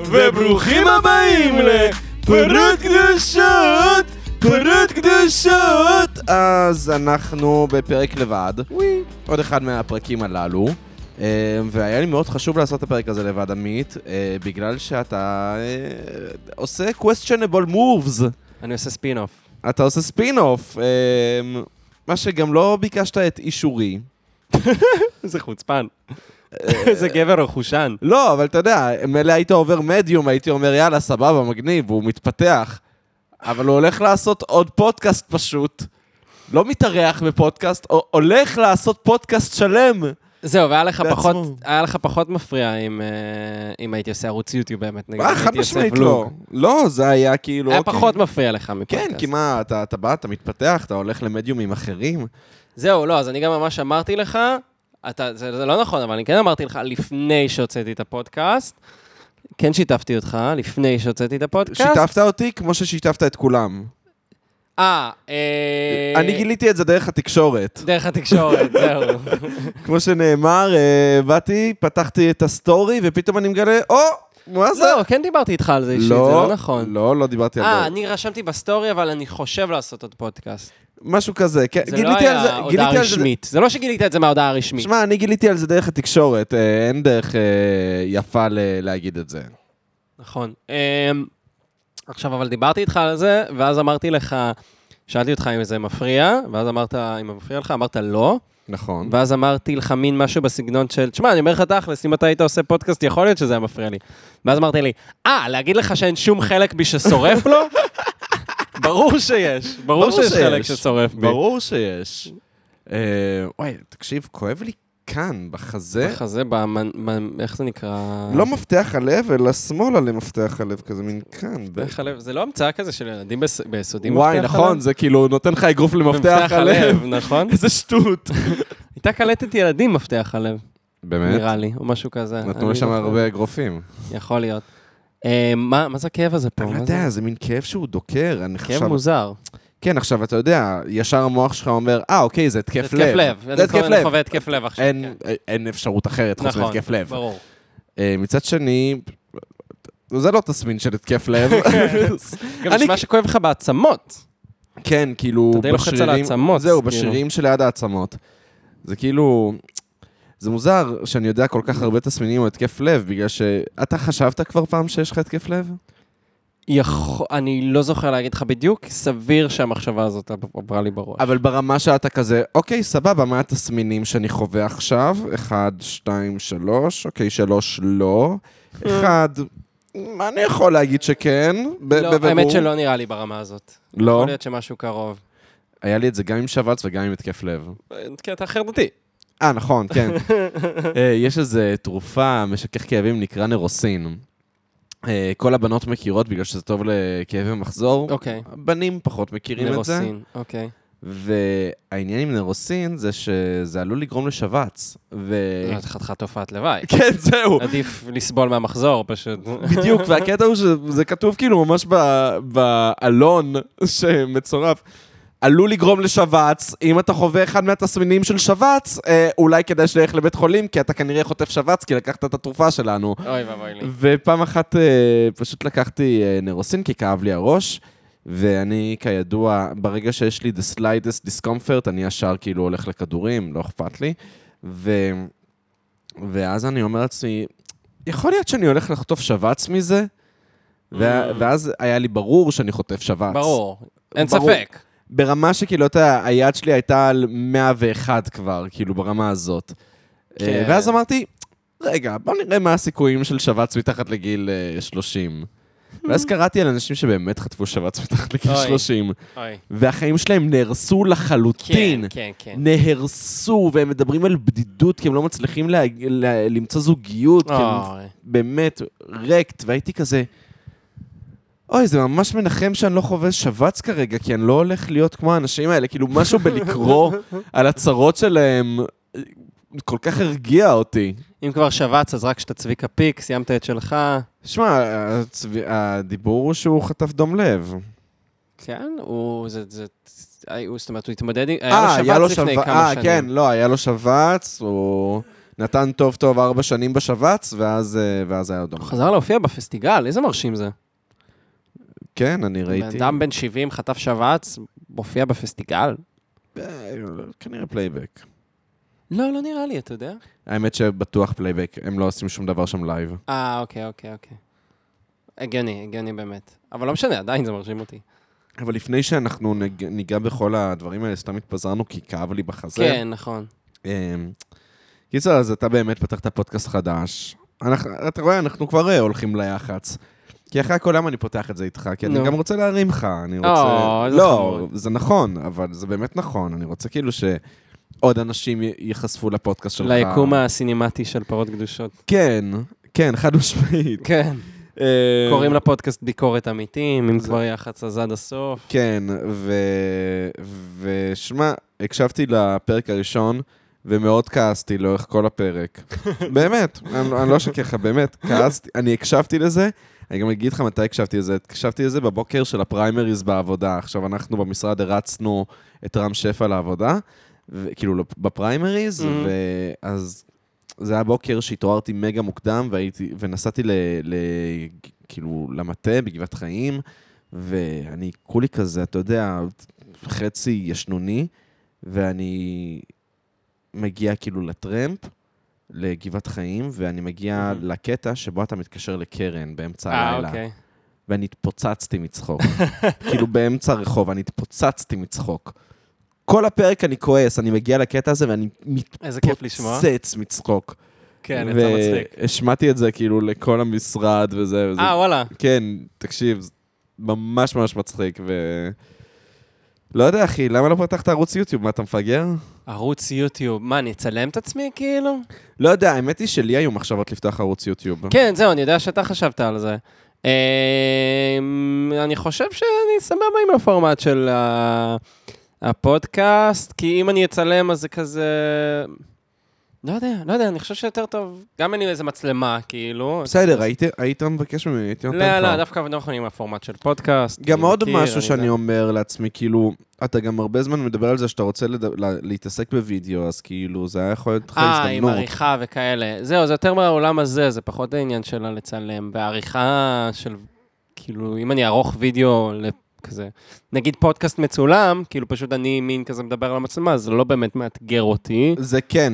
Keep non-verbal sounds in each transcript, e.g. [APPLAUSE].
וברוכים הבאים לפרות קדושות, פרות קדושות. אז אנחנו בפרק לבד, עוד אחד מהפרקים הללו, אה, והיה לי מאוד חשוב לעשות את הפרק הזה לבד, עמית, אה, בגלל שאתה אה, עושה questionable moves, אני עושה ספין-אוף. אתה עושה ספין-אוף, אה, מה שגם לא ביקשת את אישורי. איזה חוצפן. אה, איזה גבר רכושן. לא, אבל אתה יודע, מילא היית עובר מדיום, הייתי אומר, יאללה, סבבה, מגניב, הוא מתפתח. אבל הוא הולך לעשות עוד פודקאסט פשוט. לא מתארח בפודקאסט, הו- הולך לעשות פודקאסט שלם. זהו, והיה לך בעצמו. פחות, היה לך פחות מפריע אם, אה, אם הייתי עושה ערוץ יוטיוב באמת, נגיד, מה, הייתי אה, חד עושה משמעית לא. ולוג. לא, זה היה כאילו... היה אוקיי. פחות מפריע לך מפודקאסט. כן, כי מה, אתה אתה בא, אתה מתפתח, אתה הולך למדיומים אחרים. זהו, לא, אז אני גם ממש אמרתי לך, אתה, זה, זה לא נכון, אבל אני כן אמרתי לך לפני שהוצאתי את הפודקאסט, כן שיתפתי אותך לפני שהוצאתי את הפודקאסט. שיתפת אותי כמו ששיתפת את כולם. אה, אה... אני גיליתי את זה דרך התקשורת. דרך התקשורת, [LAUGHS] זהו. כמו שנאמר, אה, באתי, פתחתי את הסטורי, ופתאום אני מגלה, או, מה זה? לא, כן דיברתי איתך על זה אישית, זה לא נכון. לא, לא דיברתי על אה, זה. אני רשמתי בסטורי, אבל אני חושב לעשות עוד פודקאסט. משהו כזה, כן. זה לא גיליתי על היה גיליתי הודעה על זה- רשמית. זה לא שגילית את זה מההודעה הרשמית. שמע, אני גיליתי על זה דרך התקשורת, אה, אין דרך אה, יפה ל- להגיד את זה. נכון. אמ, עכשיו, אבל דיברתי איתך על זה, ואז אמרתי לך, שאלתי אותך אם זה מפריע, ואז אמרת, אם זה מפריע לך, אמרת לא, נכון. ואז אמרתי לך מין משהו בסגנון של, תשמע, אני אומר לך תכלס, אם אתה היית עושה פודקאסט, יכול להיות שזה היה מפריע לי. ואז אמרת לי, אה, להגיד לך שאין שום חלק בי ששורף לו? [LAUGHS] ברור שיש, ברור שיש חלק ששורף בי. ברור שיש. אה, וואי, תקשיב, כואב לי כאן, בחזה. בחזה, במנ- מנ- איך זה נקרא? לא מפתח הלב, אלא שמאלה למפתח הלב, כזה מין כאן. ב- מפתח הלב, זה לא המצאה כזה של ילדים בס- ביסודי וואי, נכון, זה כאילו נותן לך אגרוף למפתח הלב. נכון. [LAUGHS] איזה שטות. [LAUGHS] הייתה קלטת ילדים מפתח הלב, באמת? נראה לי, או משהו כזה. נתנו אני לשם לא זוכר. הרבה אגרופים. יכול להיות. אה, מה מה זה הכאב הזה פה? אני לא מה זה? יודע, זה מין כאב שהוא דוקר. אני כאב חשב... מוזר. כן, עכשיו, אתה יודע, ישר המוח שלך אומר, אה, אוקיי, זה זה התקף לב. התקף לב. זה אני התקף חווה- אני לב. חווה התקף לב עכשיו. אין- כן. אין אפשרות אחרת חוץ נכון, מהתקף לב. ברור. אה, מצד שני, זה לא תסמין של התקף [LAUGHS] לב. כן. גם אני- נשמע שכואב לך בעצמות. כן, כאילו, אתה די לוחץ על העצמות, זהו, כאילו. בשרירים שליד העצמות. זה כאילו... זה מוזר שאני יודע כל כך הרבה תסמינים או התקף לב, בגלל ש... אתה חשבת כבר פעם שיש לך התקף לב? יכול- אני לא זוכר להגיד לך בדיוק, סביר שהמחשבה הזאת עברה לי בראש. אבל ברמה שאתה כזה, אוקיי, סבבה, מה התסמינים שאני חווה עכשיו? אחד, שתיים, שלוש, אוקיי, שלוש, לא. אה. אחד, מה אני יכול להגיד שכן? ב- לא, בבירור. האמת שלא נראה לי ברמה הזאת. לא? יכול להיות שמשהו קרוב. היה לי את זה גם עם שבץ וגם עם התקף לב. כן, כי אתה חרדתי. אה, נכון, [LAUGHS] כן. אה, יש איזו תרופה, משכך כאבים, נקרא נרוסין. אה, כל הבנות מכירות בגלל שזה טוב לכאבי מחזור. אוקיי. הבנים פחות מכירים את זה. נרוסין, אוקיי. והעניין עם נרוסין זה שזה עלול לגרום לשבץ. ו... זאת חתיכת תופעת לוואי. כן, זהו. עדיף לסבול מהמחזור פשוט. בדיוק, והקטע הוא שזה כתוב כאילו ממש ב- בעלון שמצורף. עלול לגרום לשבץ, אם אתה חווה אחד מהתסמינים של שבץ, אה, אולי כדאי שתלך לבית חולים, כי אתה כנראה חוטף שבץ, כי לקחת את התרופה שלנו. אוי ואבוי לי. ופעם אחת אה, פשוט לקחתי אה, נרוסין, כי כאב לי הראש, ואני כידוע, ברגע שיש לי the slightest discomfort, אני ישר כאילו הולך לכדורים, לא אכפת לי. ו... ואז אני אומר לעצמי, יכול להיות שאני הולך לחטוף שבץ מזה? ו- ואז היה לי ברור שאני חוטף שבץ. ברור. אין ברור. ספק. ברמה שכאילו, אתה יודע, היד שלי הייתה על 101 כבר, כאילו, ברמה הזאת. כן. אה, ואז אמרתי, רגע, בוא נראה מה הסיכויים של שבץ מתחת לגיל אה, [LAUGHS] 30. ואז קראתי על אנשים שבאמת חטפו שבץ מתחת לגיל אוי. 30, אוי. והחיים שלהם נהרסו כן, לחלוטין. כן, כן. נהרסו, והם מדברים על בדידות, כי הם לא מצליחים לה, לה, למצוא זוגיות, כי הם אוי. באמת רקט, והייתי כזה, אוי, זה ממש מנחם שאני לא חווה שבץ כרגע, כי אני לא הולך להיות כמו האנשים האלה. כאילו, משהו [LAUGHS] בלקרוא על הצרות שלהם אה, כל כך הרגיע אותי. אם כבר שבץ, אז רק כשאתה צביקה פיק, סיימת את שלך. שמע, הצב- הדיבור הוא שהוא חטף דום לב. כן, הוא... זה... זה... היי, הוא- זאת אומרת, הוא התמודד עם... אה, היה לו שבץ לפני שבץ- כמה אה, כן, שנים. לא, היה לו שבץ, הוא נתן טוב טוב ארבע שנים בשבץ, ואז, אה, ואז היה לו דום. הוא חזר להופיע בפסטיגל, איזה מרשים זה. כן, אני בן ראיתי. אדם בן 70 חטף שבץ, מופיע בפסטיגל? אה, כנראה פלייבק. לא, לא נראה לי, אתה יודע. האמת שבטוח פלייבק, הם לא עושים שום דבר שם לייב. אה, אוקיי, אוקיי, אוקיי. הגיוני, הגיוני באמת. אבל לא משנה, עדיין זה מרשים אותי. אבל לפני שאנחנו נג- ניגע בכל הדברים האלה, סתם התפזרנו כי כאב לי בחזה. כן, נכון. אמ, קיצר, אז אתה באמת פתחת פודקאסט חדש. אנחנו, אתה רואה, אנחנו כבר אה, הולכים ליח"צ. כי אחרי הכל, למה אני פותח את זה איתך? כי אני נו. גם רוצה להרים לך, אני או, רוצה... איזה לא, חמוד. זה נכון, אבל זה באמת נכון. אני רוצה כאילו שעוד אנשים י- ייחשפו לפודקאסט שלך. ליקום הסינמטי של פרות קדושות. כן, כן, חד משמעית. כן. אמ, קוראים לפודקאסט ביקורת עמיתים, אם זה- כבר יח"צ אז עד הסוף. כן, ו... ושמע, הקשבתי לפרק הראשון, ומאוד כעסתי לאורך כל הפרק. באמת, אני, אני לא אשקר לך, באמת, כעסתי, אני הקשבתי לזה, אני גם אגיד לך מתי הקשבתי לזה. הקשבתי לזה בבוקר של הפריימריז בעבודה. עכשיו, אנחנו במשרד הרצנו את רם שפע לעבודה, ו... כאילו לפ- בפריימריז, Mhm. ואז זה היה בוקר שהתעוררתי מגה מוקדם, והייתי, ונסעתי ל... ל... כאילו, למטה בגבעת חיים, ואני כולי כזה, אתה יודע, חצי ישנוני, ואני מגיע כאילו לטרמפ, לגבעת חיים, ואני מגיע Mhm. לקטע שבו אתה מתקשר לקרן באמצע אה, הלילה. אוקיי. ואני התפוצצתי [LAUGHS] מצחוק. כאילו באמצע הרחוב, אני התפוצצתי מצחוק. כל הפרק אני כועס, אני מגיע לקטע הזה ואני איזה כיף לשמוע. מתפוצץ מצחוק. כן, יצא מצחיק. והשמעתי את זה כאילו לכל המשרד וזה. וזה. אה, וואלה. כן, תקשיב, זה ממש ממש מצחיק, ו... לא יודע, אחי, למה לא פתחת ערוץ יוטיוב? מה, אתה מפגר? ערוץ יוטיוב. מה, אני אצלם את עצמי כאילו? לא יודע, האמת היא שלי היו מחשבות לפתוח ערוץ יוטיוב. כן, זהו, אני יודע שאתה חשבת על זה. אמ, אני חושב שאני סבבה עם הפורמט של ה- הפודקאסט, כי אם אני אצלם אז זה כזה... לא יודע, לא יודע, אני חושב שיותר טוב. גם אין לי איזה מצלמה, כאילו. בסדר, היית- היית מבקש ממני, הייתי נותן לך. לא, לא, דווקא אנחנו עם הפורמט של פודקאסט. גם אני עוד מכיר, משהו אני שאני יודע. אומר לעצמי, כאילו, אתה גם הרבה זמן מדבר על זה שאתה רוצה לד... לה- להתעסק בווידאו, אז כאילו, זה היה יכול להיות לך אה, עם הזדמנות. עריכה וכאלה. זהו, זה יותר מהעולם הזה, זה פחות העניין של הלצלם. והעריכה של, כאילו, אם אני אערוך וידאו לכזה, נגיד פודקאסט מצולם, כאילו פשוט אני מין כזה מדבר על המצלמה, זה לא באמת מאתגר אותי. זה כן.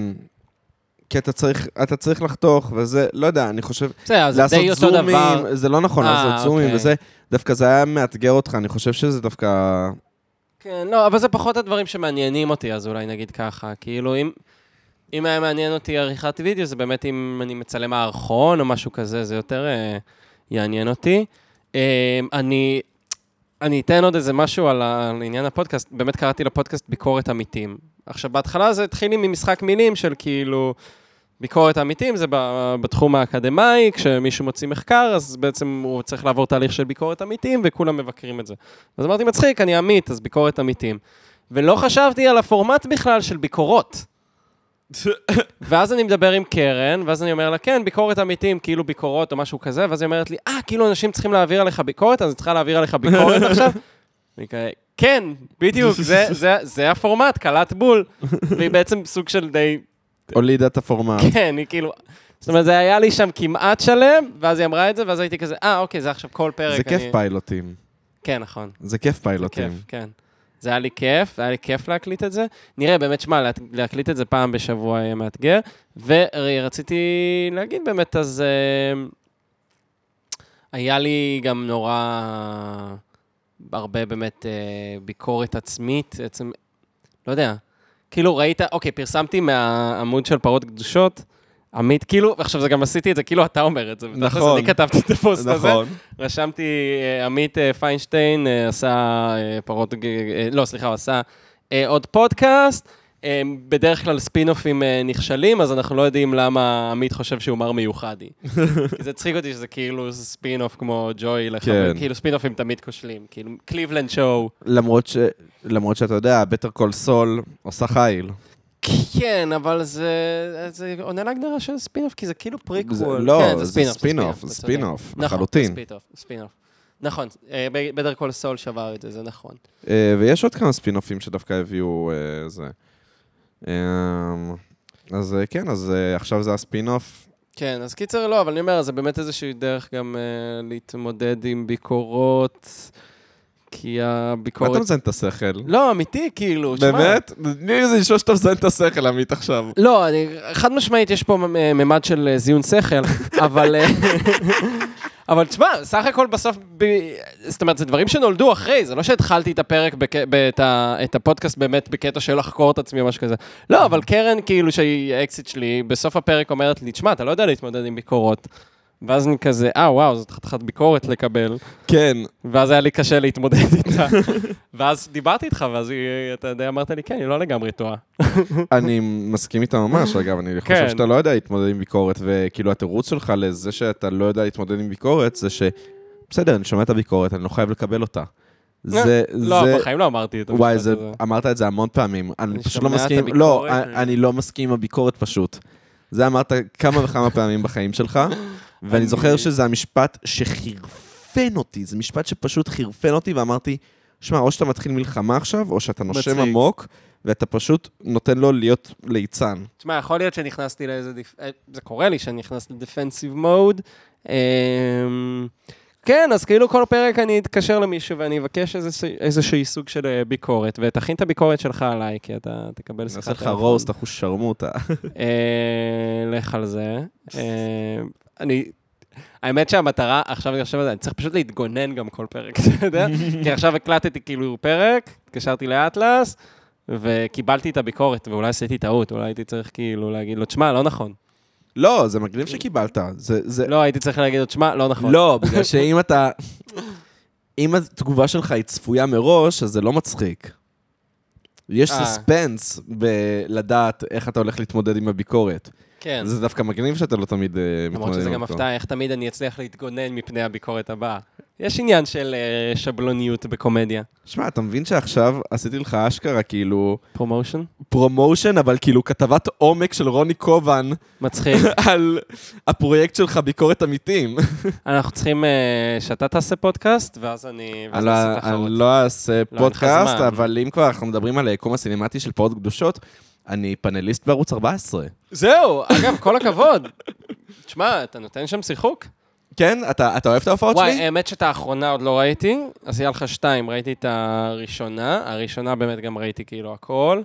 כי אתה צריך, אתה צריך לחתוך, וזה, לא יודע, אני חושב, בסדר, זה לעשות די אותו זומים, דבר. זה לא נכון, אה, לעשות זומים אוקיי. וזה, דווקא זה היה מאתגר אותך, אני חושב שזה דווקא... כן, לא, אבל זה פחות הדברים שמעניינים אותי, אז אולי נגיד ככה. כאילו, אם, אם היה מעניין אותי עריכת וידאו, זה באמת אם אני מצלם מערכון או משהו כזה, זה יותר אה, יעניין אותי. אה, אני, אני אתן עוד איזה משהו על, ה, על עניין הפודקאסט. באמת קראתי לפודקאסט ביקורת עמיתים. עכשיו, בהתחלה זה התחיל לי ממשחק מילים של כאילו... ביקורת עמיתים זה ב- בתחום האקדמאי, כשמישהו מוציא מחקר, אז בעצם הוא צריך לעבור תהליך של ביקורת עמיתים, וכולם מבקרים את זה. אז אמרתי, מצחיק, אני עמית, אז ביקורת עמיתים. ולא חשבתי על הפורמט בכלל של ביקורות. ואז אני מדבר עם קרן, ואז אני אומר לה, כן, ביקורת עמיתים, כאילו ביקורות או משהו כזה, ואז היא אומרת לי, אה, כאילו אנשים צריכים להעביר עליך ביקורת, אז אני צריכה להעביר עליך ביקורת עכשיו? אני כזה, כן, בדיוק, זה, זה, זה הפורמט, קלט בול. והיא בעצם סוג של די הולידה את הפורמט. [LAUGHS] כן, היא כאילו... זאת אומרת, זה היה לי שם כמעט שלם, ואז היא אמרה את זה, ואז הייתי כזה, אה, אוקיי, זה עכשיו כל פרק. זה כיף אני- פיילוטים. כן, נכון. זה כיף כיף, פיילוטים. כן. זה היה לי כיף, היה לי כיף להקליט את זה. נראה, באמת, שמע, להק- להקליט את זה פעם בשבוע יהיה מאתגר. ורציתי להגיד באמת, אז אה, היה לי גם נורא הרבה באמת אה, ביקורת עצמית, בעצם, לא יודע, כאילו ראית, אוקיי, פרסמתי מהעמוד של פרות קדושות, עמית, כאילו, ועכשיו זה גם עשיתי את זה, כאילו אתה אומר את זה. ותכלס, נכון. אני כתבתי את הפוסט הזה. נכון. רשמתי, אה, עמית אה, פיינשטיין אה, עשה אה, פרות, ג- אה, לא, סליחה, הוא עשה אה, עוד פודקאסט. אה, בדרך כלל ספינופים אה, נכשלים, אז אנחנו לא יודעים למה עמית חושב שהוא מר [LAUGHS] מיוחדי. כי זה צחיק אותי שזה כאילו ספינוף כמו ג'וי לחבר, כן. כאילו ספינופים תמיד כושלים, כאילו קליבלנד שואו. למרות ש- למרות שאתה יודע, בטר קול סול עושה חיל. כן, אבל זה, זה עונה להגדרה של ספינוף, כי זה כאילו זה- פריקוול. לא, כן, זה ספינוף, ספינוף, אתה זה צודק. ספינוף, נכון, לחלוטין. זה ספינוף, ספינוף. נכון, אה, ב- בדרך כלל סול שבר את זה, זה נכון. אה, ויש עוד כמה ספינופים שדווקא הביאו אה, זה. אמ, אז אה, כן, אז אה, עכשיו זה הספין-אוף. כן, אז קיצר לא, אבל אני אומר, זה באמת איזושהי דרך גם אה, להתמודד עם ביקורות, כי מה אתה הביקורת... מזיין את השכל? לא, אמיתי, כאילו. שמע, באמת? לי זה נשמע שאתה מזיין את השכל, עמית, עכשיו. לא, אני, חד משמעית יש פה מ- אה, ממד של אה, זיון שכל, [LAUGHS] אבל... אה, אבל תשמע, סך הכל בסוף, ב... זאת אומרת, זה דברים שנולדו אחרי, זה לא שהתחלתי את הפרק, בק... ב... את, ה... את הפודקאסט באמת בקטע של לחקור את עצמי או משהו כזה. לא, אבל קרן, כאילו, שהיא האקסיט שלי, בסוף הפרק אומרת לי, תשמע, אתה לא יודע להתמודד עם ביקורות. ואז אני כזה, אה, וואו, זאת חתיכת ביקורת לקבל. כן. ואז היה לי קשה להתמודד איתה. ואז דיברתי איתך, ואז היא, אתה יודע, אמרת לי, כן, היא לא לגמרי טועה. אני מסכים איתה ממש, אגב, אני כן. חושב שאתה לא יודע להתמודד עם ביקורת, וכאילו התירוץ שלך לזה שאתה לא יודע להתמודד עם ביקורת, זה ש... בסדר, אני שומע את הביקורת, אני לא חייב לקבל אותה. זה, לא, זה... בחיים לא אמרתי את וואי, המשפט זה, הזה. אמרת את זה המון פעמים, אני אני פשוט לא שומע את מסכים, הביקורת. אה. לא, אני- אני לא מסכים עם הביקורת פשוט. זה אמרת כמה וכמה פעמים בחיים [LAUGHS] שלך, ואני אני- זוכר שזה המשפט שחירפן אותי, זה משפט שפשוט חירפן אותי, ואמרתי, שמע, או שאתה מתחיל מלחמה עכשיו, או שאתה נושם מצחיק. עמוק, ואתה פשוט נותן לו להיות ליצן. תשמע, יכול להיות שנכנסתי לאיזה... דיפ... אה, זה קורה לי שאני נכנס לדפנסיב מוד. אמ, כן, אז כאילו כל פרק אני אתקשר למישהו ואני אבקש איזשהו- איזשהי סוג של אה, ביקורת, ותכין את הביקורת שלך עליי, כי אתה תקבל שיחת נעשה לך טלפון. רוסט, אנחנו שרמוטה. [LAUGHS] אה, לך על זה. אה, אני... האמת שהמטרה, עכשיו אני חושב על זה, אני צריך פשוט להתגונן גם כל פרק, [LAUGHS] אתה יודע? כי עכשיו הקלטתי כאילו פרק, התקשרתי לאטלס, וקיבלתי את הביקורת, ואולי עשיתי טעות, אולי הייתי צריך כאילו להגיד לו, תשמע, לא נכון. לא, זה כן. מגניב שקיבלת. זה, זה... לא, הייתי צריך להגיד לו, תשמע, לא נכון. לא, בגלל שאם אתה... אם התגובה שלך היא צפויה מראש, אז זה לא מצחיק. יש אה. סספנס בלדעת איך אתה הולך להתמודד עם הביקורת. כן. זה דווקא מגניב שאתה לא תמיד אה, למרות מתמודד שזה עם גם הביקורת. הפתעה, איך תמיד אני אצליח להתגונן מפני הביקורת הבאה. יש עניין של אה, שבלוניות בקומדיה. שמע, אתה מבין שעכשיו עשיתי לך אשכרה כאילו פרומושן? פרומושן, אבל כאילו כתבת עומק של רוני קובן [LAUGHS] מצחיק. על הפרויקט שלך ביקורת עמיתים. אנחנו צריכים אה, שאתה תעשה פודקאסט, ואז אני... ואז אני נעשה לא- תחרות. אני לא אעשה לך פודקאסט, זמן. אבל אם כבר אנחנו מדברים על היקום הסינמטי של פעות קדושות, אני פאנליסט בערוץ 14. זהו, אגב, כל הכבוד. [LAUGHS] תשמע, אתה נותן שם שיחוק? כן? אתה אתה אוהב את ההופעות וואי, אה, שלי? האמת שאת האחרונה עוד לא ראיתי, אז היה לך שתיים, ראיתי את הראשונה, הראשונה באמת גם ראיתי כאילו הכל,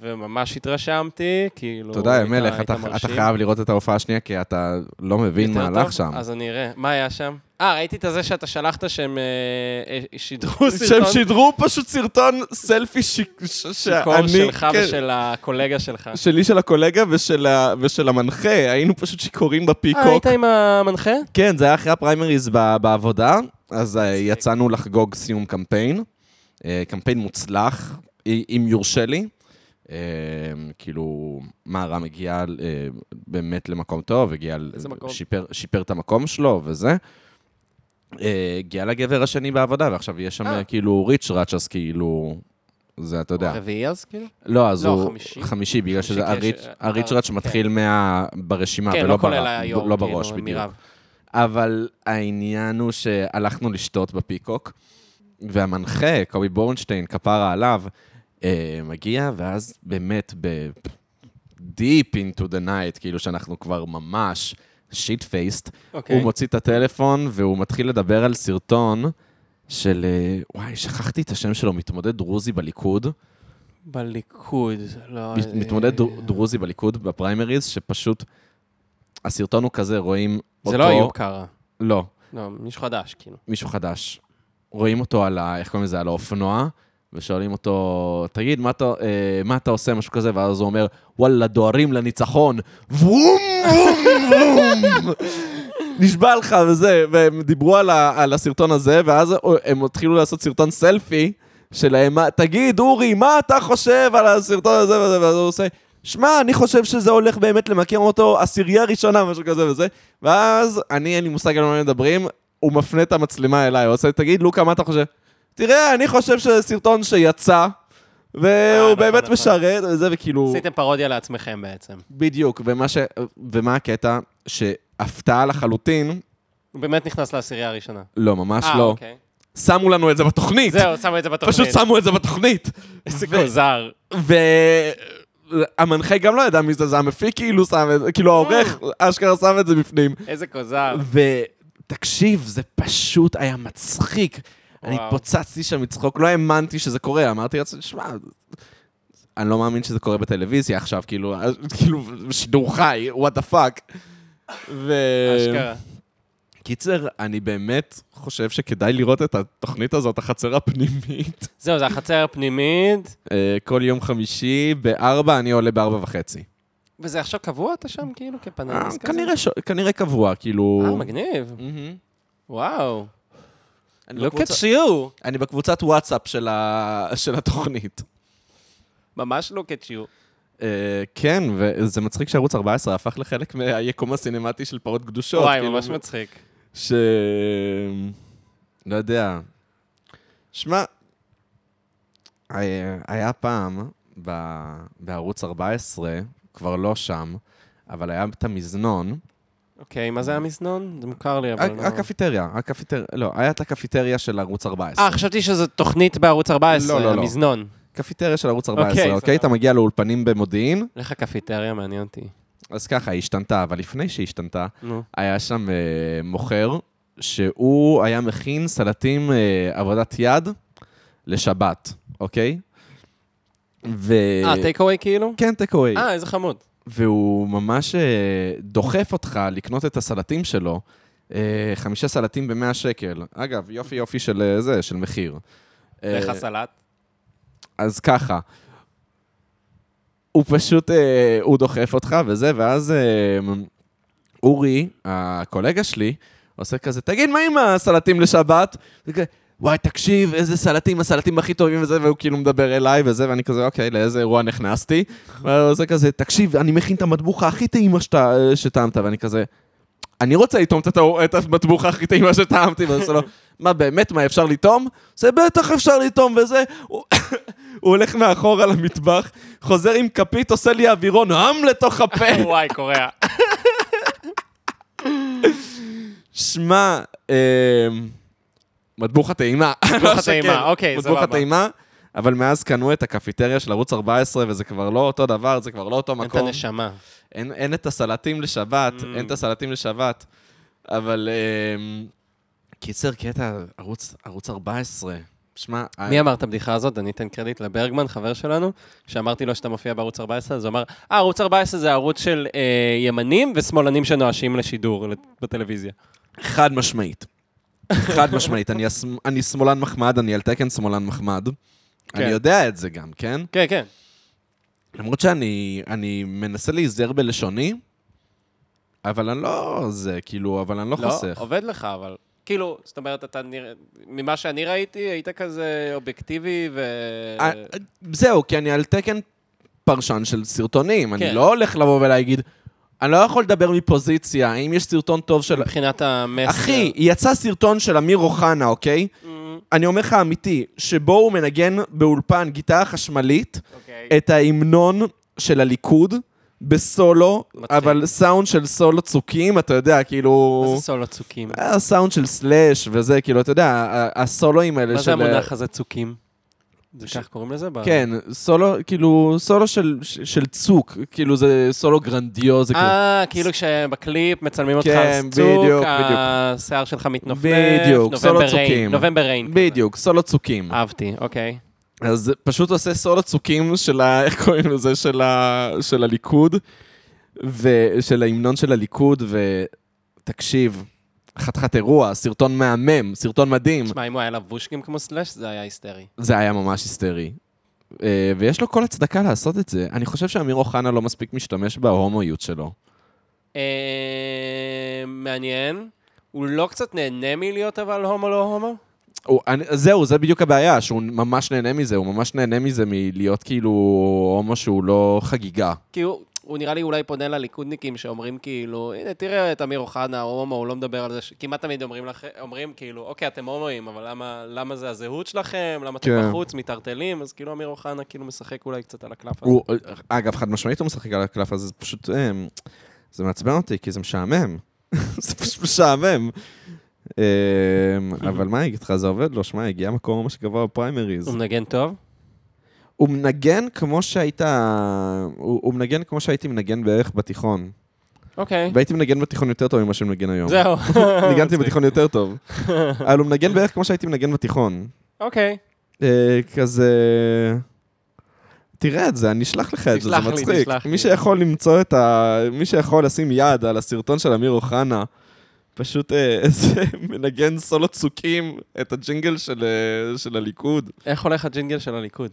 וממש התרשמתי, כאילו... תודה, היית- המלך, היית אתה אתה מרשים. חייב לראות את ההופעה השנייה, כי אתה לא מבין יותר מה טוב? הלך שם. [LAUGHS] אז אני אראה. מה היה שם? אה, ראיתי את זה שאתה שלחת שהם אה, אה, שידרו שהם סרטון שידרו פשוט סרטון סלפי ש- ש- שיכור שאני... שלך כן, ושל הקולגה שלך. שלי, של הקולגה ושל ה- ושל המנחה, היינו פשוט שיכורים אה, בפיקוק. היית עם המנחה? כן, זה היה אחרי הפריימריז ב- בעבודה, אז אה, יצאנו לחגוג סיום קמפיין. אה, קמפיין מוצלח, אי- אם יורשה לי. אה, כאילו, מארה מגיעה אה, באמת למקום טוב, הגיעה, ל- איזה מקום? שיפר, שיפר את המקום שלו וזה. אה, הגיע לגבר השני בעבודה, ועכשיו יש שם אה. אה. כאילו ריץ' ראץ', אז כאילו, זה אתה יודע. רביעי אז כאילו? לא, אז לא, הוא... חמישי? חמישי, בגלל חמישי, שזה כי יש- הריץ'- אה, הריץ' אה, ראץ' מתחיל מה... ברשימה, כן, ולא לא בר- כולל היו"ר, לא בראש, כאילו, בדיוק. מירב. אבל העניין הוא שהלכנו לשתות בפיקוק, והמנחה, קובי בורנשטיין, כפרה עליו, אה, מגיע, ואז באמת ב... Deep into the night, כאילו שאנחנו כבר ממש שיט פייסט, הוא אוקיי. מוציא את הטלפון והוא מתחיל לדבר על סרטון של, אה, וואי, שכחתי את השם שלו, מתמודד דרוזי בליכוד. בליכוד, לא... מת- אה, מתמודד דרו- דרוזי בליכוד בפריימריז, שפשוט, הסרטון הוא כזה, רואים אותו... זה לא איוב קרא. לא, לא, מישהו חדש, כאילו. מישהו חדש. רואים אותו על ה... איך קוראים לזה? על האופנוע, ושואלים אותו, תגיד, מה אתה, אה, מה אתה עושה? משהו כזה, ואז הוא אומר, וואלה, דוהרים לניצחון, וום, וום, וום. נשבע לך וזה, והם דיברו על, ה, על הסרטון הזה, ואז הם התחילו לעשות סרטון סלפי שלהם, "מה- תגיד, אורי, מה אתה חושב על הסרטון הזה וזה, ואז הוא עושה, שמע, אני חושב שזה הולך באמת למקם אותו עשירייה ראשונה, משהו כזה וזה, ואז אני, אין לי מושג על מה הם מדברים, הוא מפנה את המצלמה אליי, הוא עושה, תגיד, לוקה, מה אתה חושב? תראה, אני חושב שזה סרטון שיצא, והוא נכון, באמת נכון. משרת, וזה, וכאילו... עשיתם פרודיה לעצמכם בעצם. בדיוק, ומה, ש... ומה הקטע? שהפתעה לחלוטין, הוא באמת נכנס לעשירייה הראשונה. לא, ממש אה, לא. [LAUGHS] אוקיי. שמו לנו את זה בתוכנית. זהו, שמו את זה בתוכנית. פשוט שמו את זה בתוכנית. איזה ו- כוזר. ו... המנחה גם לא ידע מי זה, זה המפיק כאילו שם את זה, כאילו העורך אה. אשכרה שם את זה בפנים. איזה כוזר. ותקשיב, זה פשוט היה מצחיק. אני וואו. התפוצצתי שם מצחוק, לא האמנתי שזה קורה, אמרתי לעצמי, שמע, אני לא מאמין שזה קורה בטלוויזיה עכשיו, כאילו, אז- כאילו, שידור חי, וואט דה פאק. ו... אשכרה. קיצר, אני באמת חושב שכדאי לראות את התוכנית הזאת, החצר הפנימית. [LAUGHS] זהו, זה החצר הפנימית. אה, כל יום חמישי, בארבע, אני עולה בארבע וחצי. וזה עכשיו קבוע אתה שם, כאילו, אה, כפנליסט כזה? כנראה ש- כנראה קבוע, כאילו... אה, מגניב. מהמם. וואו. לא אני Look בקבוצה- at you. לא אני בקבוצת וואטסאפ של ה- [LAUGHS] של התוכנית. ממש look at you. אה, כן, וזה מצחיק שערוץ 14 הפך לחלק מהיקום הסינמטי של פרות קדושות. וואי, כאילו, ממש מצחיק. ש... לא יודע. שמע, אה, היה פעם ב- בערוץ 14, כבר לא שם, אבל היה את המזנון, אוקיי, מה אה. זה המזנון? זה מוכר לי, אבל... ה- לא. הקפיטריה, הקפיטריה, לא, היה את הקפיטריה של ערוץ 14. אה, חשבתי שזו תוכנית בערוץ 14, לא, לא, לא. המזנון. קפיטריה של ערוץ אוקיי, 14, אוקיי? סבבה. אתה מגיע לאולפנים במודיעין, לך קפיטריה, מעניין אותי. אז ככה, היא השתנתה, אבל לפני שהיא השתנתה, נו. היה שם אה, מוכר, שהוא היה מכין סלטים אה, עבודת יד לשבת, אוקיי? ו... אה, טייק אווי כאילו? כן, טייק אווי. אה, איזה חמוד. והוא ממש אה, דוחף אותך לקנות את הסלטים שלו, אה, חמישה סלטים ב-100 שקל. אגב, יופי יופי של אה, זה, של מחיר. אה, לך סלט. אז ככה. הוא פשוט, אה, הוא דוחף אותך וזה, ואז אה, אורי, הקולגה שלי, עושה כזה, תגיד, מה עם הסלטים לשבת? וכזה, וואי, תקשיב, איזה סלטים, הסלטים הכי טובים וזה, והוא כאילו מדבר אליי וזה, ואני כזה, אוקיי, לאיזה אירוע נכנסתי? והוא עושה כזה, תקשיב, אני מכין את המטבוחה הכי טעימה שאתה- שטעמת, ואני כזה, אני רוצה לטעום את הטעו- את המטבוחה הכי טעימה שטעמתי, ואז הוא עושה לו, מה, באמת, מה, אפשר לטעום? זה בטח אפשר לטעום וזה. הוא- [COUGHS] הוא הולך מאחורה למטבח, חוזר עם כפית, עושה לי אווירון העם לתוך הפה. וואי, קורע. שמע, אמ, מטבוח הטעימה. [LAUGHS] מטבוח הטעימה, כן, אוקיי, מטבוח סבבה. הטעימה, אבל מאז קנו את הקפיטריה של ערוץ 14, וזה כבר לא אותו דבר, זה כבר לא אותו אין את מקום. הנשמה. אין- אין את הסלטים לשבת, Mm. אין את הסלטים לשבת, אבל... אמ, קיצר, קטע, ערוץ ערוץ 14. שמע, מי אמר את הבדיחה הזאת? אני אתן קרדיט לברגמן, חבר שלנו, כשאמרתי לו שאתה מופיע בערוץ 14, אז הוא אמר, אה, ערוץ 14 זה ערוץ של אה, ימנים ושמאלנים שנואשים לשידור לת- בטלוויזיה. חד משמעית. חד משמעית. אני הס- אני שמאלן מחמד, אני על תקן שמאלן מחמד. אני כן. יודע את זה גם, כן? כן, כן. למרות שאני אני מנסה להיזהר בלשוני, אבל אני לא זה, כאילו, אבל אני לא, לא, חוסך. עובד לך, אבל... כאילו, זאת אומרת, אתה נראה... ממה שאני ראיתי, היית כזה אובייקטיבי ו... אה, זהו, כי אני על תקן פרשן של סרטונים. כן. אני לא הולך לבוא ולהגיד, אני לא יכול לדבר מפוזיציה, אם יש סרטון טוב של... מבחינת המסר. אחי, יצא סרטון של אמיר אוחנה, אוקיי? אמ, אני אומר לך אמיתי, שבו הוא מנגן באולפן גיטרה חשמלית, אוקיי. את ההמנון של הליכוד בסולו, מצחיק. אבל סאונד של סולו צוקים, אתה יודע, כאילו... מה זה סולו צוקים? היה סאונד של סלאש וזה, כאילו, אתה יודע, ה- הסולואים האלה מה של... אה, זה המונח הזה צוקים? זה כך קוראים לזה? ב- כן, סולו, כאילו, סולו של, של צוק, כאילו, זה סולו גרנדיוזי. כאילו. אה, כאילו כשבקליפ מצלמים אותך כן, על צוק, בדיוק, השיער שלך מתנופף, בדיוק, סולו נובמבר ריין, צוקים. נובמבר ריין. בדיוק, סולו צוקים. אהבתי, אוקיי. אז פשוט עושה סולו צוקים של ה... [LAUGHS] איך קוראים לזה? של, ה, של הליכוד, ושל ההמנון של הליכוד, ותקשיב, חתיכת אירוע, סרטון מהמם, סרטון מדהים. תשמע, אם הוא היה לבוש גם כמו סלאש, זה היה היסטרי. זה היה ממש היסטרי. אה, ויש לו כל הצדקה לעשות את זה. אני חושב שאמיר אוחנה לא מספיק משתמש בהומואיות שלו. אה, מעניין. הוא לא קצת נהנה מלהיות אבל הומו לא הומו? הוא, אני, זהו, זה בדיוק הבעיה, שהוא ממש נהנה מזה, הוא ממש נהנה מזה מלהיות כאילו הומו שהוא לא חגיגה. כי הוא... הוא נראה לי אולי פונה לליכודניקים שאומרים כאילו, הנה, תראה את אמיר אוחנה, הוא הומו, הוא לא מדבר על זה, ש... כמעט תמיד אומרים לכם, אומרים כאילו, אוקיי, אתם הומואים, אבל למה, למה זה הזהות שלכם? למה אתם כן. בחוץ, מיטלטלים? אז כאילו אמיר אוחנה כאילו משחק אולי קצת על הקלף הזה. הוא, אגב, חד משמעית הוא משחק על הקלף הזה, זה פשוט... אה, זה מעצבן אותי, כי זה משעמם. [LAUGHS] זה פשוט משעמם. אה, אבל מה אני אגיד לך, זה עובד לו, שמע, הגיע מקום ממש גבוה בפריימריז. הוא מנגן טוב? הוא מנגן כמו שהיית... הוא, הוא מנגן כמו שהייתי מנגן בערך בתיכון. אוקיי. והייתי מנגן בתיכון יותר טוב ממה שאני מנגן היום. זהו. [LAUGHS] ניגנתי בתיכון יותר טוב. אבל הוא מנגן בערך כמו שהייתי מנגן בתיכון. אוקיי. אה, כזה... תראה את זה, אני אשלח לך את זה, זה תשלח לי, מצחיק. תשלח מי לי. שיכול למצוא את ה... מי שיכול לשים יד על הסרטון של אמיר אוחנה, פשוט אה, [LAUGHS] איזה מנגן סולו צוקים את הג'ינגל של, אה, של הליכוד. איך הולך הג'ינגל של הליכוד?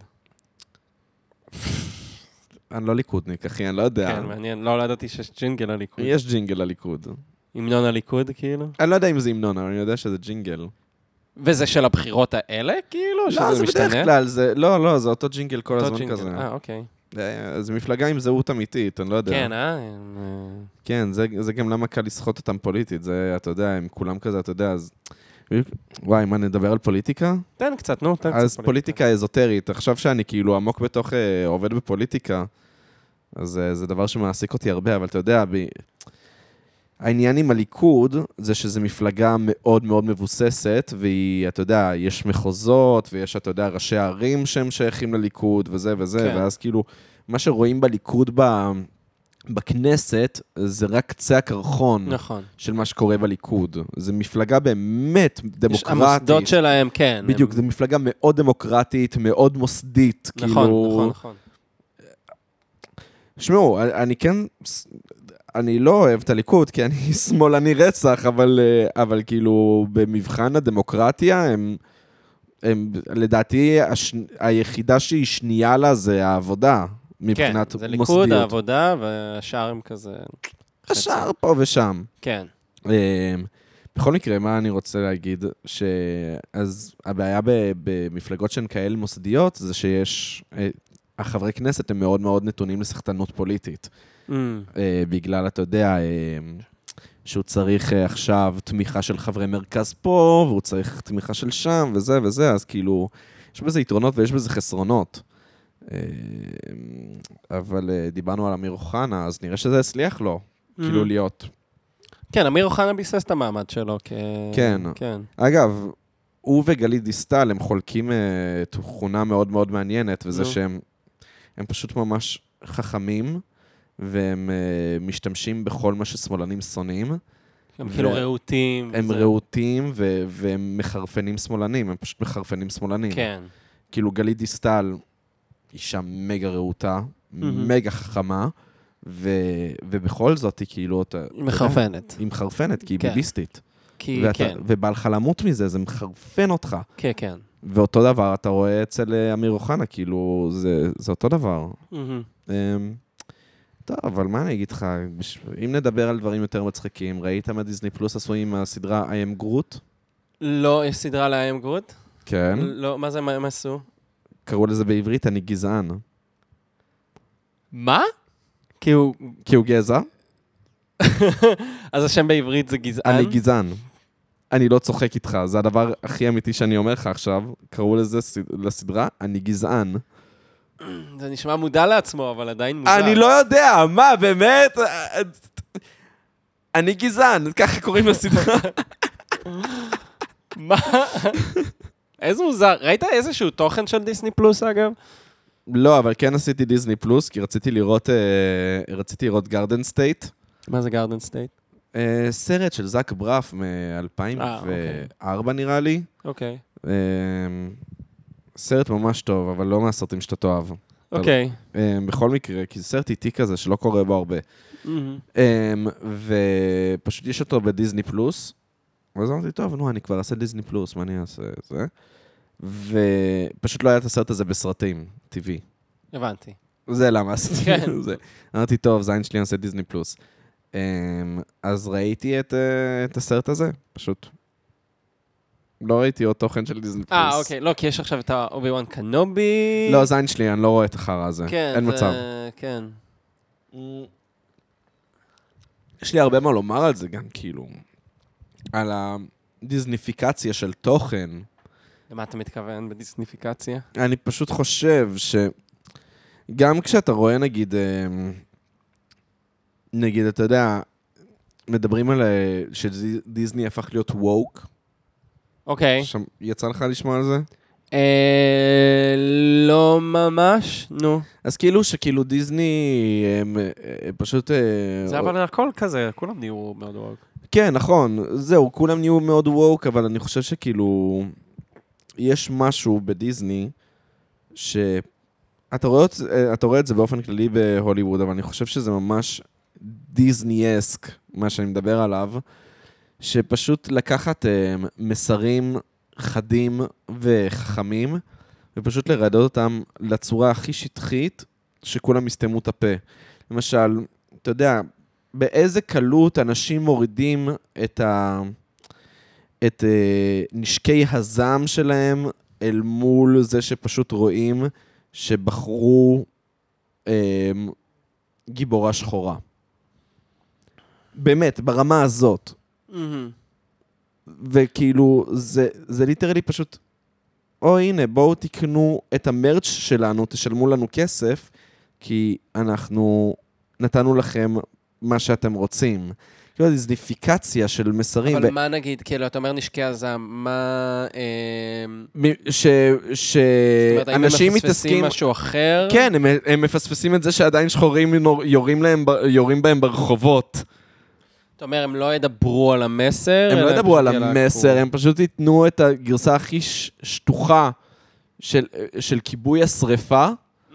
אני לא ליכודניק, אחי, אני לא יודע. כן, מעניין. לא לא ידעתי שיש ג'ינגל לליכוד. יש ג'ינגל לליכוד. המנון הליכוד, כאילו. אני לא יודע אם זה המנון, אבל אני יודע שזה ג'ינגל. וזה של הבחירות האלה, כאילו? לא, זה שזה משתנה? בדרך כלל, זה... לא, לא, זה אותו ג'ינגל כל אותו הזמן ג'ינגל. כזה. אה, אוקיי. אה, זה מפלגה עם זהות אמיתית, אני לא יודע. כן, אה? הם, אה, כן, זה, זה גם למה קל לסחוט אותם פוליטית, זה, אתה יודע, הם כולם כזה, אתה יודע, אז... וואי, מה, נדבר על פוליטיקה? תן קצת, נו, תן קצת אז פוליטיקה אזוטרית, עכשיו שאני כאילו עמוק בתוך, אה, עובד בפוליטיקה, אז אה, זה דבר שמעסיק אותי הרבה, אבל אתה יודע, ב... העניין עם הליכוד זה שזו מפלגה מאוד מאוד מבוססת, והיא, אתה יודע, יש מחוזות, ויש, אתה יודע, ראשי ערים שהם שייכים לליכוד, וזה וזה, כן. כן. ואז כאילו, מה שרואים בליכוד ב... בכנסת, זה רק קצה הקרחון נכון. של מה שקורה בליכוד. זו מפלגה באמת יש- דמוקרטית. המוסדות שלהם, כן. בדיוק, הם- זו מפלגה מאוד דמוקרטית, מאוד מוסדית, כאילו... נכון, נכון, נכון. שמעו, אני- אני כן... ס- אני לא אוהב את הליכוד, כי אני [LAUGHS] שמאלני רצח, אבל, אה, אבל כאילו, במבחן הדמוקרטיה, הם... הם לדעתי, הש... היחידה שהיא שנייה לה זה העבודה, כן, מבחינת זה מוסדיות. ליכוד, העבודה, והשאר הם כזה... חצי. השאר פה ושם. כן. אמ, בכל מקרה, מה אני רוצה להגיד? שאז הבעיה ב- במפלגות שהן כאלה מוסדיות, זה שיש... אה, החברי כנסת הם מאוד מאוד נתונים לסחטנות פוליטית. אמ, אה, בגלל, אתה יודע, אמ, שהוא צריך אה, עכשיו תמיכה של חברי מרכז פה, והוא צריך תמיכה של שם, וזה וזה, אז כאילו, יש בזה יתרונות ויש בזה חסרונות. אמ, אבל אה, דיברנו על אמיר אוחנה, אז נראה שזה הצליח לו, כאילו אמ. להיות כן, אמיר אוחנה ביסס את המעמד שלו כ... כן. כן. אגב, הוא וגלית דיסטל, הם חולקים אה, תכונה מאוד מאוד מעניינת, וזה נו. שהם הם פשוט ממש חכמים, והם אה, משתמשים בכל מה ששמאלנים שונאים. הם ו- כאילו רהוטים. הם וזה. רהוטים ו- והם מחרפנים שמאלנים, הם פשוט מחרפנים שמאלנים. כן. כאילו גלית דיסטל, אישה מגה רהוטה, מגה חכמה, ו- ובכל זאת היא כאילו... אתה- אתה היא יודע, מחרפנת. היא מחרפנת, כי היא כן. ביביסטית. כי ואתה- כן, ובא לך למות מזה, זה מחרפן אותך. כן, כן. ואותו דבר אתה רואה אצל אה, אמיר אוחנה, כאילו, זה, זה אותו דבר. אמ, אמ, טוב, אבל מה אני אגיד לך, בש- אם נדבר על דברים יותר מצחיקים, ראית מה דיסני פלוס עשו עם הסדרה I am גרוט? לא, יש סדרה על האם גוד? כן. לא, מה זה, מה הם עשו? קראו לזה בעברית אני גזען. מה? כי הוא... כי הוא כן. גזע, אז השם בעברית זה גזען? אני גזען. אני לא צוחק איתך, זה הדבר הכי אמיתי שאני אומר לך עכשיו. קראו לזה סד- לסדרה אני גזען. זה נשמע מודע לעצמו, אבל עדיין מוזר. אני לא יודע, מה, באמת? אה, אה, אני גזען, ככה קוראים לסדרה. מה? איזה מוזר. ראית איזשהו תוכן של דיסני פלוס, אגב? לא, אבל כן עשיתי דיסני פלוס, כי רציתי לראות, אה, רציתי לראות גארדן סטייט. מה זה גארדן סטייט? אה, סרט של זאק ברף מ-2004 נראה לי. אוקיי. אה, סרט ממש טוב, אבל לא מהסרטים שאתה תאהב. אוקיי. אה, בכל מקרה, כי זה סרט איטי כזה שלא קורה בו הרבה. אמ, אה, ופשוט יש אותו בדיסני פלוס. ואז אמרתי, טוב, נו, אני כבר אעשה דיסני פלוס, מה אני אעשה? זה. ופשוט לא היה את הסרט הזה בסרטים, טבעי. הבנתי. זה למה עשיתי כן. את זה. אמרתי, טוב, זין שלי עושה דיסני פלוס. אמ, אז ראיתי את, אה, את הסרט הזה, פשוט. לא ראיתי עוד תוכן של דיסני פלוס. אה, אוקיי. לא, כי יש עכשיו את האובי וואן קנובי. לא, זין שלי, אני לא רואה את החרא הזה. כן, אין זה- מצב. כן. יש לי הרבה מה לומר על זה גם, כאילו. על הדיסניפיקציה של תוכן. למה אתה מתכוון בדיסניפיקציה? אני פשוט חושב שגם כשאתה רואה, נגיד, אה, נגיד, אתה יודע, מדברים על אה, שדיסני הפך להיות ווק, אוקיי. יצא לך לשמוע על זה? אה, לא לא ממש, נו. אז כאילו שכאילו דיסני הם, אה, אה, פשוט... אה, זה אבל הכל כזה, כולם נהיו מאוד וואו. כן, נכון. זהו, כולם נהיו מאוד ווק, אבל אני חושב שכאילו... יש משהו בדיסני ש... אתה רואה, את- אה, אתה רואה את זה באופן כללי בהוליווד, אבל אני חושב שזה ממש דיסני-אסק, מה שאני מדבר עליו, שפשוט לקחת אה, מסרים חדים וחכמים, ופשוט לרדד אותם לצורה הכי שטחית, שכולם יסתמו את הפה. למשל, אתה יודע, באיזה קלות אנשים מורידים את, ה... את אה, נשקי הזעם שלהם אל מול זה שפשוט רואים שבחרו אה, גיבורה שחורה. באמת, ברמה הזאת. Mm-hmm. וכאילו, זה, זה ליטרלי פשוט, או הנה, בואו תקנו את המרץ' שלנו, תשלמו לנו כסף, כי אנחנו נתנו לכם מה שאתם רוצים. כאילו, דיסניפיקציה של מסרים. אבל מה נגיד, כאילו, אתה אומר נשקי הזעם, מה... אמ, ב- ש... ש... זאת אומרת, האם הם אנשים מפספסים מתעסקים... משהו אחר? כן, הם, הם מפספסים את זה שעדיין שחורים נור- יורים, להם, ב- יורים בהם ברחובות. אתה אומר, הם לא ידברו על המסר? הם אלא לא ידברו על אה, פשוט המסר, הם פשוט ייתנו את הגרסה הכי ש- שטוחה של, של כיבוי השרפה,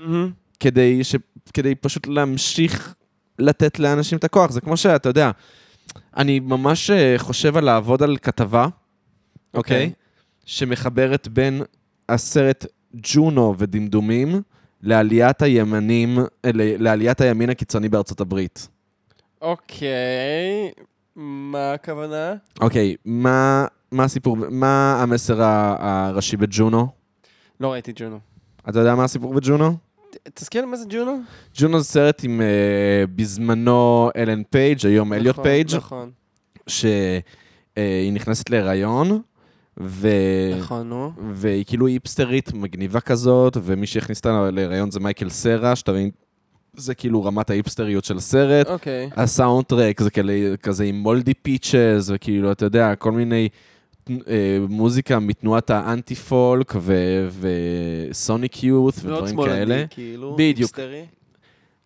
ילהקו. כדי, ש, כדי פשוט להמשיך לתת לאנשים את הכוח. זה כמו שאתה יודע, אני ממש אה, חושב על לעבוד על כתבה, אוקיי? Okay. אוקיי. Okay, שמחברת בין הסרט ג'ונו ודמדומים לעליית הימנים, אה, ל- לעליית הימין הקיצוני בארצות הברית. אוקיי, מה הכוונה? אוקיי, מה, מה הסיפור, מה המסר ה- הראשי בג'ונו? לא ראיתי ג'ונו. אתה יודע מה הסיפור בג'ונו? ת- תזכיר לי מה זה ג'ונו? ג'ונו זה סרט עם אה, בזמנו אלן פייג', היום אליוט נכון, פייג', נכון, שהיא אה, נכנסת להיריון, ו... נכון, נו. והיא כאילו היפסטרית מגניבה כזאת, ומי שהכניס אותה להיריון זה מייקל סרה, שאתה מבין, זה כאילו רמת ההיפסטריות של הסרט. אוקיי. הסאונד טרק זה כאלה, כזה עם מולדי פיצ'ז, וכאילו, אתה יודע, כל מיני אה, מוזיקה מתנועת האנטי פולק וסוניק יוט ודברים כאלה. כאילו. בדיוק. היפסטרי.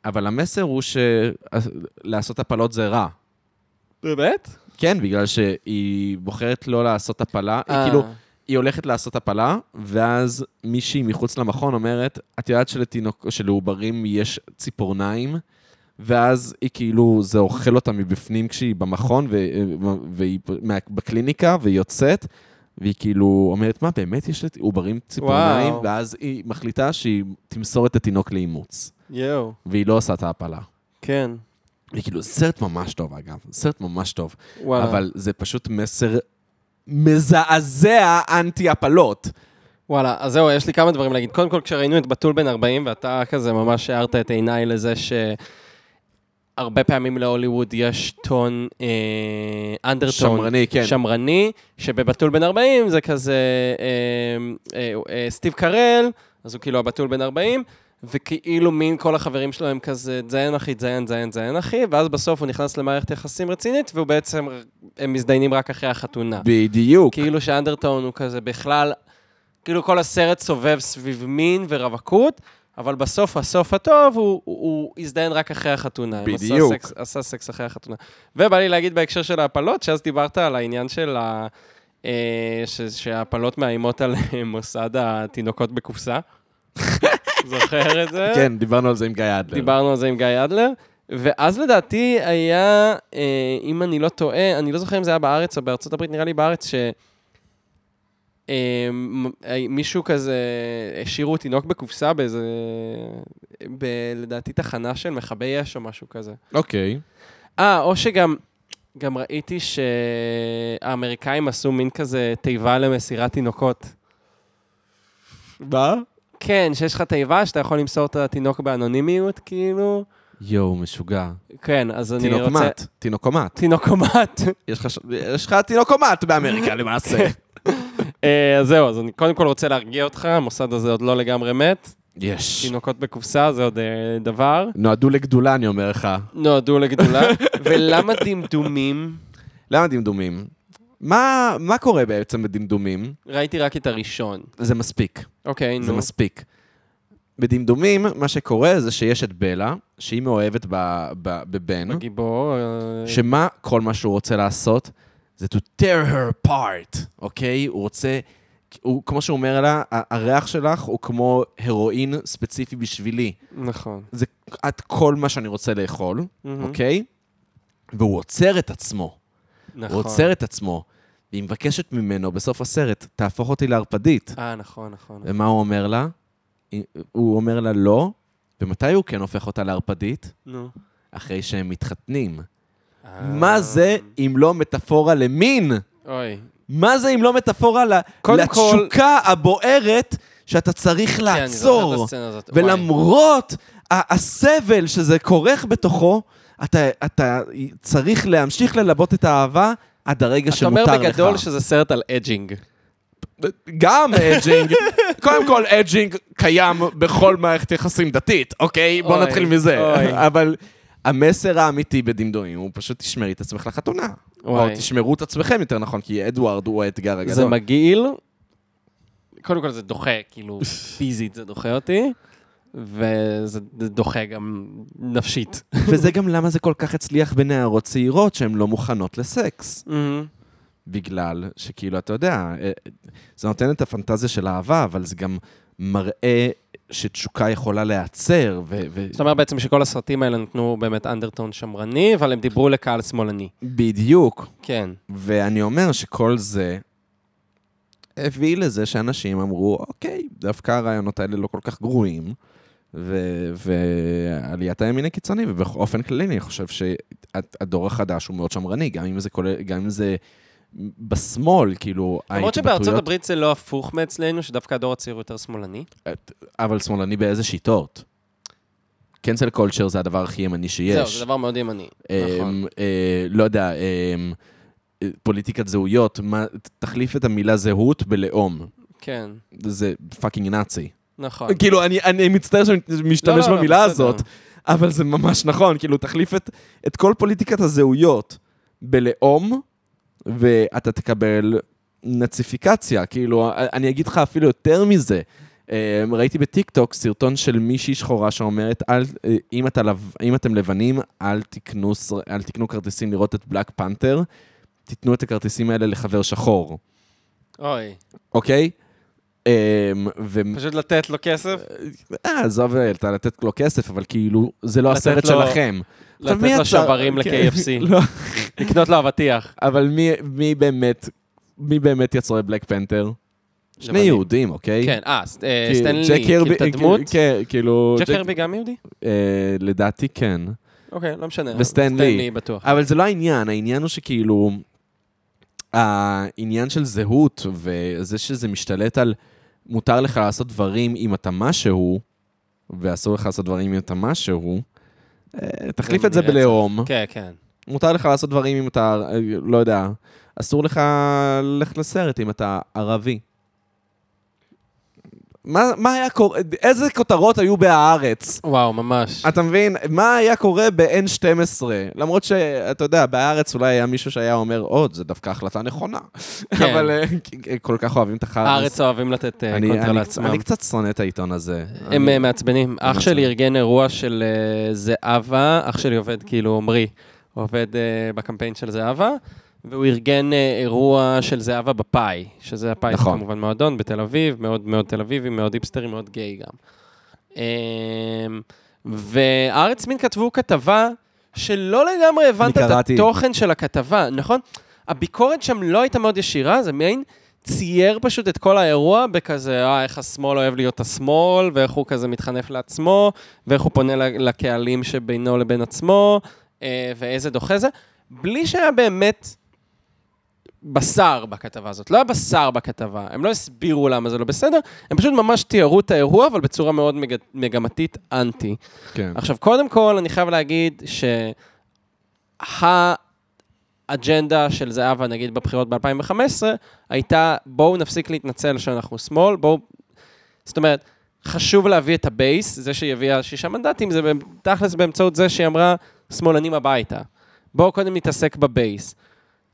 אבל המסר הוא שלעשות הפלות זה רע. באמת? כן, בגלל שהיא בוחרת לא לעשות הפלה, היא אה, כאילו, היא הולכת לעשות הפלה, ואז מישהי מחוץ למכון אומרת, את יודעת שלתינוק, שלעוברים יש ציפורניים? ואז היא כאילו, זה אוכל אותה מבפנים כשהיא במכון, ו- והיא מה- בקליניקה, והיא יוצאת, והיא כאילו אומרת, מה, באמת יש לעוברים ציפורניים? וואו. ואז היא מחליטה שהיא תמסור את התינוק לאימוץ, יואו, והיא לא עושה את ההפלה. כן. היא כאילו, סרט ממש טוב, אגב, סרט ממש טוב. וואלה. אבל זה פשוט מסר מזעזע אנטי הפלות. וואלה, אז זהו, יש לי כמה דברים להגיד. קודם כל, כשראינו את בתול בן 40, ואתה כזה ממש הארת את עיניי לזה שהרבה פעמים להוליווד יש טון, אה, אנדרטון. שמרני, כן. שמרני, שבבתול בן 40 זה כזה אה, אה, אה, סטיב קרל, אז הוא כאילו הבתול בן 40, וכאילו מין כל החברים שלו הם כזה, תזיין אחי, תזיין, תזיין, תזיין אחי, ואז בסוף הוא נכנס למערכת יחסים רצינית, והוא בעצם, הם מזדיינים רק אחרי החתונה. בדיוק. כאילו שאנדרטון הוא כזה בכלל, כאילו כל הסרט סובב סביב מין ורווקות, אבל בסוף, הסוף הטוב, הוא, הוא, הוא הזדיין רק אחרי החתונה. הם בדיוק. עשה סקס, עשה סקס אחרי החתונה. ובא לי להגיד בהקשר של ההפלות, שאז דיברת על העניין של ה... אה, ש, שההפלות מאיימות על [LAUGHS] מוסד התינוקות בקופסה. [LAUGHS] זוכר את זה? כן, דיברנו על זה עם גיא אדלר. דיברנו על זה עם גיא אדלר, ואז לדעתי היה, אה, אם אני לא טועה, אני לא זוכר אם זה היה בארץ או בארצות הברית, נראה לי בארץ, ש... אה, מ- אה, מישהו כזה, השאירו תינוק בקופסה באיזה, ב, לדעתי תחנה של מכבי אש או משהו כזה. אוקיי. אה, או שגם, גם ראיתי שהאמריקאים עשו מין כזה תיבה למסירת תינוקות. מה? כן, שיש לך תיבה שאתה יכול למסור את התינוק באנונימיות, כאילו. יואו, משוגע. כן, אז אני רוצה... תינוקומט, תינוקומט. תינוקומט. [LAUGHS] יש לך ש- יש לך תינוקומט [LAUGHS] באמריקה למעשה. אה, אז זהו, אז אני קודם כל רוצה להרגיע אותך, המוסד הזה עוד לא לגמרי מת. יש. תינוקות בקופסה זה עוד אה, דבר. נועדו לגדולה, אני אומר לך. [LAUGHS] נועדו לגדולה. ולמה דמדומים? למה דמדומים? מה מה קורה בעצם בדמדומים? ראיתי רק את הראשון. זה מספיק. אוקיי, זה נו. מספיק. בדמדומים, מה שקורה זה שיש את בלה, שהיא מאוהבת ב- ב- בבן, הגיבור... אה, שמה כל מה שהוא רוצה לעשות זה to tear her apart, אוקיי? הוא רוצה, הוא, כמו שהוא אומר לה, "ה- הריח שלך הוא כמו הרואין ספציפי בשבילי. נכון. זה את כל מה שאני רוצה לאכול, מהמם. אוקיי? והוא עוצר את עצמו. נכון. הוא עוצר את עצמו, והיא מבקשת ממנו בסוף הסרט, תהפוך אותי לערפדית. אה, נכון, נכון. ומה הוא אומר לה? הוא אומר לה לא, ומתי הוא כן הופך אותה לערפדית? נו. אחרי שהם מתחתנים. אה. מה זה אם לא מטאפורה למין? אוי. מה זה אם לא מטאפורה ל- קודם כל- לתשוקה הבוערת שאתה צריך כן, אני זוכר את לעצור? הסצנה הזאת. וואי. ולמרות ה- הסבל שזה כורך בתוכו, אתה, אתה צריך להמשיך ללבות את האהבה עד הרגע אתה שמותר אומר לך. בגדול שזה סרט על אג'ינג. גם [LAUGHS] אג'ינג, קודם כל אג'ינג קיים בכל מערכת יחסים דתית, אוקיי? בוא אוי, נתחיל מזה. אוי. אבל המסר האמיתי בדמדומים הוא פשוט תשמרי את עצמך לחתונה. או וואי. תשמרו את עצמכם יותר נכון, כי אדוארד הוא האתגר הגדול. זה מגעיל. קודם כל זה דוחה, כאילו, [LAUGHS] פיזית זה דוחה אותי, וזה זה דוחה גם נפשית. וזה גם למה זה כל כך הצליח בנערות צעירות שהן לא מוכנות לסקס. Mm-hmm. בגלל שכאילו, אתה יודע, אה, זה נותן את הפנטזיה של אהבה, אבל זה גם מראה שתשוקה יכולה להיעצר. ו- ו- זאת אומרת בעצם שכל הסרטים האלה נתנו באמת אנדרטון שמרני, אבל הם דיברו לקהל שמאלני. בדיוק. כן. ואני אומר שכל זה הביא לזה שאנשים אמרו, אוקיי, דווקא הרעיונות האלה לא כל כך גרועים, ו- ועליית הימין הקיצוני, ובאופן כללי אני חושב שהדור החדש הוא מאוד שמרני, גם אם זה, כולל, גם אם זה בשמאל, כאילו, למרות שבארצות ההתבטאויות- הברית זה לא הפוך מאצלנו, שדווקא הדור הצעיר הוא יותר שמאלני. אבל שמאלני באיזה שיטות? קנסל קולצ'ר זה הדבר הכי ימני שיש. זהו, זה דבר מאוד ימני. נכון. אמ, אה, לא יודע, אמ, אה, פוליטיקת זהויות, מה- תחליף את המילה זהות בלאום. כן, זה פאקינג נאצי. נכון. כאילו, אני- אני מצטער שאני לא, משתמש לא, לא, במילה בסדר. הזאת, אבל זה ממש נכון, כאילו, תחליף את- את כל פוליטיקת הזהויות בלאום, ואתה תקבל נאציפיקציה. כאילו, א- אני אגיד לך אפילו יותר מזה. אמ, ראיתי בטיקטוק סרטון של מישהי שחורה שאומרת, "אל- אה, אם, אתה, לב- אם אתם לבנים, אל תקנו, סר- אל תקנו כרטיסים לראות את בלק פנתר, תיתנו את הכרטיסים האלה לחבר שחור, אוי, אוקיי? אמ, ו- פשוט לתת לו כסף? אה, עזוב, אתה לתת לו כסף, אבל כאילו, זה לא לתת הסרט לו- שלכם. עכשיו, לתת מי לו יצר- שוברים כן, ל-KFC. [LAUGHS] [LAUGHS] לא, לקנות לו אבטיח. אבל מי- מי באמת, מי באמת יצרו את בלק פנתר? שני לבנים. יהודים, אוקיי? כן, אה, ס- אה, כי סטנלי, ג'ק כאילו הרבי- את הדמות. כן, כאילו... ג'ק ג'ק- הרבי גם יהודי? אה, לדעתי כן. אוקיי, לא משנה. וסטן לי. סטנלי בטוח. אבל זה לא העניין, העניין הוא שכאילו... העניין של זהות וזה שזה משתלט על מותר לך לעשות דברים אם אתה משהו, ואסור לך לעשות דברים אם אתה משהו, אה, תחליף את זה נראה בלאום. כן, כן. מותר לך לעשות דברים אם אתה, אה, לא יודע, אסור לך ללכת לסרט אם אתה ערבי. מה, מה היה קורה, איזה כותרות היו בהארץ? וואו, ממש. אתה מבין? מה היה קורה ב-N12? למרות שאתה יודע, בהארץ אולי היה מישהו שהיה אומר, עוד, זו דווקא החלטה נכונה. כן. אבל אה, כל כך אוהבים את החרא. הארץ אוהבים לתת אה, אני- קונטרה אני- לעצמם. אני קצת שונא את העיתון הזה. הם אני- אה, מעצבנים. אח שלי מעצבנים. ארגן אירוע של אה, זהבה, אח שלי עובד, כאילו, עמרי, עובד אה, בקמפיין של זהבה, והוא ארגן אה, אירוע של זהבה בפאי, שזה הפאי, זה נכון. כמובן מועדון בתל אביב, מאוד מאוד תל אביבי, מאוד היפסטרי, מאוד גיי גם. אמ, והארץ מין כתבו כתבה שלא לגמרי הבנת אני את קראתי. התוכן של הכתבה, נכון? הביקורת שם לא הייתה מאוד ישירה, זה מעין צייר פשוט את כל האירוע בכזה, אה, איך השמאל אוהב להיות השמאל, ואיך הוא כזה מתחנף לעצמו, ואיך הוא פונה ל- לקהלים שבינו לבין עצמו, אה, ואיזה דוחה זה, בלי שהיה באמת בשר בכתבה הזאת. לא היה בשר בכתבה, הם לא הסבירו למה זה לא בסדר, הם פשוט ממש תיארו את האירוע, אבל בצורה מאוד מג... מגמתית אנטי. כן. עכשיו, קודם כל, אני חייב להגיד שהאג'נדה של זהבה, נגיד, בבחירות ב-2015, הייתה, בואו נפסיק להתנצל שאנחנו שמאל, בואו... זאת אומרת, חשוב להביא את הבייס, זה שהיא הביאה שישה מנדטים, זה באמ- תכלס באמצעות זה שהיא אמרה, שמאלנים הביתה. בואו קודם נתעסק בבייס.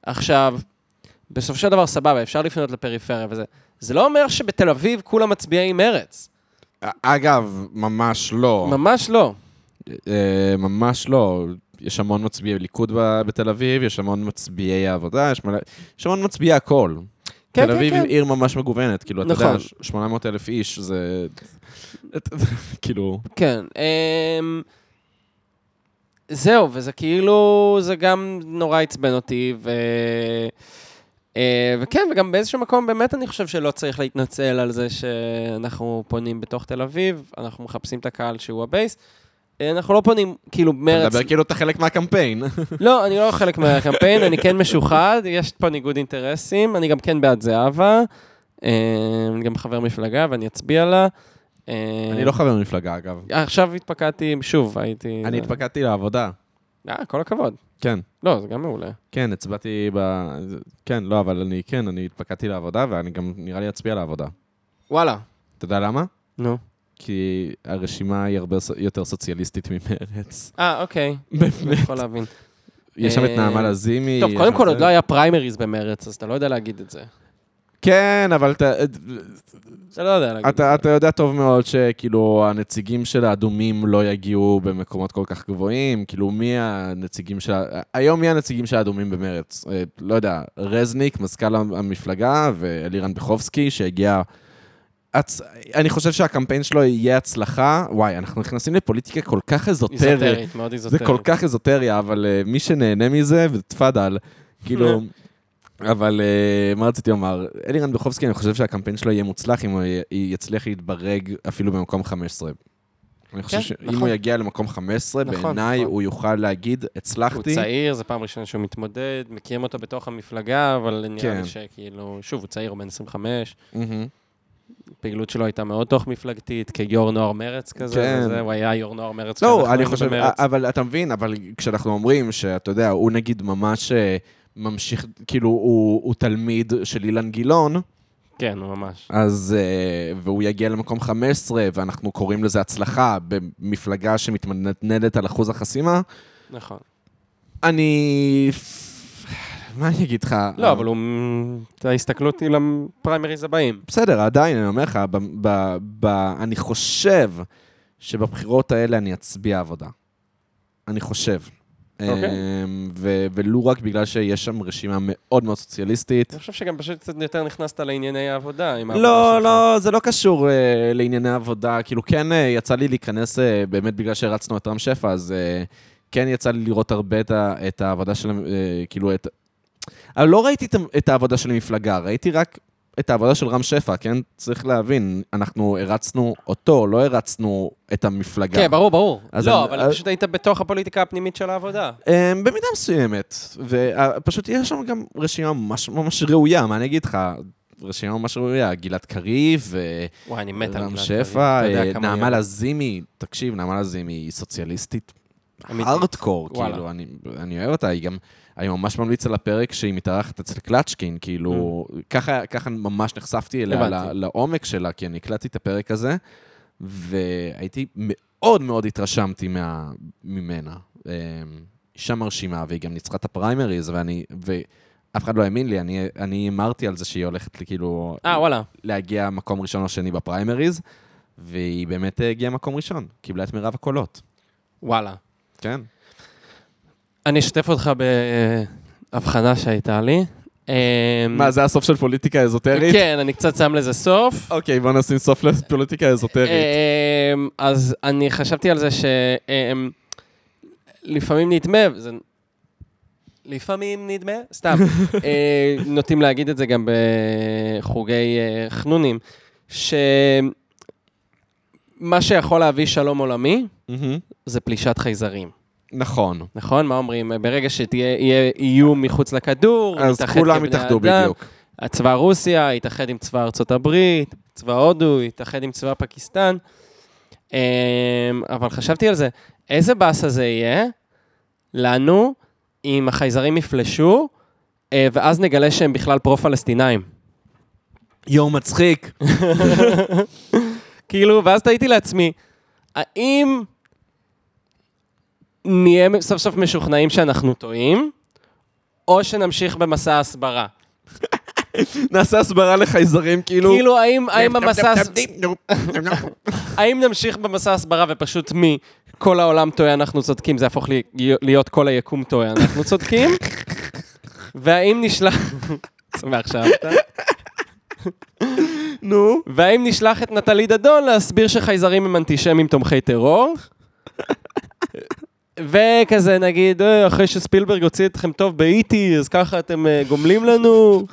עכשיו, בסופו של דבר, סבבה, אפשר לפנות לפריפריה וזה. זה לא אומר שבתל אביב כולם מצביעי מרץ. אגב, ממש לא. ממש לא. אה, ממש לא. יש המון מצביעי ליכוד ב- בתל אביב, יש המון מצביעי העבודה, יש מלא- יש המון מצביעי הכל. כן, תל כן, אביב כן. היא עיר ממש מגוונת, כאילו, אתה יודע, נכון. 800 אלף איש, זה... [LAUGHS] כאילו... כן. אמ... זהו, וזה כאילו, זה גם נורא עצבן אותי, ו... אה, וכן, וגם באיזשהו מקום באמת אני חושב שלא צריך להתנצל על זה שאנחנו פונים בתוך תל אביב, אנחנו מחפשים את הקהל שהוא הבייס. אה, אנחנו לא פונים, כאילו, אתה מרץ... מדבר כאילו אתה חלק מהקמפיין. לא, אני לא חלק מהקמפיין, אני כן משוחד, יש פה ניגוד אינטרסים, אני גם כן בעד זהבה, אה, אני גם חבר מפלגה ואני אצביע לה. אה, אני לא חבר מפלגה, אגב. עכשיו התפקדתי, שוב, הייתי... אני התפקדתי לעבודה. אה, כל הכבוד. כן. לא, זה גם מעולה. כן, הצבעתי ב... כן, לא, אבל אני כן, אני התפקדתי לעבודה, ואני גם נראה לי אצביע לעבודה. וואלה. אתה יודע למה? נו. כי הרשימה היא הרבה ס- יותר סוציאליסטית ממרץ. אה, אוקיי. אני באמת. יכול [LAUGHS] להבין. יש שם את אה, נעמה לזימי. טוב, יש קודם שם כל זה. עוד לא היה פריימריז במרץ, אז אתה לא יודע להגיד את זה. כן, אבל אתה- אתה לא יודע להגיד את אתה זה. אתה יודע טוב מאוד שכאילו הנציגים של האדומים לא יגיעו במקומות כל כך גבוהים. כאילו, מי הנציגים של... ה- היום מי הנציגים של האדומים במרץ? אה, לא יודע, רזניק, מזכ"ל המפלגה, ואלירן בכובסקי, שהגיע... הצ... אני חושב שהקמפיין שלו יהיה הצלחה. וואי, אנחנו נכנסים לפוליטיקה כל כך אזוטרית. איזוטרית, מאוד זה איזוטרית. כל כך אזוטריה, אבל אה, מי שנהנה מזה, ותפאדל. [LAUGHS] כאילו, אבל אה, מה רציתי לומר? אלירן בוכובסקי, אני חושב שהקמפיין שלו יהיה מוצלח אם הוא י- יצליח להתברג אפילו במקום 15. אני חושב כן, שאם נכון. הוא יגיע למקום 15, נכון, בעיניי נכון. הוא יוכל להגיד, הוא הצלחתי. צעיר, זו פעם ראשונה שהוא מתמודד, מכירים אותו בתוך המפלגה, אבל נראה כן. לי שכאילו, שוב, הוא צעיר, הוא בן 25, מהמם. הפעילות שלו הייתה מאוד תוך מפלגתית, כיו"ר נוער מרץ כזה, כן. וזה, הוא היה יו"ר נוער מרץ לא, כשאנחנו אני היינו חושב, במרץ. אבל אתה מבין, אבל כשאנחנו אומרים שאתה יודע, הוא נגיד ממש אה, ממשיך, כאילו, הוא הוא תלמיד של אילן גילאון, אה- כן, הוא ממש. אז, אה, והוא יגיע למקום 15, ואנחנו קוראים לזה הצלחה במפלגה שמתמנדנדת על אחוז החסימה, נכון. אני... מה אני אגיד לך? לא, אבל הוא... ההסתכלות היא לפריימריז הבאים. בסדר, עדיין, אני אומר לך, ב, ב, ב, אני חושב שבבחירות האלה אני אצביע עבודה. אני חושב. אוקיי. אמ, ו, ולו רק בגלל שיש שם רשימה מאוד מאוד סוציאליסטית. אני חושב שגם פשוט קצת יותר נכנסת לענייני העבודה עם העבודה לא, שלך. לא, זה לא קשור אה, לענייני עבודה. כאילו, כן אה, יצא לי להיכנס, אה, באמת בגלל שהרצנו את רם שפע, אז אה, כן יצא לי לראות הרבה את, ה, את העבודה של... המ- אה, כאילו, את... אבל לא ראיתי את, ה- את העבודה של המפלגה, ראיתי רק את העבודה של רם שפע, כן? צריך להבין, אנחנו הרצנו אותו, לא הרצנו את המפלגה. כן, ברור, ברור. אז לא, אני- אבל אז- פשוט היית בתוך הפוליטיקה הפנימית של העבודה. אה, במידה מסוימת, ופשוט יש שם גם רשימה ממש ממש ראויה, מה אני אגיד לך? רשימה ממש ראויה, גלעד קריב, אה, וואי, אני מת על רם גלעד שפע, קריב. אתה אה, יודע כמה נעמה היא- לזימי, תקשיב, נעמה לזימי היא סוציאליסטית אמיתית. הארדקור, וואלה. כאילו, אני- אני אוהב אותה, היא גם, אני ממש ממליץ על הפרק שהיא מתארחת אצל קלצ'קין, כאילו, ככה ככה ממש נחשפתי אליה, Mm. הבנתי. ל- לעומק שלה, כי אני הקלטתי את הפרק הזה, והייתי מאוד מאוד התרשמתי מה- ממנה. אה, אישה מרשימה, והיא גם ניצחה את הפריימריז, ואני, ואף אחד לא האמין לי, אני- אני הימרתי על זה שהיא הולכת, כאילו, אה, וואלה. להגיע מקום ראשון או שני בפריימריז, והיא באמת אה, הגיעה מקום ראשון, קיבלה את מירב הקולות. וואלה. כן. Mm. אני אשתף אותך בהבחנה שהייתה לי. אמ, מה, זה הסוף של פוליטיקה אזוטרית? כן, אני קצת שם לזה סוף. אוקיי, בוא נשים סוף לפוליטיקה אזוטרית. אמ, אז אני חשבתי על זה ש... אמ, לפעמים נדמה, זה... לפעמים נדמה, [LAUGHS] סתם. אה, נוטים להגיד את זה גם בחוגי אה, חנונים, שמה שיכול להביא שלום עולמי מהמם. זה פלישת חייזרים, נכון. נכון? מה אומרים? ברגע שיהיה איום מחוץ לכדור, אז נתאחד כולם כבני התאחדו אדם. בדיוק. צבא רוסיה התאחד עם צבא ארצות הברית, צבא הודו התאחד עם צבא פקיסטן. אמ, אבל חשבתי על זה, איזה באסה זה יהיה לנו אם החייזרים יפלשו, אה, ואז נגלה שהם בכלל פרו-פלסטינאים. יואו, מצחיק. כאילו, ואז תהיתי לעצמי, האם נהיה סוף סוף משוכנעים שאנחנו טועים, או שנמשיך במסע הסברה? [LAUGHS] נעשה הסברה לחייזרים, כאילו... כאילו, האם האם המסע... הס- האם נמשיך במסע הסברה ופשוט מכל העולם טועה אנחנו צודקים, זה יהפוך לי- להיות כל היקום טועה אנחנו צודקים? והאם נשלח... שמח שאהבת. [LAUGHS] נו. והאם נשלח את נטלי דדון להסביר שחייזרים הם אנטישמים תומכי טרור? וכזה נגיד, "אה, אחרי שספילברג הוציא אתכם טוב באיטי, אז ככה אתם אה, גומלים לנו?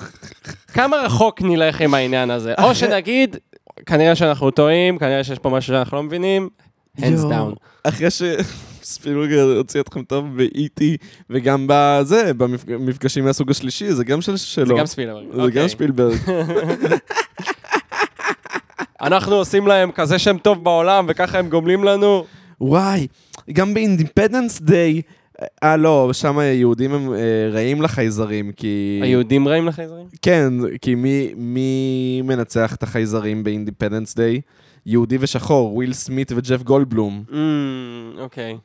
כמה רחוק נלך עם העניין הזה? או שנגיד, כנראה שאנחנו טועים, כנראה שיש פה משהו שאנחנו לא מבינים, hands יואו. down. אחרי שספילברג הוציא אתכם טוב ב-E.T. וגם בזה, במפגשים מהסוג השלישי, זה גם של- שלו. זה גם ספילברג. אוקיי. זה גם שפילברג. אנחנו עושים להם כזה שם טוב בעולם, וככה הם גומלים לנו. וואי, גם באינדיפנדנס דיי. אה, לא, שם היהודים הם אה, רעים לחייזרים, כי... היהודים רעים לחייזרים? כן, כי מי, מי מנצח את החייזרים באינדיפנדנס דיי? יהודי ושחור, וויל סמית וג'ף גולדבלום. אמ, אוקיי.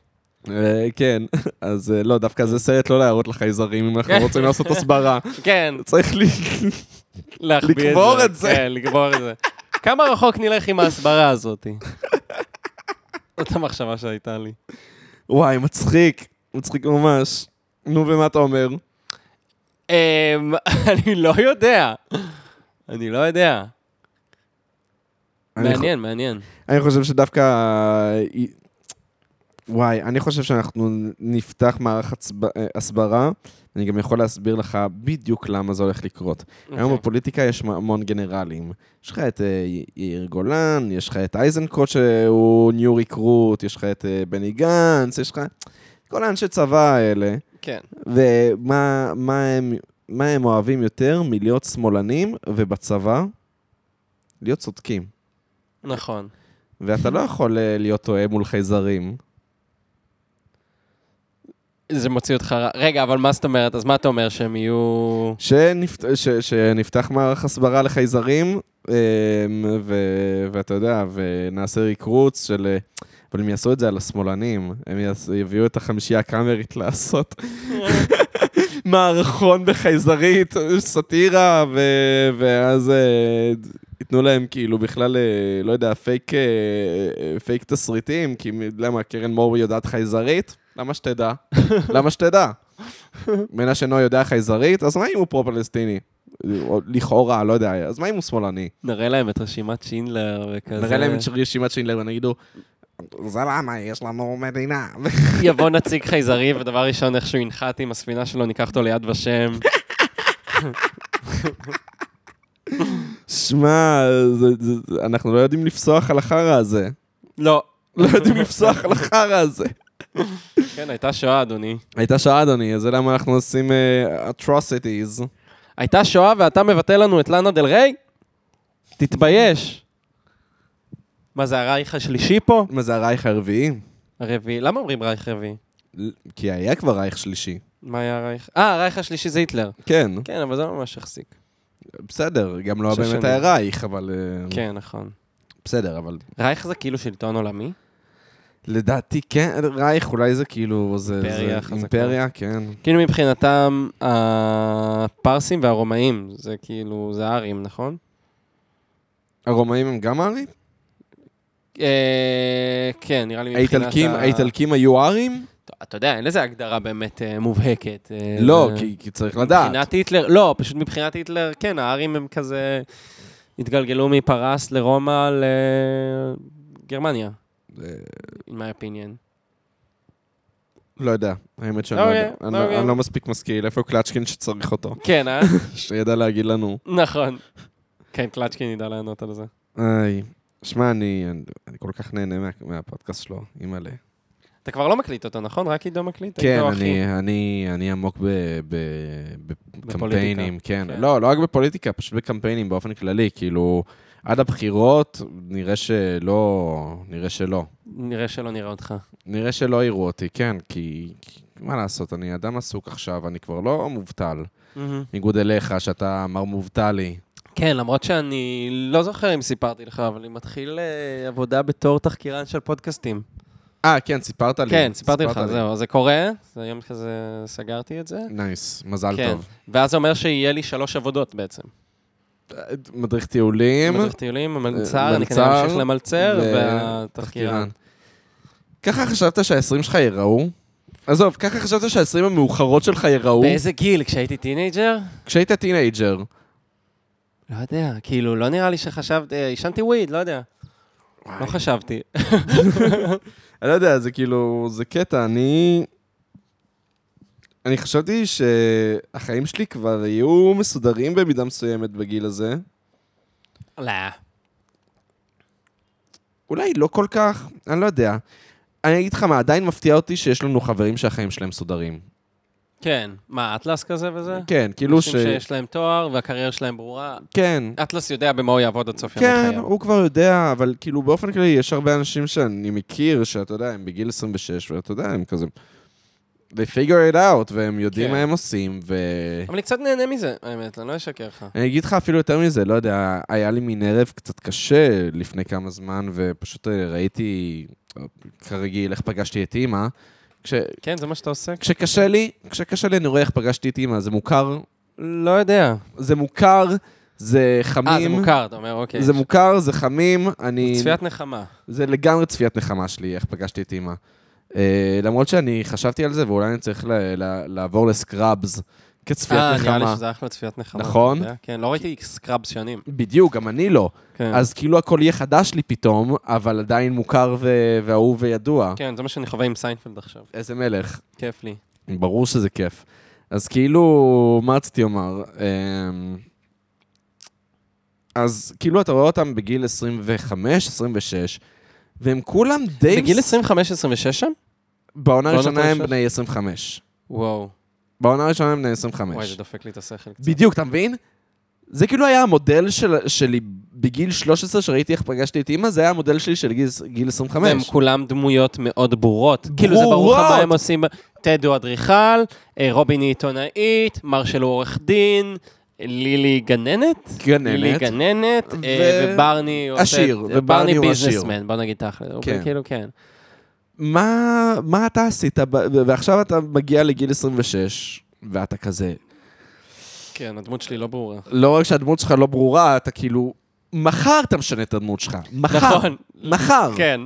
אה, כן, [LAUGHS] אז אה, לא, דווקא זה סרט לא להראות לחייזרים אם אנחנו רוצים לעשות הסברה. כן, צריך לי... להחביא לקבור את זה. כן, לקבור את זה. כמה רחוק נלך עם ההסברה הזאת? [LAUGHS] זאת המחשבה שהייתה לי. וואי, מצחיק, מצחיק ממש. נו, ומה אתה אומר? אמ, [LAUGHS] אני לא יודע. אני לא יודע. אני חו- מעניין, מעניין. אני חושב שדווקא... וואי, אני חושב שאנחנו נפתח מערך הצב- אה, הסברה, אני גם יכול להסביר לך בדיוק למה זה הולך לקרות. היום אוקיי. בפוליטיקה יש המון גנרלים. יש לך את אה, י- יאיר גולן, יש לך את איזנקוט שהוא ניו ריקרוט, יש לך את אה, בני גנץ, יש לך... כל האנשי צבא האלה. כן. ומה מה הם, מה הם אוהבים יותר מלהיות שמאלנים ובצבא? להיות צודקים. נכון. ואתה לא יכול אה, להיות טועה מול חייזרים. זה מוציא אותך... רע- רגע, אבל מה זאת אומרת? אז מה אתה אומר, שהם יהיו... שנפת, ש, שנפתח מערך הסברה לחייזרים, אה, ו, ואתה יודע, ונעשה ריקרוץ של... אה, אבל הם יעשו את זה על השמאלנים, הם יעש- יביאו את החמישייה הקאמרית לעשות [LAUGHS] מערכון בחייזרית, סאטירה, ו, ואז אה, ייתנו להם כאילו בכלל, אה, לא יודע, פייק, אה, פייק תסריטים, כי מ- למה, קרן מור יודעת חייזרית? למה שתדע? למה שתדע? מנשה נוי יודע חייזרית, אז מה אם הוא פרו-פלסטיני? או לכאורה, לא יודע, אז מה אם הוא שמאלני? נראה להם את רשימת שינדלר וכזה. נראה להם את רשימת שינדלר ונגידו, זה למה, יש לנו מדינה. [LAUGHS] יבוא נציג חייזרי, ודבר ראשון, איכשהו ינחת עם הספינה שלו, ניקח אותו ליד ושם. שמע, זה- זה- אנחנו לא יודעים לפסוח על החרא הזה. [LAUGHS] לא. לא [LAUGHS] יודעים לפסוח על החרא הזה. כן, הייתה שואה, אדוני. הייתה שעה, אדוני, אז זה למה אנחנו עושים אה, atrocities. הייתה שואה ואתה מבטל לנו את לאנה דל ריי? תתבייש. מה זה, הרייך השלישי פה? מה זה הרייך הרביעי? הרביעי. למה אומרים רייך רביעי? כי היה כבר רייך שלישי. מה היה הרייך? אה, הרייך השלישי זה היטלר. כן, כן, אבל זה לא ממש החזיק. בסדר, גם לא שש באמת שנים. היה רייך, אבל... אה, כן, נכון. בסדר, אבל רייך זה כאילו שלטון עולמי? לדעתי כן, רייך אולי זה כאילו, זה אימפריה זה חזקה. אימפריה, כן. כאילו מבחינתם, הפרסים והרומאים, זה כאילו, זה הארים, נכון? הרומאים הם גם ארים? אה, כן, נראה לי מבחינת... האיטלקים, ה- האיטלקים היו ארים? טוב, אתה יודע, אין לזה הגדרה באמת אה, מובהקת. אה, לא, זה- כי- כי צריך לדעת. מבחינת היטלר, לא, פשוט מבחינת היטלר, כן, הארים הם כזה התגלגלו מפרס לרומא לגרמניה, אה, in my opinion. לא יודע, האמת שאני לא אוקיי, יודע. אני לא- אוקיי. אני לא מספיק משכיל, איפה קלצ'קין שצריך אותו? כן, אה? [LAUGHS] שידע להגיד לנו. נכון. כן, קלצ'קין ידע לענות על זה. היי, שמע, אני אני כל כך נהנה מה- מהפודקאסט שלו, אימא'לה. אתה כבר לא מקליט אותו, נכון? רק עידו מקליט? כן, עידו, אחי. אני- אני- אני עמוק ב- ב- בקמפיינים, כן. כן. לא, לא רק בפוליטיקה, פשוט בקמפיינים באופן כללי, כאילו, עד הבחירות, נראה שלא, נראה שלא. נראה שלא נראה אותך. נראה שלא יראו אותי, כן, כי... כי מה לעשות, אני אדם עסוק עכשיו, אני כבר לא מובטל. בניגוד אליך, שאתה מר מובטלי. כן, למרות שאני לא זוכר אם סיפרתי לך, אבל אני מתחיל אה, עבודה בתור תחקירן של פודקאסטים. אה, כן, סיפרת לי. כן, סיפרתי לך, סיפרת לי. זהו, אז זה קורה, זה היום כזה סגרתי את זה. ניס, מזל כן. טוב. ואז זה אומר שיהיה לי שלוש עבודות בעצם. מדריך טיולים, מדריך טיולים, מלצר, אני אה, מלצר כנראה אמשיך למלצר, ו- והתחקירן. תחקירן. ככה חשבת שה-20 שלך ייראו? עזוב, ככה חשבת שה-20 המאוחרות שלך ייראו? באיזה גיל? כשהייתי טינג'ר? כשהיית טינג'ר. לא יודע, כאילו, לא נראה לי שחשבתי, אה, עישנתי וויד, לא יודע. לא חשבתי. [LAUGHS] אני לא יודע, זה כאילו, זה קטע, אני... אני חשבתי שהחיים שלי כבר יהיו מסודרים במידה מסוימת בגיל הזה. לא. אולי לא כל כך, אני לא יודע. אני אגיד לך מה, עדיין מפתיע אותי שיש לנו חברים שהחיים שלהם מסודרים. כן. מה, אטלס כזה וזה? כן, כאילו ש... אנשים שיש להם תואר והקריירה שלהם ברורה. כן. אטלס יודע במה הוא יעבוד עד סוף ימי כן, חייו. הוא כבר יודע, אבל כאילו באופן כללי יש הרבה אנשים שאני מכיר, שאתה יודע, הם בגיל 26, ואתה יודע, הם כזה... They figure it out, והם יודעים כן. מה הם עושים, ו... אבל אני קצת נהנה מזה, האמת, אני לא אשקר [LAUGHS] לך. אני אגיד לך אפילו יותר מזה, לא יודע, היה לי מין ערב קצת קשה לפני כמה זמן, ופשוט אה, ראיתי, אה, כרגיל, איך פגשתי את אימא. כש... כן, זה מה שאתה עושה? כשקשה לי, כשקשה לי אני רואה איך פגשתי את אימא, זה מוכר, לא יודע. זה מוכר, זה חמים. אה, זה מוכר, אתה אומר, אוקיי. זה מוכר, זה חמים, אני... צפיית נחמה. זה לגמרי צפיית נחמה שלי, איך פגשתי את אימא. אה, למרות שאני חשבתי על זה, ואולי אני צריך ל- ל- לעבור לסקראבס כצפיית אה, נראה לי נחמה. שזה אחלה צפיית נחמה. נכון. אתה יודע? כן, לא ראיתי סקראבס שנים. בדיוק, גם אני לא. כן. אז כאילו הכל יהיה חדש לי פתאום, אבל עדיין מוכר ו- ואהוב וידוע. כן, זה מה שאני חווה עם סיינפלד עכשיו. איזה מלך. כיף לי. ברור שזה כיף. אז כאילו, מה רציתי לומר? אמ, אז כאילו, אתה רואה אותם בגיל 25, 26, והם כולם די... בגיל מס- 25-26 שם? בעונה בעונת הראשונה הם הראשונה? בני 25. וואו. בעונה הראשונה הם בני וואי, זה 25. דופק לי את השכל קצת. בדיוק, אתה מבין? זה כאילו היה המודל של, שלי בגיל 13, שראיתי איך פגשתי את אימא, זה היה המודל שלי של גיל, גיל 25. הם כולם דמויות מאוד ברורות. כאילו זה ברור לך מה ברורות! הם עושים. טד הוא אדריכל, אה, רובין היא עיתונאית, מרשל הוא עורך דין, לילי גננת. לילי גננת. גננת, ו- אה, וברני עושה- עשיר, אה, וברני ברני הוא עשיר. ביזנסמן, בוא נגיד תכל'ס. כן. כאילו, כן. מה, מה אתה עשית? ב- ועכשיו אתה מגיע לגיל 26, ואתה כזה... כן, הדמות שלי לא ברורה. לא רק שהדמות שלך לא ברורה, אתה כאילו... מחר אתה משנה את הדמות שלך. מחר. נכון. מחר. כן.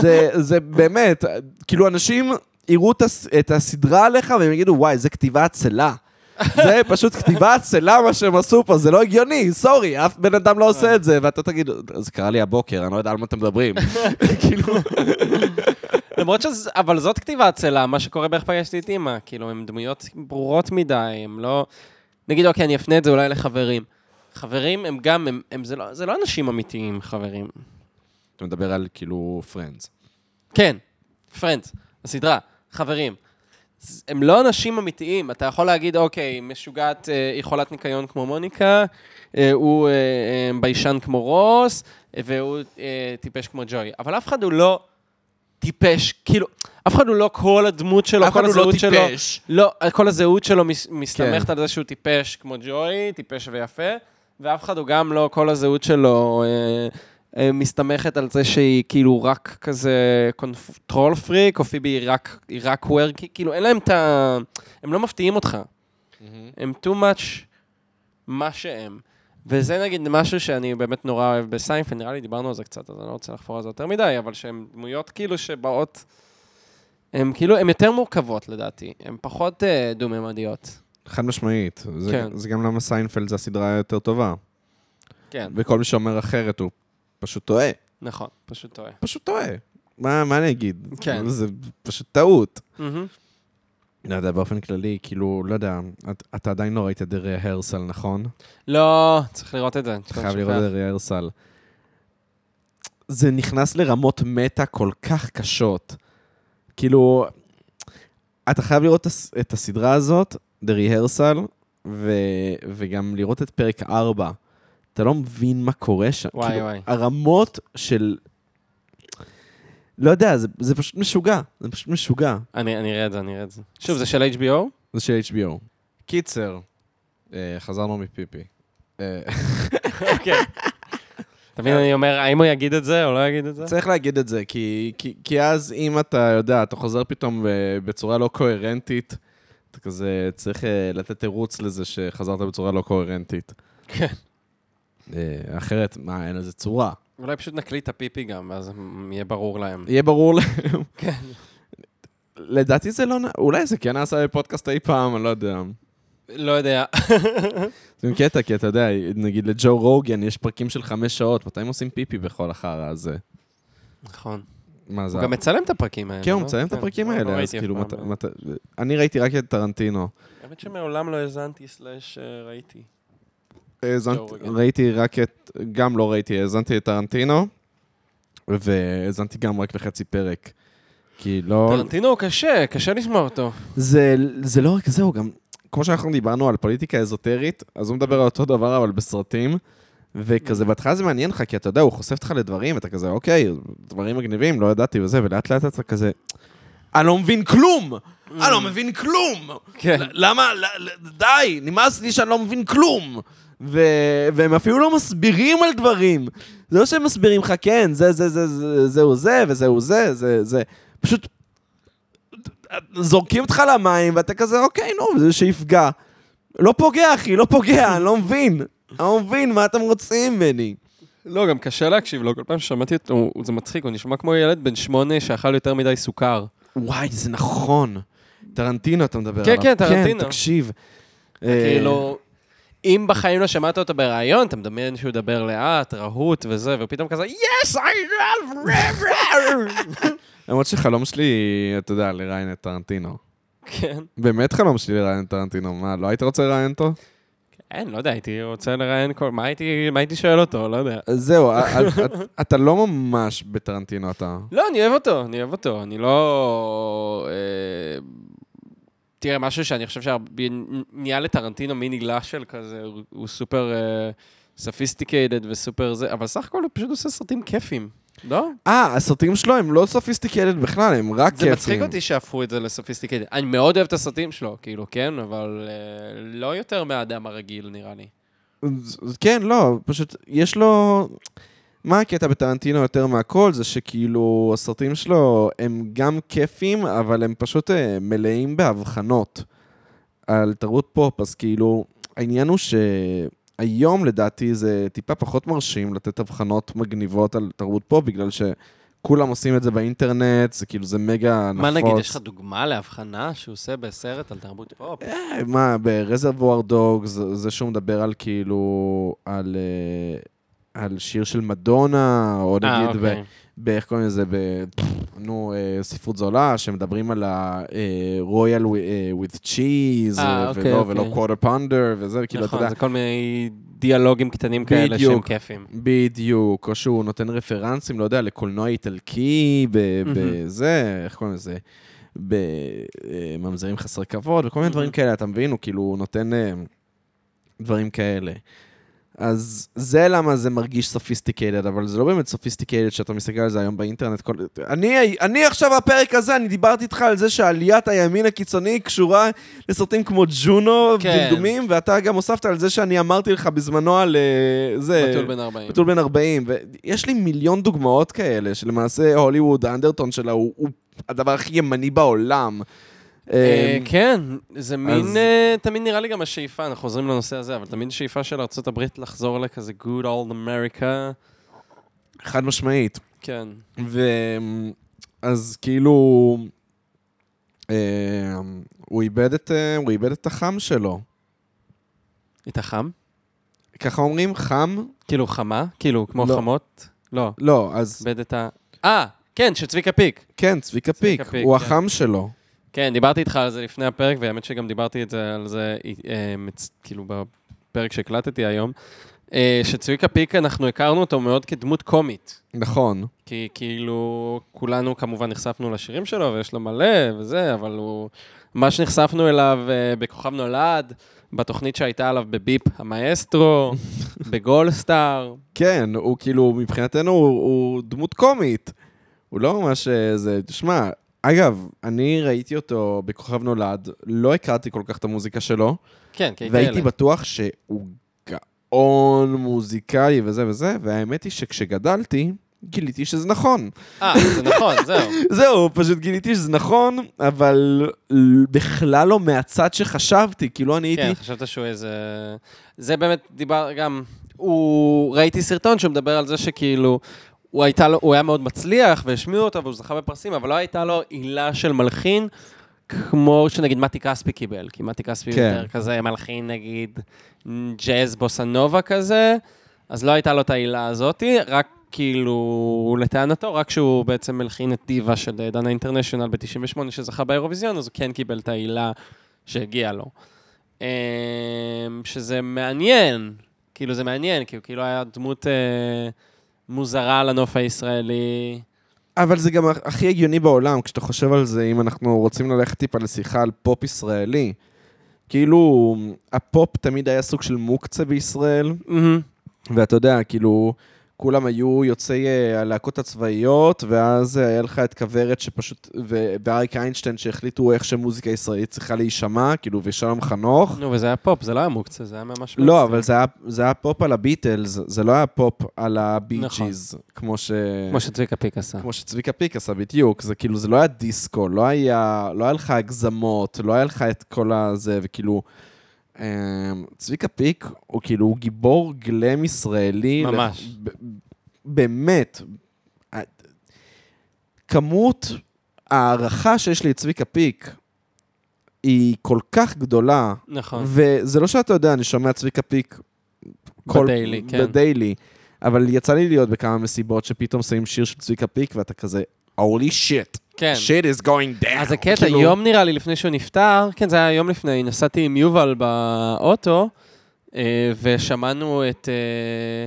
זה, זה באמת, כאילו אנשים יראו את הס- את הסדרה עליך והם יגידו, וואי, זה כתיבה עצלה. זה פשוט כתיבה עצלה מה שהם עשו פה, זה לא הגיוני, סורי, אף בן אדם לא עושה את זה, ואתה תגיד, זה קרה לי הבוקר, אני לא יודע על מה אתם מדברים. [LAUGHS] כאילו, [LAUGHS] למרות שזה, אבל זאת כתיבה עצלה, מה שקורה בערך פגשתי את אימא, כאילו, הן דמויות ברורות מדי, הם לא... נגיד, אוקיי, אני אפנה את זה אולי לחברים. חברים הם גם, הם, הם זה, לא, זה לא אנשים אמיתיים, חברים. אתה מדבר על כאילו פרנדס. כן, פרנדס, הסדרה, חברים. ז- הם לא אנשים אמיתיים, אתה יכול להגיד, אוקיי, משוגעת, אה, היא חולת ניקיון כמו מוניקה, אה, הוא אה, אה, ביישן כמו רוס, אה, והוא אה, טיפש כמו ג'וי. אבל אף אחד הוא לא טיפש, כאילו, אף אחד הוא לא כל הדמות שלו, אף כל אחד הוא לא הזהות שלו. טיפש. לא, כל הזהות שלו מס, מסתמכת כן. על זה שהוא טיפש כמו ג'וי, טיפש ויפה, ואף אחד הוא גם לא, כל הזהות שלו אה, אה, מסתמכת על זה שהיא כאילו רק כזה קונטרול פריק, או פיבי היא רק, היא רק וויר, כי- כאילו אין להם את ה... הם לא מפתיעים אותך. הם too much מה שהם. וזה נגיד משהו שאני באמת נורא אוהב בסיינפלד, נראה לי דיברנו על זה קצת, אז אני לא רוצה לחפור על זה יותר מדי, אבל שהן דמויות כאילו שבאות, הן כאילו, הן יותר מורכבות לדעתי, הן פחות אה, דו-ממדיות. חד משמעית. זה- כן. זה גם למה סיינפלד זה הסדרה היותר טובה. כן, וכל מי שאומר אחרת הוא פשוט טועה. נכון, פשוט טועה. פשוט טועה. מה מה אני אגיד? כן. זה פשוט טעות. מהמם. לא יודע, באופן כללי, כאילו, לא יודע, את- אתה עדיין לא ראית את The Rehearsal, נכון? לא, צריך לראות את זה. אתה חייב לראות את The Rehearsal. זה נכנס לרמות מטה כל כך קשות. כאילו, אתה חייב לראות את הס- את הסדרה הזאת, The Rehearsal, ו- וגם לראות את פרק 4. אתה לא מבין מה קורה שם. וואי, כאילו, וואי. הרמות של... לא יודע, זה, זה פשוט משוגע. זה פשוט משוגע. אני אני אראה את זה, אני אראה את זה. שוב, זה של [LAUGHS] HBO? זה של HBO. קיצר, אה, חזרנו מפיפי. אה, כן. אתה מבין, אני אומר, האם הוא יגיד את זה או לא יגיד את זה? צריך להגיד את זה, כי, כי, כי אז אם אתה יודע, אתה חוזר פתאום אה, בצורה לא קוהרנטית, אתה כזה צריך אה, לתת תירוץ לזה שחזרת בצורה לא קוהרנטית. כן. אה, אחרת, מה, אין לזה צורה. אולי פשוט נקליט את הפיפי גם, ואז מ- יהיה ברור להם. יהיה ברור להם. כן. לדעתי זה לא... נע- אולי זה כן נעשה בפודקאסט אי פעם, אני לא יודע. לא יודע. זה קטע, כי אתה יודע, נגיד לג'ו רוגן יש פרקים של חמש שעות, מתי הם עושים פיפי בכל החרא הזה? נכון. מה זה? הוא גם מצלם את הפרקים האלה. כן, הוא לא? מצלם את הפרקים לא, לא האלה, אז ראיתי אף כאילו, פעם. לא. מת- מת- אני ראיתי רק את טרנטינו. האמת שמעולם לא האזנתי סלאש אה, ראיתי. האזנתי- רוגן. ראיתי רק את, גם לא ראיתי, האזנתי את טרנטינו, והאזנתי גם רק לחצי פרק. כי לא... טרנטינו הוא קשה, קשה לשמוע אותו. זה, זה לא רק זה, הוא גם... כמו שאנחנו דיברנו על פוליטיקה אזוטרית, אז הוא מדבר על אותו דבר, אבל בסרטים. וכזה, בהתחלה זה מעניין לך, כי אתה יודע, הוא חושף אותך לדברים, אתה כזה, אוקיי, דברים מגניבים, לא ידעתי וזה, ולאט לאט אתה כזה, אני לא מבין כלום! אני לא מבין כלום! כן. ל- למה? ל- ל- די, נמאס לי שאני לא מבין כלום! ו- והם אפילו לא מסבירים על דברים. זה לא שהם מסבירים לך, כן, זה, זה, זה, זה, זהו זה, וזהו זה, זה, זה. פשוט זורקים אותך למים, ואתה כזה, אוקיי, נו, זה שיפגע. לא פוגע, אחי, לא פוגע, אני לא מבין. אני לא מבין מה אתם רוצים ממני. לא, גם קשה להקשיב לו. כל פעם ששמעתי אותו, הוא- זה מצחיק, הוא נשמע כמו ילד בן שמונה שאכל יותר מדי סוכר. וואי, זה נכון. טרנטינו אתה מדבר כן, עליו. כן, טרנטינו. כן, תקשיב. אה. כאילו, אם בחיים לא שמעת אותו בריאיון, אתה מדמיין שהוא ידבר לאט, רהוט וזה, ופתאום כזה, יס, I love river! [LAUGHS] למרות שחלום שלי, אתה יודע, לראיין את טרנטינו. כן. באמת חלום שלי לראיין את טרנטינו, מה, לא היית רוצה לראיין אותו? אין, לא יודע, הייתי רוצה לראיין כל... מה הייתי, מה הייתי שואל אותו? לא יודע. [LAUGHS] זהו, א- א- אתה לא ממש בטרנטינו, אתה... לא, אני אוהב אותו, אני אוהב אותו. אני לא... אה, תראה, משהו שאני חושב שנהיה לטרנטינו מין הילה של כזה, הוא- הוא סופר ספיסטיקיידד וסופר זה, אבל סך הכל הוא פשוט עושה סרטים כיפים, לא? אה, הסרטים שלו הם לא סופיסטיקלד בכלל, הם רק זה כיפים. מצחיק אותי שהפכו את זה לסופיסטיקיידד. אני מאוד אוהב את הסרטים שלו, כאילו, כן, אבל אה, לא יותר מהאדם הרגיל, נראה לי. אז- כן, לא, פשוט יש לו... מה הקטע בטרנטינו יותר מהכל? זה שכאילו הסרטים שלו הם גם כיפים, אבל הם פשוט אה, מלאים בהבחנות על תרבות פופ, אז כאילו, העניין הוא שהיום לדעתי זה טיפה פחות מרשים לתת הבחנות מגניבות על תרבות פופ, בגלל שכולם עושים את זה באינטרנט, זה כאילו, זה מגה נפוץ. מה נגיד, יש לך דוגמה להבחנה שהוא עושה בסרט על תרבות פופ? אה, מה, ברזרבואר דוג, זה שהוא מדבר על כאילו, על, אה, על שיר של מדונה, או אה, נגיד, ב- אוקיי. באיך קוראים לזה, ב- נו, אה, ספרות זולה, שמדברים על אה, ה-Royal with Cheese, אה, אה, אוקיי, ולא, אוקיי. ולא quarter pounder, וזה, כאילו, אתה נכון, יודע, זה כל מיני דיאלוגים קטנים כאלה שהם בדיוק. כיפים. בדיוק, או שהוא נותן רפרנסים, לא יודע, לקולנוע איטלקי, ב- בזה, איך קוראים לזה, בממזרים חסרי כבוד, וכל מיני דברים מהמם. כאלה, אתה מבין? הוא כאילו נותן אה, דברים כאלה. אז זה למה זה מרגיש סופיסטיקיידד, אבל זה לא באמת סופיסטיקיידד שאתה מסתכל על זה היום באינטרנט. כל... אני, אני עכשיו בפרק הזה, אני דיברתי איתך על זה שעליית הימין הקיצוני קשורה לסרטים כמו ג'ונו, כן. כן. דמדומים, ואתה גם הוספת על זה שאני אמרתי לך בזמנו על אה, זה... בתול בן 40. בתול בן 40, ויש לי מיליון דוגמאות כאלה, שלמעשה הוליווד, האנדרטון שלה הוא, הוא הדבר הכי ימני בעולם. אה, אה, כן, זה מין, אז- אה, תמיד נראה לי גם השאיפה, אנחנו חוזרים לנושא הזה, אבל תמיד שאיפה של ארה"ב לחזור לכזה good old America. חד משמעית. כן. ו... אז כאילו... אה, הוא איבד את, אה, הוא איבד את החם שלו. הייתה חם? ככה אומרים, חם? כאילו חמה? כאילו כמו לא. חמות? לא. לא, אז איבד את ה... אה, כן, של צביקה פיק. כן, צביקה פיק, צביקה פיק, הוא כן. החם שלו. כן, דיברתי איתך על זה לפני הפרק, והאמת שגם דיברתי את זה על זה, אה, מצ- כאילו, בפרק שהקלטתי היום, אה, שצביקה פיק, אנחנו הכרנו אותו מאוד כדמות קומית. נכון. כי כאילו, כולנו כמובן נחשפנו לשירים שלו, ויש לו מלא וזה, אבל הוא... ממש נחשפנו אליו אה, בכוכב נולד, בתוכנית שהייתה עליו בביפ [LAUGHS] המאסטרו, בגולדסטאר. כן, הוא כאילו, מבחינתנו הוא, הוא דמות קומית. הוא לא ממש איזה... תשמע, אגב, אני ראיתי אותו בכוכב נולד, לא הכרתי כל כך את המוזיקה שלו, כן, כי הייתי והייתי ילד. בטוח שהוא גאון מוזיקלי וזה וזה, והאמת היא שכשגדלתי, גיליתי שזה נכון. [LAUGHS] אה, זה נכון, זהו. זהו, פשוט גיליתי שזה נכון, אבל בכלל לא מהצד שחשבתי, כאילו אני הייתי... כן, חשבת שהוא איזה... זה באמת דיבר גם, הוא, ראיתי סרטון שמדבר על זה שכאילו, הוא, הייתה לו, הוא היה מאוד מצליח והשמיעו אותו והוא זכה בפרסים, אבל לא הייתה לו עילה של מלחין, כמו שנגיד מתי כספי קיבל, כי מתי כספי כן. כן. יותר כזה מלחין נגיד ג'אז בוסנובה כזה, אז לא הייתה לו את העילה הזאתי, רק כאילו, לטענתו, רק שהוא בעצם מלחין את דיווה של אה, דנה אינטרנשיונל ב-98 שזכה באירוויזיון, אז הוא כן קיבל את העילה שהגיעה לו. אמ, שזה מעניין, כאילו זה מעניין, כי הוא כאילו היה דמות אה, מוזרה על הנוף הישראלי. אבל זה גם הכי הגיוני בעולם, כשאתה חושב על זה, אם אנחנו רוצים ללכת טיפה לשיחה על פופ ישראלי. כאילו, הפופ תמיד היה סוג של מוקצה בישראל, מהמם. ואתה יודע, כאילו, כולם היו יוצאי אה, הלהקות הצבאיות, ואז אה, היה לך את כוורת שפשוט, ו- ואריק איינשטיין שהחליטו איך שמוזיקה ישראלית צריכה להישמע, כאילו, ושלום חנוך. נו, וזה היה פופ, זה לא היה מוקצה, זה היה ממש... לא, מיינסטרים. אבל זה היה- זה היה פופ על הביטלס, זה לא היה פופ על הביצ'יז, כמו ש... נכון. כמו שצביקה פיק עשה. כמו שצביקה פיק עשה בדיוק, זה כאילו, זה לא היה דיסקו, לא היה, לא היה לך הגזמות, לא היה לך את כל הזה, וכאילו, אמ, צביקה פיק הוא כאילו, הוא גיבור גלם ישראלי. ממש. ב- באמת, ה- כמות ההערכה שיש לי לצביקה פיק היא כל כך גדולה, נכון. וזה לא שאתה יודע, אני שומע צביקה פיק בדיילי, כן. בדיילי, אבל יצא לי להיות בכמה מסיבות שפתאום שמים שיר של צביקה פיק ואתה כזה, holy shit, כן. shit is going down. אז הקטע, כאילו, יום נראה לי לפני שהוא נפטר, כן, זה היה יום לפני, נסעתי עם יובל באוטו, אה, ושמענו את... אה,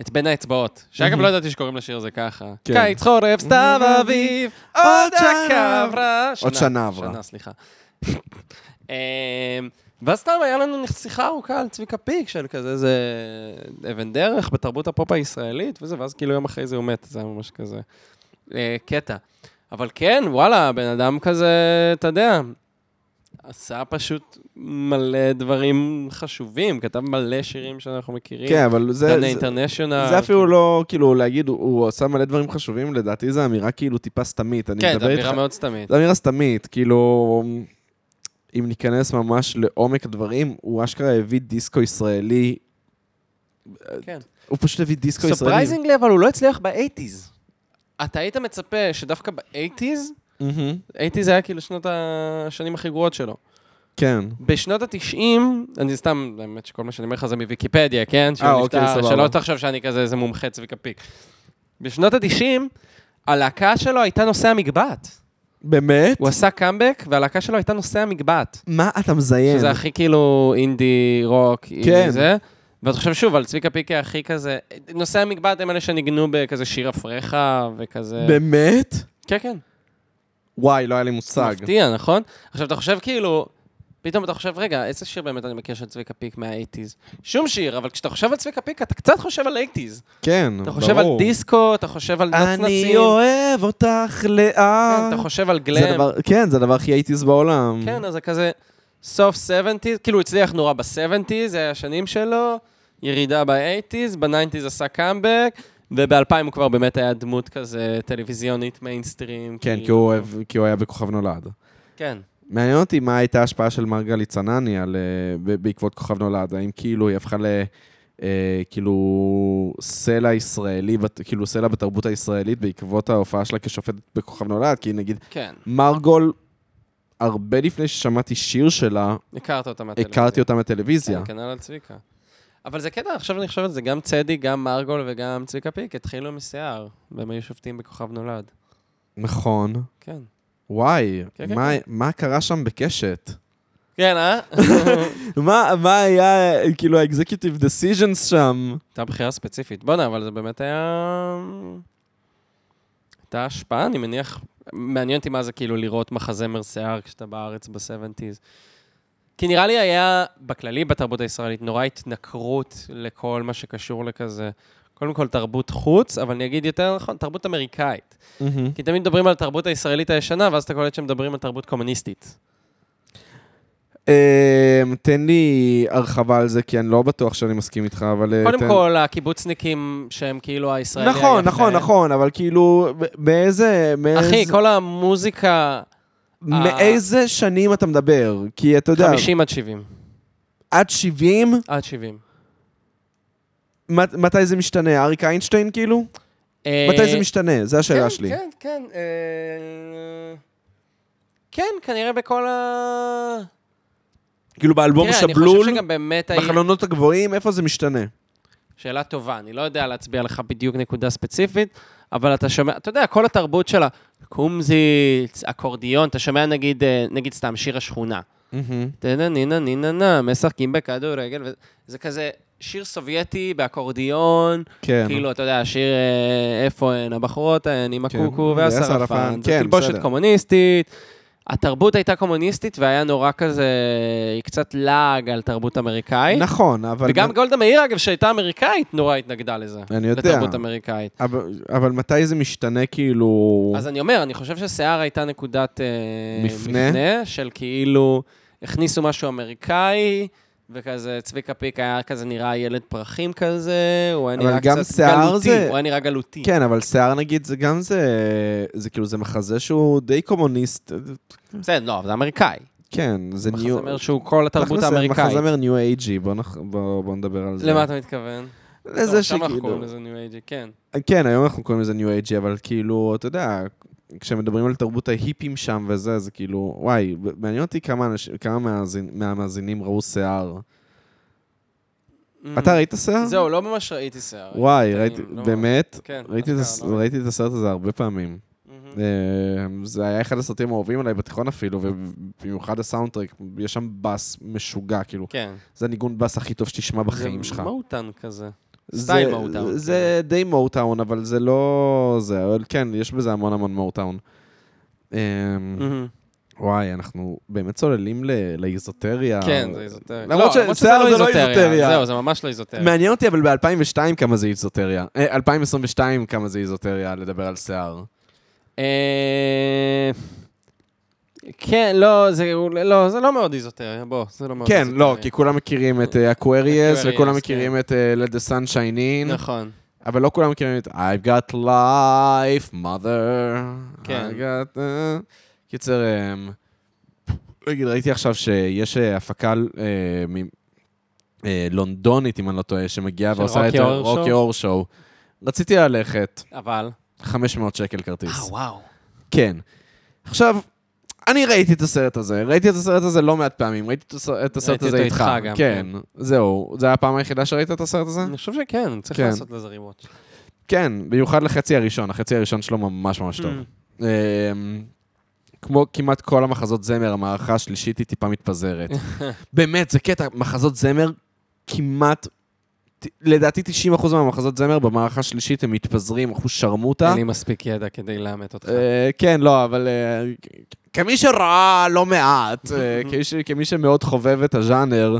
את בין האצבעות, שאגב לא ידעתי שקוראים לשיר הזה ככה. Mhm. כן. Mhm. קיץ, חורף, סתיו, אביב, עוד דקה עברה. עוד שנה עברה. שנה, סליחה. [LAUGHS] אה, ואז סתם היה לנו שיחה ארוכה על צביקה פיק, של כזה איזה אבן דרך בתרבות הפופ הישראלית וזה, ואז כאילו יום אחרי זה הוא מת, זה היה ממש כזה אה, קטע. אבל כן, וואלה, בן אדם כזה, אתה יודע, עשה פשוט מלא דברים חשובים, כתב מלא שירים שאנחנו מכירים. כן, אבל זה... דנה זה- אינטרנשיונל. זה אפילו לא, כאילו, להגיד, הוא- הוא עשה מלא דברים חשובים, לדעתי זו אמירה כאילו טיפה סתמית. אני כן, מדבר זו אמירה איתך- מאוד סתמית. זו אמירה סתמית, כאילו, אם ניכנס ממש לעומק הדברים, הוא אשכרה הביא דיסקו ישראלי, כן. הוא פשוט הביא דיסקו ישראלי. סופרייזינגלי, אבל הוא לא הצליח באייטיז. אתה היית מצפה שדווקא באייטיז, מהמם. אייטיז היה כאילו שנות השנים הכי גרועות שלו. כן. בשנות ה-90, אני סתם, האמת שכל מה שאני אומר לך זה מוויקיפדיה, כן? שהוא אה, אוקיי, נפטר, סבבה. שלא תחשוב שאני כזה איזה מומחה צביקה פיק. בשנות ה-90, הלהקה שלו הייתה נושא המגבעת. באמת? הוא עשה קאמבק, והלהקה שלו הייתה נושא המגבעת. מה אתה מזיין? שזה הכי כאילו אינדי, רוק, כן. כן. זה. ואתה חושב שוב, על צביקה פיק הכי כזה, נושאי המגבעת הם אלה שניגנו בכזה שיר אפרחה וכזה... באמת? כן, כן. וואי, לא היה לי מושג. מפתיע, נכון? עכשיו, אתה חושב כאילו, פתאום אתה חושב, רגע, איזה שיר באמת אני מכיר של צביקה פיק מהאייטיז? שום שיר, אבל כשאתה חושב על צביקה פיק, אתה קצת חושב על אייטיז. כן, ברור. אתה חושב על דיסקו, אתה חושב על אני נצנצים, אוהב אותך כן, לאט. אתה חושב על זה גלם. הדבר- כן, זה הדבר הכי הייטיז בעולם. כן, אז זה כזה סוף 70's, כאילו הוא הצליח נורא ב-70's, זה היה השנים שלו, ירידה ב-80's, ב-90's עשה קאמבק, וב-2000 הוא כבר באמת היה דמות כזה טלוויזיונית מיינסטרים. כן, כאילו. כי הוא אוהב- כי הוא היה בכוכב נולד. כן. מעניין אותי מה הייתה ההשפעה של מרגלית צנני על, אה, ב- בעקבות כוכב נולד. האם כאילו היא הפכה ל... אה, כאילו סלע ישראלי, בת- כאילו סלע בתרבות הישראלית בעקבות ההופעה שלה כשופטת בכוכב נולד, כי נגיד כן, מרגול, הרבה לפני ששמעתי שיר שלה, הכרת אותה מהטלוויזיה. הכרתי אותה מהטלוויזיה. כן, כנ"ל על צביקה. אבל זה קטע, עכשיו אני חושב על זה, גם צדי, גם מרגול וגם צביקה פיק התחילו משיער, והם היו שופטים בכוכב נולד. נכון. כן. וואי, כן, כן, מה- כן. מה קרה שם בקשת? כן, אה? מה מה היה, כאילו, ה-executive decisions שם? הייתה בחירה ספציפית. בואנה, אבל זה באמת היה... הייתה השפעה, אני מניח... מעניין אותי מה זה כאילו לראות מחזמר שיער כשאתה בארץ ב-70's. כי נראה לי היה, בכללי בתרבות הישראלית, נורא התנכרות לכל מה שקשור לכזה. קודם כל תרבות חוץ, אבל אני אגיד יותר נכון, תרבות אמריקאית. כי תמיד מדברים על התרבות הישראלית הישנה, ואז אתה קולט שמדברים על תרבות קומוניסטית. אמ, תן לי הרחבה על זה, כי אני לא בטוח שאני מסכים איתך, אבל... אה, קודם תן- כל, הקיבוצניקים שהם כאילו הישראלי נכון, היפה. נכון, נכון, אבל כאילו, ב- באיזה... אחי, מאיזה- כל אה. המוזיקה... מאיזה שנים אתה מדבר? כי אתה יודע, 50 עד 70. עד 70, עד 70. מת- מתי זה משתנה? אריק איינשטיין כאילו? מתי זה משתנה? זו השאלה שלי. אה, כן, כן, כן. אה, כן, כנראה בכל ה... כאילו באלבום תראה, אני שבלול, חושב שגם באמת... ה- בחלונות הגבוהים, איפה זה משתנה? שאלה טובה, אני לא יודע להצביע לך בדיוק נקודה ספציפית, אבל אתה שומע, אתה יודע, כל התרבות שלה, קומזיץ, אקורדיון, אתה שומע נגיד, אה, נגיד סתם שיר השכונה. נה נינה נינה נה, משחקים בכדורגל, וזה- זה כזה שיר סובייטי באקורדיון, כן. כאילו, אתה יודע, השיר אה, איפה הן הבחורות ההן, עם כן. הקוקו והשרפן, והשרפן, זה כן, תלבושת בסדר. קומוניסטית. התרבות הייתה קומוניסטית והיה נורא כזה, קצת לעג על תרבות אמריקאית. נכון, אבל... אה? וגם גולדה מאיר, אגב, שהייתה אמריקאית, נורא התנגדה לזה. אני יודע. לתרבות אמריקאית. אבל- אבל מתי זה משתנה כאילו... אז אני אומר, אני חושב ששיער הייתה נקודת אה, מפנה. מפנה, של כאילו, הכניסו משהו אמריקאי, וכזה צביקה פיק היה כזה נראה ילד פרחים כזה, הוא היה אבל נראה גם קצת שיער גלותי, זה- הוא היה נראה גלותי. כן, אבל שיער נגיד, זה גם זה... זה כאילו, זה מחזה שהוא די קומוניסט. בסדר, לא, אבל זה אמריקאי. כן, זה מחזמר ניו... שהוא כל התרבות תכלס, זה האמריקאית. מחזמר ניו אייג'י, בוא נח- בוא בוא נדבר על זה. למה אתה מתכוון? לזה טוב, שם אנחנו שכאילו... קוראים לזה ניו אייג'י, כן. כן, היום אנחנו קוראים לזה ניו אייג'י, אבל כאילו, אתה יודע, כשמדברים על תרבות ההיפים שם וזה, זה כאילו, וואי, מעניין אותי כמה, אנש... כמה מהמאזינ... מהמאזינים ראו שיער. אתה ראית שיער? זהו, לא ממש ראיתי שיער. וואי, אני- ראיתי, לא ממש. באמת? כן, ראיתי את דווקא הס- לא. ראיתי את הסרט הזה הרבה פעמים. מהמם. אה, זה היה אחד הסרטים האהובים עליי בתיכון אפילו, ובמיוחד הסאונדטרק, יש שם בס משוגע, כאילו. כן. זה הניגון בס הכי טוב שתשמע בחיים זה שלך. מהותן כזה. זה- סטייל כן. מוטאון. זה די מוטאון, אבל זה לא... זה, אבל כן, יש בזה המון המון מוטאון. אמ, מהמם. וואי, אנחנו באמת צוללים ל- לאיזוטריה. כן, זה איזוטרי. למרות לא, למרות שזה ששיער זה לא איזוטריה. זהו, זה ממש לא איזוטריה. מעניין אותי, אבל ב-2002 כמה זה איזוטריה. אה, 2022 כמה זה איזוטריה לדבר על שיער. אה, כן, לא, זה לא- זה לא מאוד איזוטריה, בוא, זה לא מאוד כן, איזוטריה. לא, כי כולם מכירים את אקווריאס, Aquarius, וכולם כן. מכירים את אה, Let the Sun Shine In, נכון. אבל לא כולם מכירים את I've got life, mother. כן. I got... אה, קיצר, אמ, נגיד, ראיתי עכשיו שיש אה, הפקה אה, מ- אה, לונדונית, אם אני לא טועה, שמגיעה של ועושה את רוקי הור רוקי שואו? אור שואו. רציתי ללכת, אבל... 500 שקל כרטיס. אה, וואו. כן. עכשיו, אני ראיתי את הסרט הזה, ראיתי את הסרט הזה לא מעט פעמים, ראיתי את הס- את הסרט ראיתי הזה אותו איתך. איתך גם, כן, זהו. זו הפעם היחידה שראית את הסרט הזה? אני חושב שכן, צריך כן. לעשות לזה רימות. כן, במיוחד לחצי הראשון, החצי הראשון שלו ממש ממש טוב. אמ, כמו כמעט כל המחזות זמר, המערכה השלישית היא טיפה [LAUGHS] מתפזרת. באמת, זה קטע, מחזות זמר כמעט... ת- לדעתי 90% מהמחזות זמר במערכה השלישית הם מתפזרים, אחוז שרמוטה. אין לי מספיק ידע כדי לאמת אותך. אה, כן, לא, אבל אה, כ- כמי שראה לא מעט, [LAUGHS] אה, כמי ש- כמי שמאוד חובב את הז'אנר,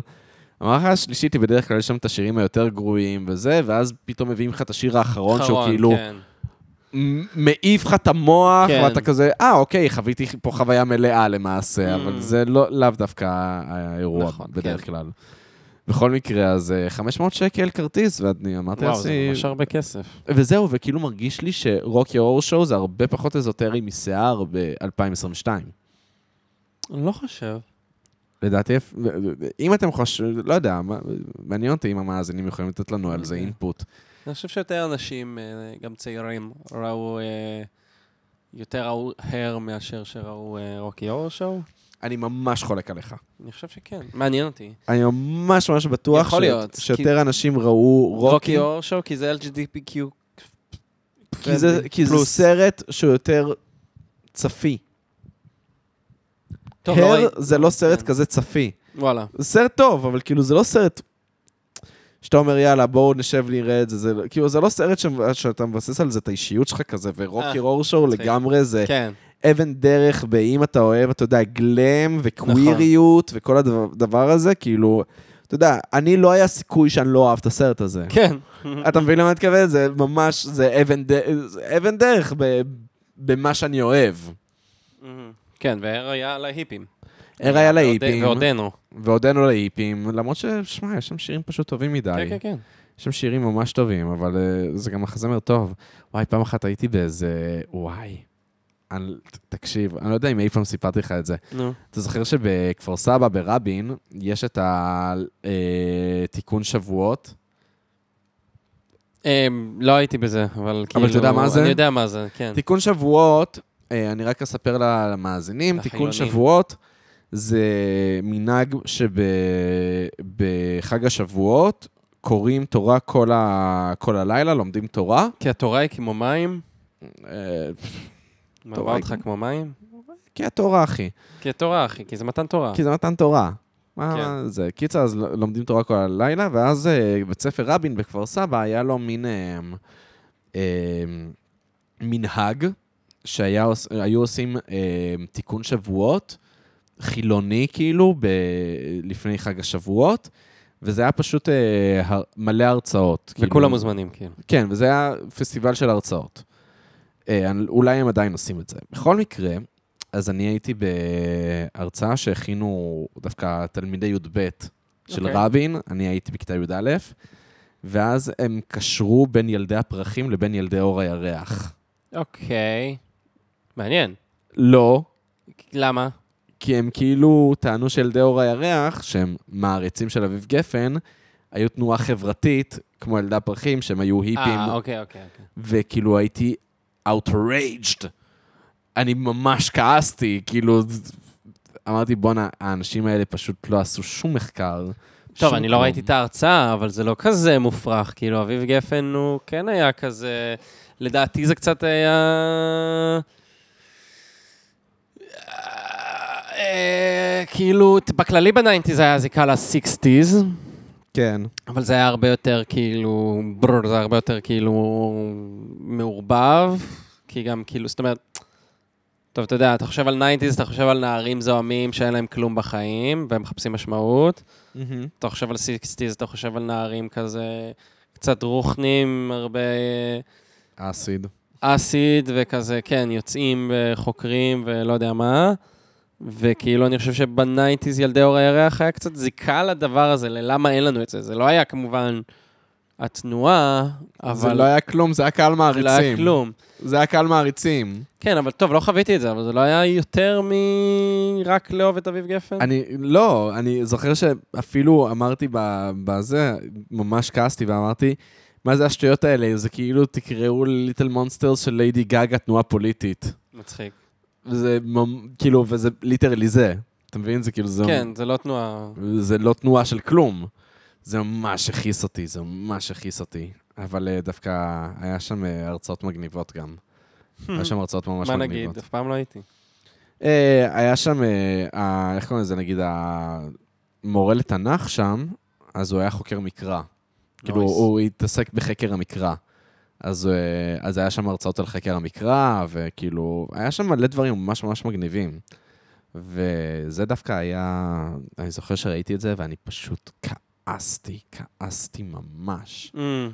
המערכה השלישית היא בדרך כלל יש שם את השירים היותר גרועים וזה, ואז פתאום מביאים לך את השיר האחרון, שהוא אחרון, כאילו כן. מ- מעיף לך את המוח, כן. ואתה כזה, אה, אוקיי, חוויתי פה חוויה מלאה למעשה, Mm. אבל זה לא- לאו דווקא ה- האירוע נכון, בדרך כן. כלל. בכל מקרה, אז אה, 500 שקל כרטיס, ואני אמרתי וואו, זה לעצמי, ממש הרבה כסף. וזהו, וכאילו מרגיש לי שרוקי אור שואו זה הרבה פחות אזוטרי משיער ב-2022. אני לא חושב. לדעתי, אפ- אם אתם חושבים, לא יודע, מה- מעניין אותי אם המאזינים יכולים לתת לנו על זה אינפוט. אני חושב שיותר אנשים, אה, גם צעירים, ראו... אה, יותר ראו הר מאשר שראו אה, רוקי אור שואו? אני ממש חולק עליך. אני חושב שכן. מעניין אותי. אני ממש ממש בטוח יכול ש- להיות, שיותר אנשים ראו רוקי, רוקי אור שואו, כי זה LGBTQ. כי זה- כי זה פלוס. סרט שהוא יותר צפי. טוב, לא הר ראיתי. זה לא סרט כן. כזה אה. צפי. וואלה. זה סרט טוב, אבל כאילו זה לא סרט שאתה אומר, יאללה, בואו נשב נראה את זה. זה לא- כאילו, זה לא סרט ש... שאתה מבסס על זה את האישיות שלך כזה, ורוקי אה, רורשור מצחיק. לגמרי זה כן. אבן דרך באם אתה אוהב, אתה יודע, גלם וקוויריות נכון. וכל הדבר הדבר הזה, כאילו, אתה יודע, אני לא היה סיכוי שאני לא אוהב את הסרט הזה. כן. אתה מבין למה אני מתכוון? זה ממש, זה אבן, ד... זה אבן דרך ב... במה שאני אוהב. כן, והר היה על ההיפים. הר היה להיפים, ועודנו. ועודנו להיפים, למרות ששמע, יש שם שירים פשוט טובים מדי. כן, כן, כן. יש שם שירים ממש טובים, אבל אה, זה גם מחזמר טוב. וואי, פעם אחת הייתי באיזה... וואי. אני... ת- תקשיב, אני לא יודע אם אי פעם סיפרתי לך את זה. נו. אתה זוכר שבכפר סבא, אה, ברבין, יש את התיקון שבועות? אמ, לא הייתי בזה, אבל כאילו... אתה יודע מה זה? אני יודע מה זה, כן. תיקון שבועות, אה, אני רק אספר ל- למאזינים, תיקון לחילונים. שבועות זה מנהג שבחג השבועות קוראים תורה כל, ה... כל הלילה, לומדים תורה. כי התורה היא כמו מים? אה, מה התורה עבר היא אותך כמו מים? כי התורה, אחי. כי התורה, אחי, כי זה מתן תורה. כי זה מתן תורה. מה כן. זה? קיצר, אז ל- לומדים תורה כל הלילה, ואז אה, בית ספר רבין בכפר סבא, היה לו מין אה, אה, מנהג, שהיו עושים אה, תיקון שבועות, חילוני כאילו, ב- לפני חג השבועות, וזה היה פשוט אה, הר- מלא הרצאות. כאילו. וכולם מוזמנים, כאילו. כן, וזה היה פסטיבל של הרצאות. אה, אני- אולי הם עדיין עושים את זה. בכל מקרה, אז אני הייתי בהרצאה שהכינו דווקא תלמידי י"ב של okay. אוקיי. רבין, אני הייתי בכיתה י"א, ואז הם קשרו בין ילדי הפרחים לבין ילדי אור הירח. אוקיי. מעניין. לא, למה? כי הם כאילו טענו שילדי אור הירח, שהם מעריצים של אביב גפן, היו תנועה חברתית, כמו ילדי הפרחים, שהם היו היפים, אה, אוקיי, אוקיי. אוקיי. וכאילו הייתי outraged. אני ממש כעסתי, כאילו, אמרתי, בואנה, האנשים האלה פשוט לא עשו שום מחקר. טוב, שום אני לא כלום." ראיתי את ההרצאה, אבל זה לא כזה מופרך. כאילו, אביב גפן הוא כן היה כזה... לדעתי זה קצת היה... אה, כאילו, ת- בכללי בניינטיז היה זיקה ל-60's, כן. אבל זה היה הרבה יותר כאילו, ברור, זה היה הרבה יותר כאילו מעורבב, כי גם כאילו, זאת אומרת, טוב, אתה יודע, אתה חושב על ניינטיז, אתה חושב על נערים זוהמים שאין להם כלום בחיים, והם מחפשים משמעות, אתה חושב על סיקסטיז, אתה חושב על נערים כזה קצת רוחנים, הרבה אה, אסיד. אסיד וכזה, כן, יוצאים וחוקרים ולא יודע מה. וכאילו, אני חושב שבניינטיז ילדי אור הירח היה קצת זיקה לדבר הזה, ללמה אין לנו את זה. זה לא היה כמובן התנועה, אבל... זה לא היה כלום, זה היה קהל זה מעריצים. לא היה כלום. זה היה קהל מעריצים. כן, אבל טוב, לא חוויתי את זה, אבל זה לא היה יותר מרק לאהוב את אביב גפן? אני, לא, אני זוכר שאפילו אמרתי ב- בזה, ממש כעסתי ואמרתי, מה זה השטויות האלה? זה כאילו תקראו ליטל מונסטרס של ליידי גאגה תנועה פוליטית. מצחיק. וזה ממ- כאילו, וזה ליטרלי זה. אתה מבין? זה כאילו, זה... כן, זה לא תנועה. זה לא תנועה של כלום. זה ממש הכעיס אותי, זה ממש הכעיס אותי. אבל אה, דווקא היה שם אה, הרצאות מגניבות גם. היה שם הרצאות ממש Hmm. מה מגניבות. נגיד? אף פעם לא הייתי. אה, היה שם, אה, ה- איך קוראים לזה, נגיד, המורה לתנ"ך שם, אז הוא היה חוקר מקרא. כאילו, Nice. הוא התעסק בחקר המקרא. אז, אה, אז היה שם הרצאות על חקר המקרא, וכאילו, היה שם מלא דברים ממש ממש מגניבים. וזה דווקא היה, אני זוכר שראיתי את זה, ואני פשוט כעסתי, כעסתי ממש. אמ.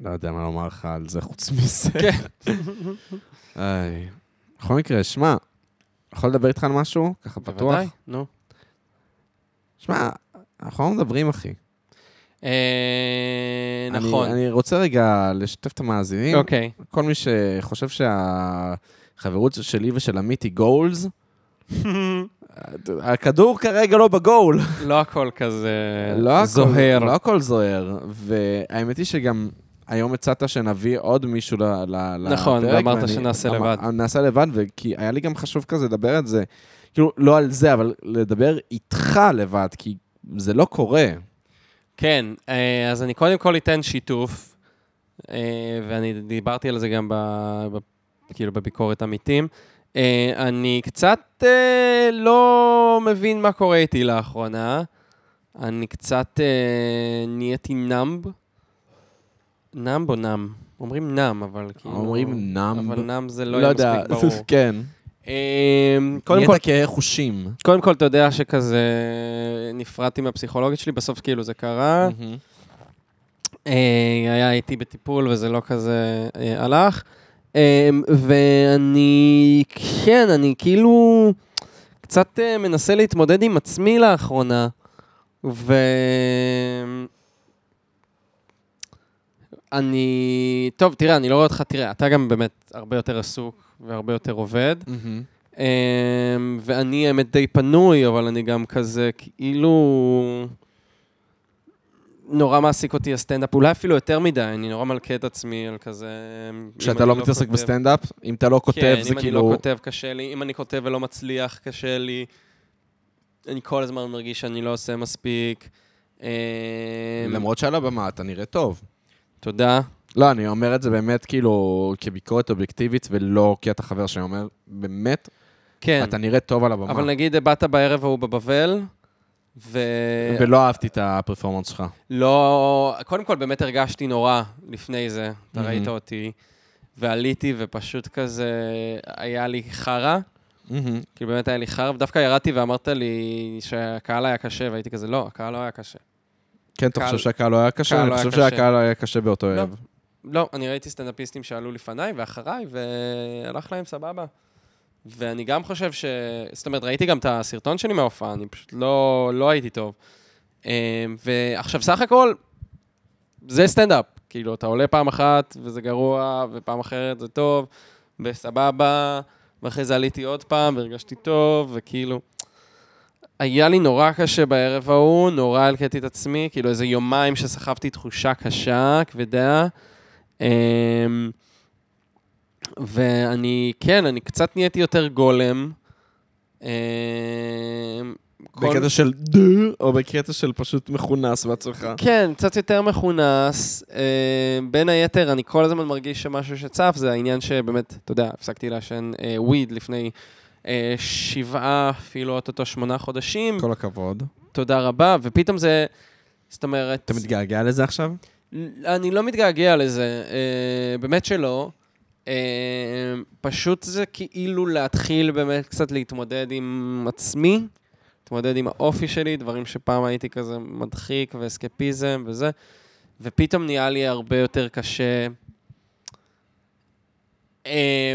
לא יודע מה לומר לך על זה חוץ מזה. [LAUGHS] כן. איי. בכל מקרה, שמע, יכול לדבר איתך על משהו? ככה פתוח? בוודאי, נו. שמע, אנחנו לא מדברים, אחי. אה, אני- נכון. אני רוצה רגע לשתף את המאזינים. אוקיי. [LAUGHS] כל מי שחושב שהחברות שלי ושל עמית היא גולס, הכדור כרגע לא בגול. לא הכל כזה לא הכל- כן, זוהר. לא הכל זוהר. והאמת היא שגם היום הצעת שנביא עוד מישהו ל- ל- לפרק. נכון, ואמרת ואני- שנעשה אמר- לבד. נעשה לבד, וכי היה לי גם חשוב כזה לדבר על זה. כאילו, לא על זה, אבל לדבר איתך לבד, כי זה לא קורה. כן, אה, אז אני קודם כל אתן שיתוף, אה, ואני דיברתי על זה גם ב... ב... כאילו בביקורת עמיתים. אה, אני קצת אה, לא מבין מה קורה איתי לאחרונה. אני קצת אה, נהייתי נאמב. נאמב או נאם? אומרים נאם, אבל כאילו... אומרים נאמב. אבל נאם זה לא, לא יודע, היה מספיק ברור. [LAUGHS] כן. אה, קודם קודם כל, כל, כהי חושים. קודם כל, אתה יודע שכזה נפרדתי מהפסיכולוגית שלי, בסוף כאילו זה קרה. Mm. אה, היה איתי בטיפול וזה לא כזה אה, הלך. אה, ואני, כן, אני כאילו קצת אה, מנסה להתמודד עם עצמי לאחרונה. ו... אני... טוב, תראה, אני לא רואה אותך, תראה, אתה גם באמת הרבה יותר עסוק והרבה יותר עובד. מהמם. Um, ואני האמת די פנוי, אבל אני גם כזה כאילו... נורא מעסיק אותי הסטנדאפ, אולי אפילו יותר מדי, אני נורא מלכה את עצמי על כזה... אם כשאתה אני לא מתעסק כותב- בסטנדאפ, אם אתה לא כותב, כן, זה אם אני כאילו... לא כותב קשה לי, אם אני כותב ולא מצליח קשה לי, אני כל הזמן מרגיש שאני לא עושה מספיק. אמ, למרות שעל הבמה אתה נראה טוב. תודה. לא, אני אומר את זה באמת כאילו כביקורת אובייקטיבית, ולא כי אתה חבר שאני אומר, באמת, כן, אתה נראה טוב על הבמה. אבל נגיד באת בערב ההוא בבבל, ו... אה, ולא אהבתי את הפרפורמנס שלך. לא, קודם כל באמת הרגשתי נורא לפני זה, אתה Mhm. ראית אותי, ועליתי ופשוט כזה, היה לי חרא, כאילו באמת היה לי חרא, ודווקא ירדתי ואמרת לי שהקהל היה קשה, והייתי כזה, לא, הקהל לא היה קשה. כן, אתה קהל- חושב שהקהל לא היה קשה? הקהל אני לא היה חושב קשה. שהקהל היה קשה באותו לא. ערב. לא, אני ראיתי סטנדאפיסטים שעלו לפניי ואחריי, והלך להם סבבה. ואני גם חושב ש... זאת אומרת, ראיתי גם את הסרטון שלי מההופעה, אני פשוט לא, לא הייתי טוב. אה, ועכשיו, סך הכל, זה סטנדאפ. כאילו, אתה עולה פעם אחת וזה גרוע, ופעם אחרת זה טוב, וסבבה, ואחרי זה עליתי עוד פעם והרגשתי טוב, וכאילו... היה לי נורא קשה בערב ההוא, נורא הלקטתי את עצמי, כאילו איזה יומיים שסחבתי תחושה קשה, כבדה. אמ, ואני, כן, אני קצת נהייתי יותר גולם. אמ, כל- בקטע של דו, או בקטע של פשוט מכונס בעצמך. כן, קצת יותר מכונס. אה, בין היתר, אני כל הזמן מרגיש שמשהו שצף זה העניין שבאמת, אתה יודע, הפסקתי לעשן אה, וויד לפני אה, שבעה, אפילו אוטוטו שמונה חודשים. כל הכבוד. תודה רבה, ופתאום זה, זאת אומרת... אתה מתגעגע לזה עכשיו? אני לא מתגעגע לזה, אה, באמת שלא. אה, פשוט זה כאילו להתחיל באמת קצת להתמודד עם עצמי, להתמודד עם האופי שלי, דברים שפעם הייתי כזה מדחיק ואסקפיזם וזה, ופתאום נהיה לי הרבה יותר קשה. אה,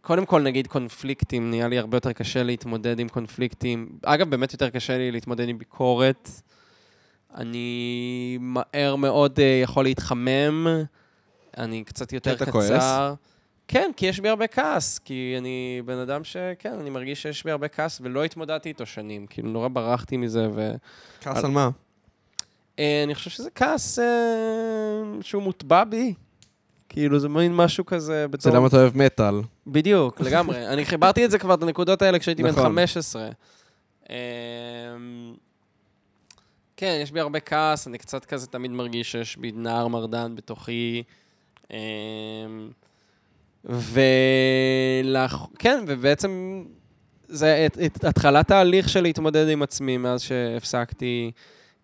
קודם כל, נגיד קונפליקטים, נהיה לי הרבה יותר קשה להתמודד עם קונפליקטים. אגב, באמת יותר קשה לי להתמודד עם ביקורת. אני מהר מאוד אה, יכול להתחמם, אני קצת יותר אתה קצר. כועס? כן, כי יש בי הרבה כעס, כי אני בן אדם שכן, אני מרגיש שיש בי הרבה כעס ולא התמודדתי איתו שנים, כאילו נורא ברחתי מזה, ו... כעס על מה? אה, אני חושב שזה כעס אה, שהוא מוטבע בי, כאילו זה מין משהו כזה זה בתור... למה אתה אוהב מטאל. בדיוק, לגמרי. אני חיברתי את זה כבר, את הנקודות האלה, כשהייתי בן נכון. 15. אמ, כן, יש בי הרבה כעס, אני קצת כזה תמיד מרגיש שיש בי נער מרדן בתוכי. אמ, ולאח... כן, ובעצם זה את, את התחלת תהליך של להתמודד עם עצמי מאז שהפסקתי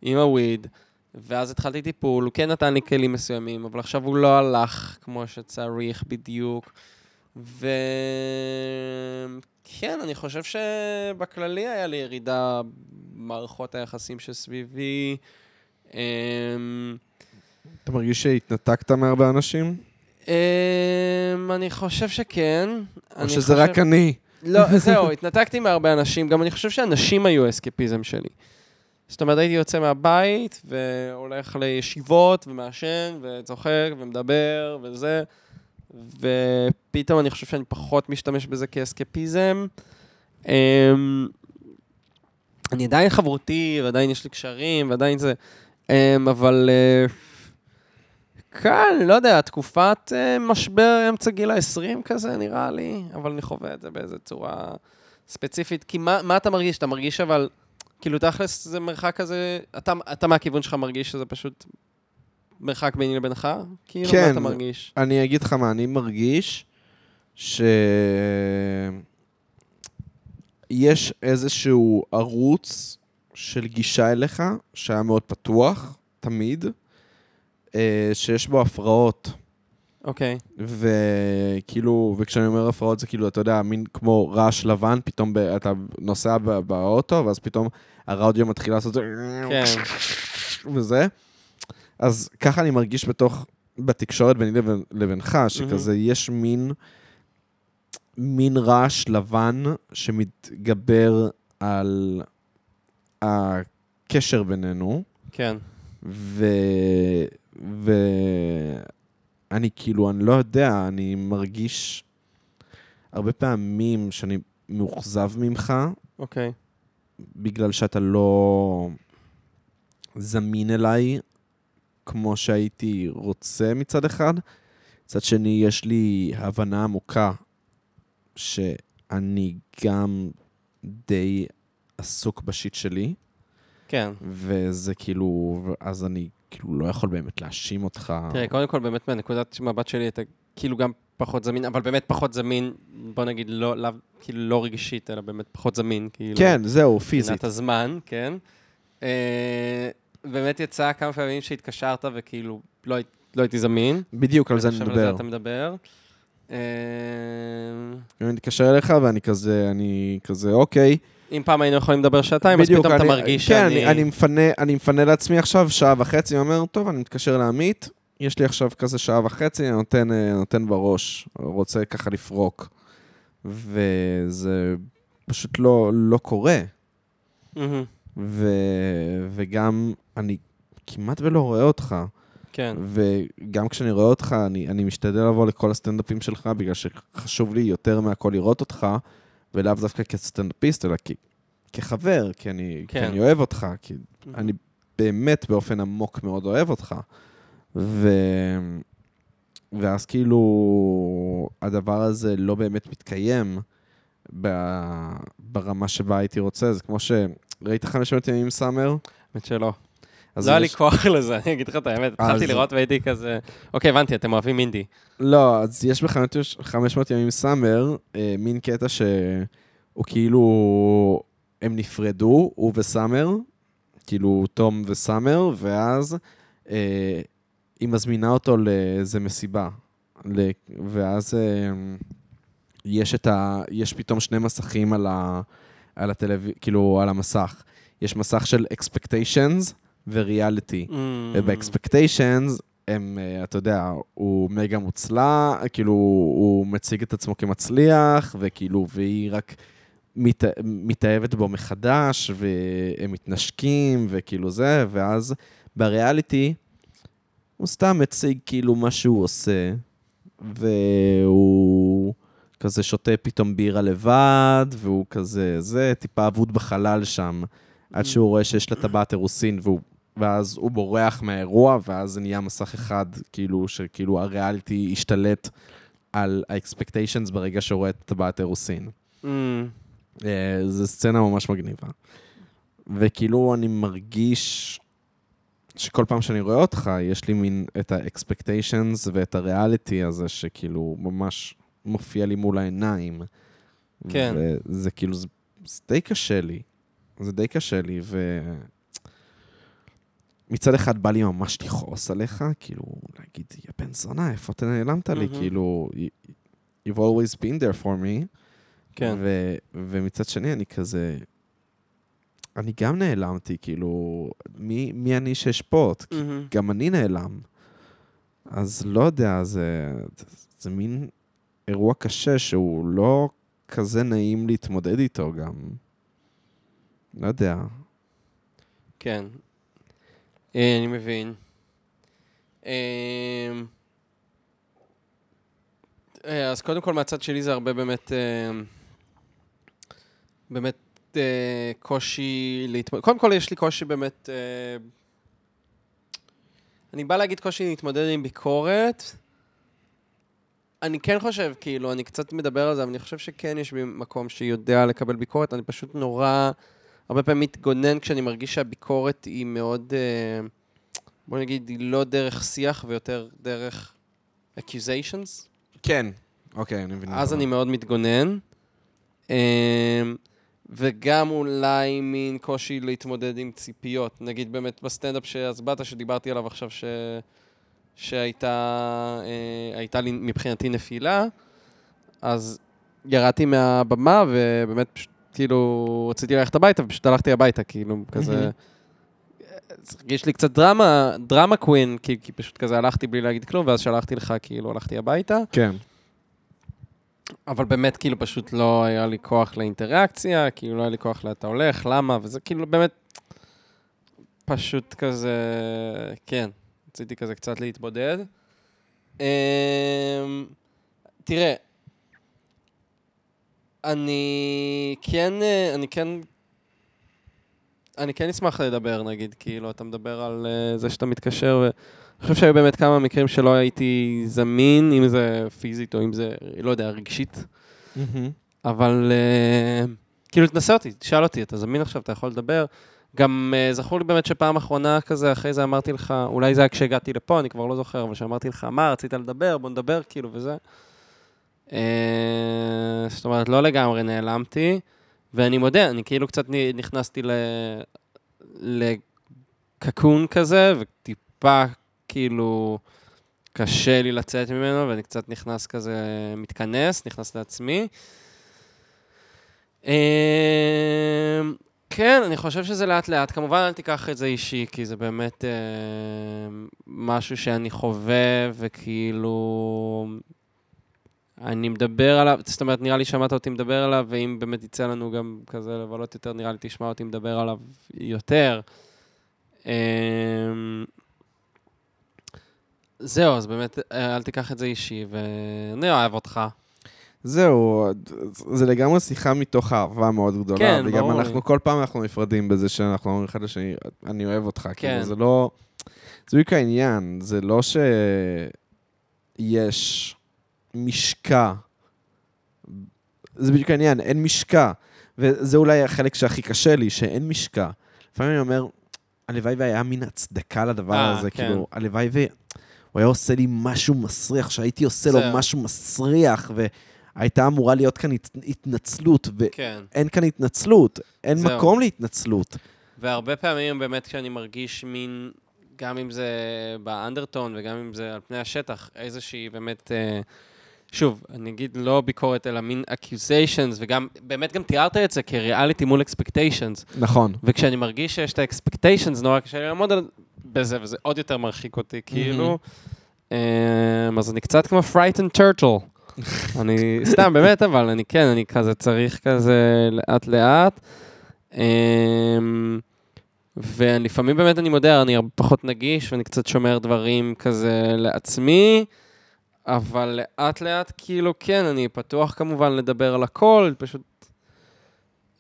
עם הוויד, ואז התחלתי טיפול, הוא כן נתן לי כלים מסוימים, אבל עכשיו הוא לא הלך כמו שצריך בדיוק. וכן, אני חושב שבכללי היה לי ירידה במערכות היחסים שסביבי. אמ, אתה מרגיש שהתנתקת מהרבה אנשים? אמ, אני חושב שכן. או אני שזה חושב- רק אני? לא, זהו, התנתקתי מהרבה אנשים. גם אני חושב שאנשים היו אסקפיזם שלי. זאת אומרת, הייתי יוצא מהבית, והולך לישיבות, ומעשן, וצוחק, ומדבר, וזה, ופתאום אני חושב שאני פחות משתמש בזה כאסקפיזם. אמ, אני עדיין חברותי, ועדיין יש לי קשרים, ועדיין זה... אמ, אבל... אה, כאן, לא יודע, תקופת אה, משבר אמצע גיל ה-20 כזה, נראה לי, אבל אני חווה את זה באיזו צורה ספציפית. כי מה, מה אתה מרגיש? אתה מרגיש אבל, כאילו, תכלס זה מרחק כזה, אתה, אתה מהכיוון שלך מרגיש שזה פשוט מרחק ביני לבינך? כאילו, מה כן. אתה מרגיש? אני אגיד לך מה, אני מרגיש ש... יש איזשהו ערוץ של גישה אליך, שהיה מאוד פתוח, תמיד, אה, שיש בו הפרעות. אוקיי. וכאילו, וכשאני אומר הפרעות זה כאילו, אתה יודע, מין כמו רעש לבן, פתאום ב, אתה נוסע ב, באוטו, ואז פתאום הרדיו מתחיל לעשות זה, כן. וזה. אז ככה אני מרגיש בתוך, בתקשורת ביני לבין, לבינך, שכזה יש מין, מין רעש לבן שמתגבר על הקשר בינינו. כן. ו... ו... אני כאילו, אני לא יודע, אני מרגיש הרבה פעמים שאני מאוכזב ממך, אוקיי. בגלל שאתה לא זמין אליי כמו שהייתי רוצה מצד אחד. מצד שני, יש לי הבנה עמוקה שאני גם די עסוק בשיט שלי, כן. וזה כאילו, אז אני כאילו לא יכול באמת להאשים אותך. תראה, קודם כל, באמת מהנקודת מבט שלי, אתה כאילו גם פחות זמין, אבל באמת פחות זמין, בוא נגיד, לא, לא, כאילו לא רגשית, אלא באמת פחות זמין, כאילו. כן, זהו, פיזית. מבחינת הזמן, כן. אה, באמת יצא כמה פעמים שהתקשרת וכאילו לא, הי- לא הייתי זמין. בדיוק על זה אני עכשיו על זה מדבר. אתה מדבר. אה, אני מתקשר אליך ואני כזה, אני כזה, אוקיי. אם פעם היינו יכולים לדבר שעתיים, אז בדיוק, פתאום אתה אני- מרגיש כן, שאני... כן, אני מפנה- אני מפנה לעצמי עכשיו שעה וחצי, אני אומר, טוב, אני מתקשר לעמית, יש לי עכשיו כזה שעה וחצי, אני נותן, אה, נותן בראש, רוצה ככה לפרוק. וזה פשוט לא, לא קורה. מהמם, ו, וגם, אני כמעט ולא רואה אותך. כן, וגם כשאני רואה אותך, אני, אני משתדל לבוא לכל הסטנדאפים שלך, בגלל שחשוב לי יותר מהכל לראות אותך, ולאו דווקא כסטנדאפיסט, אלא כ, כחבר, כי אני, כן. כן. כי אני אוהב אותך, כי אני באמת באופן עמוק מאוד אוהב אותך. ו... ואז כאילו הדבר הזה לא באמת מתקיים ב... ברמה שבה הייתי רוצה. זה כמו שראית חמש מאות ימים סאמר? האמת שלא. אז לא היה לי יש- אה, כוח [LAUGHS] לזה, אני אגיד לך את האמת. אז- התחלתי לראות והייתי כזה... אוקיי, הבנתי, אתם אוהבים אינדי. לא, אז יש ב-500 ימים סאמר אה, מין קטע שהוא כאילו, הם נפרדו, הוא וסאמר, כאילו תום וסאמר, ואז אה, היא מזמינה אותו לאיזה מסיבה. ל- ואז אה, יש, את ה, יש פתאום שני מסכים על, ה, על, הטלו, כאילו, על המסך. יש מסך של expectations ו-reality. וב-expectations, הם, אה, אתה יודע, הוא מגה מוצלח, כאילו, הוא מציג את עצמו כמצליח, וכאילו, והיא רק מת, מתאהבת בו מחדש, והם מתנשקים, וכאילו זה, ואז בריאליטי, הוא סתם מציג כאילו מה שהוא עושה, והוא כזה שותה פתאום בירה לבד, והוא כזה, זה, טיפה אבוד בחלל שם, עד שהוא רואה שיש לה טבעת אירוסין, והוא... ואז הוא בורח מהאירוע, ואז זה נהיה מסך אחד, כאילו, שכאילו הריאליטי השתלט על ה-expectations ברגע שהוא רואה את טבעת אירוסין. אמ, אה, זו סצנה ממש מגניבה. וכאילו, אני מרגיש שכל פעם שאני רואה אותך, יש לי מין את ה-expectations ואת הריאליטי הזה, שכאילו ממש מופיע לי מול העיניים. כן. וזה כאילו, זה, זה די קשה לי. זה די קשה לי, ו... מצד אחד בא לי ממש לכעוס עליך, כאילו, להגיד, יא בן זונה, איפה אתה נעלמת לי? מהמם. כאילו, "You- you've always been there for me. כן. ו, ומצד שני, אני כזה... אני גם נעלמתי, כאילו, מי, מי אני שאשפוט? כי אמ, גם אני נעלם. אז לא יודע, זה, זה מין אירוע קשה שהוא לא כזה נעים להתמודד איתו גם. לא יודע. כן. אה, אני מבין. אמ, אה, אז קודם כל, מהצד שלי זה הרבה באמת... אמ, באמת אה, קושי להתמודד... קודם כל, יש לי קושי באמת... אה, אני בא להגיד קושי להתמודד עם ביקורת. אני כן חושב, כאילו, אני קצת מדבר על זה, אבל אני חושב שכן יש בי מקום שיודע לקבל ביקורת. אני פשוט נורא... הרבה פעמים מתגונן כשאני מרגיש שהביקורת היא מאוד, אה, בוא נגיד, היא לא דרך שיח ויותר דרך accusations. כן. אוקיי, אני מבין. אז אני מאוד מתגונן. אמ, וגם אולי מין קושי להתמודד עם ציפיות. נגיד באמת בסטנדאפ שאז באת, שדיברתי עליו עכשיו, ש... שהייתה אה, הייתה לי מבחינתי נפילה, אז ירדתי מהבמה ובאמת פשוט כאילו רציתי ללכת הביתה ופשוט הלכתי הביתה, כאילו כזה... זה הרגיש לי קצת דרמה, דרמה קווין, כי, כי פשוט כזה הלכתי בלי להגיד כלום, ואז שלחתי לך, כאילו הלכתי הביתה. כן. אבל באמת, כאילו, פשוט לא היה לי כוח לאינטראקציה, כאילו, לא היה לי כוח לאתה הולך, למה, וזה כאילו, באמת, פשוט כזה, כן, רציתי כזה קצת להתבודד. אמ, תראה, אני כן, אה, אני כן, אני כן אשמח לדבר, נגיד, כאילו, אתה מדבר על אה, זה שאתה מתקשר, ו... אני חושב שהיו באמת כמה מקרים שלא הייתי זמין, אם זה פיזית או אם זה, לא יודע, רגשית. אבל אה, כאילו, תנסה אותי, תשאל אותי, אתה זמין עכשיו, אתה יכול לדבר. גם אה, זכור לי באמת שפעם אחרונה כזה, אחרי זה אמרתי לך, אולי זה היה כשהגעתי לפה, אני כבר לא זוכר, אבל שאמרתי לך, מה, רצית לדבר, בוא נדבר, כאילו, וזה. אה, זאת אומרת, לא לגמרי נעלמתי, ואני מודה, אני כאילו קצת נ- נכנסתי ל... לקקון כזה, וטיפה, כאילו, קשה לי לצאת ממנו, ואני קצת נכנס כזה, מתכנס, נכנס לעצמי. אמ, כן, אני חושב שזה לאט-לאט. כמובן, אל תיקח את זה אישי, כי זה באמת אמ, משהו שאני חווה, וכאילו... אני מדבר עליו, זאת אומרת, נראה לי שמעת אותי מדבר עליו, ואם באמת יצא לנו גם כזה לבלות יותר, נראה לי תשמע אותי מדבר עליו יותר. אמ, זהו, אז באמת, אה, אל תיקח את זה אישי, ואני אוהב אותך. זהו, זה לגמרי שיחה מתוך אהבה מאוד גדולה. כן, ברור וגם לי. אנחנו, כל פעם אנחנו נפרדים בזה שאנחנו אומרים אחד לשני, אני אוהב אותך. כן. כן. כאילו, זה לא... זה בדיוק העניין, זה לא שיש משקע. זה בדיוק העניין, אין משקע. וזה אולי החלק שהכי קשה לי, שאין משקע. לפעמים אני אומר, הלוואי והיה מין הצדקה לדבר אה, הזה, כן. כאילו, הלוואי ו... הוא היה עושה לי משהו מסריח, שהייתי עושה לו זהו. משהו מסריח, והייתה אמורה להיות כאן הת- התנצלות, כן. ואין כאן התנצלות, אין זהו. מקום להתנצלות. והרבה פעמים באמת כשאני מרגיש מין, גם אם זה באנדרטון וגם אם זה על פני השטח, איזושהי באמת, אה, שוב, אני אגיד לא ביקורת, אלא מין accusations, וגם, באמת גם תיארת את זה כריאליטי מול expectations. נכון. וכשאני מרגיש שיש את ה-expectations, נורא קשה לי לעמוד על... בזה, וזה עוד יותר מרחיק אותי, כאילו. אמ, אז אני קצת כמו frightened turtle. אני, סתם, באמת, אבל אני כן, אני כזה צריך כזה לאט-לאט. אמ, ולפעמים באמת אני מודה, אני הרבה פחות נגיש, ואני קצת שומר דברים כזה לעצמי. אבל לאט לאט, כאילו, כן, אני פתוח כמובן לדבר על הכל, פשוט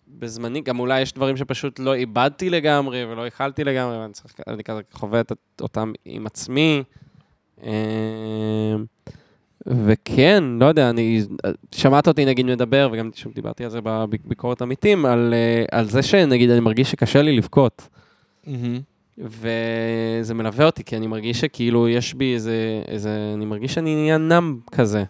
בזמני, גם אולי יש דברים שפשוט לא איבדתי לגמרי ולא איחלתי לגמרי, ואני צריך, אני כזה חווה את, אותם עם עצמי. אמ, וכן, לא יודע, אני... שמעת אותי נגיד מדבר, וגם שוב דיברתי על זה בביקורת עמיתים, על, אה, על זה שנגיד אני מרגיש שקשה לי לבכות. וזה מלווה אותי, כי אני מרגיש שכאילו יש בי איזה, איזה אני מרגיש שאני נהיה נם כזה.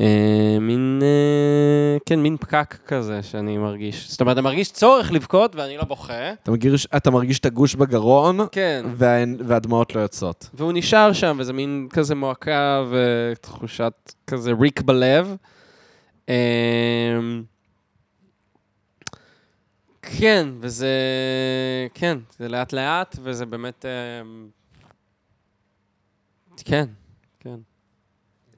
אה, מין, אה, כן, מין פקק כזה שאני מרגיש. זאת אומרת, אני מרגיש צורך לבכות ואני לא בוכה. אתה מרגיש- אתה מרגיש את הגוש בגרון, כן. וה- והדמעות לא יוצאות. והוא נשאר שם, וזה מין כזה מועקה ותחושת כזה ריק בלב. אמ, כן, וזה... כן, זה לאט-לאט, וזה באמת... אמ, כן, כן.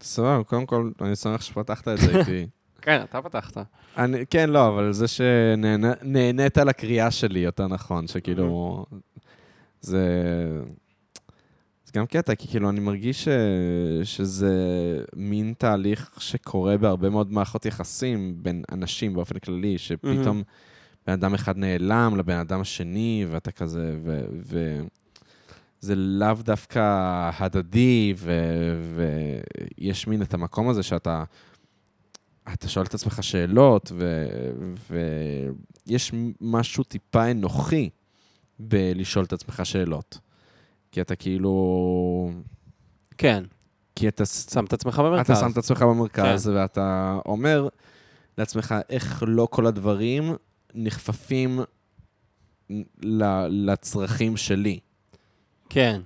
סבבה, קודם כל, אני שמח שפתחת את [LAUGHS] זה איתי. כן, אתה פתחת. אני, כן, לא, אבל זה שנהנית על הקריאה שלי, יותר נכון, שכאילו... זה... זה גם קטע, כי כאילו אני מרגיש ש... שזה מין תהליך שקורה בהרבה מאוד מערכות יחסים בין אנשים באופן כללי, שפתאום בן אדם אחד נעלם לבן אדם השני, ואתה כזה, ו... ו... זה לאו דווקא הדדי, ו- ויש מין את המקום הזה שאתה אתה שואל את עצמך שאלות, ו- ויש משהו טיפה אנוכי בלשאול את עצמך שאלות. כי אתה כאילו... כן, כי אתה, ס- שם את עצמך אתה במרכז. שם את עצמך במרכז, כן. ואתה אומר לעצמך איך לא כל הדברים נכפפים ל- לצרכים שלי. כן.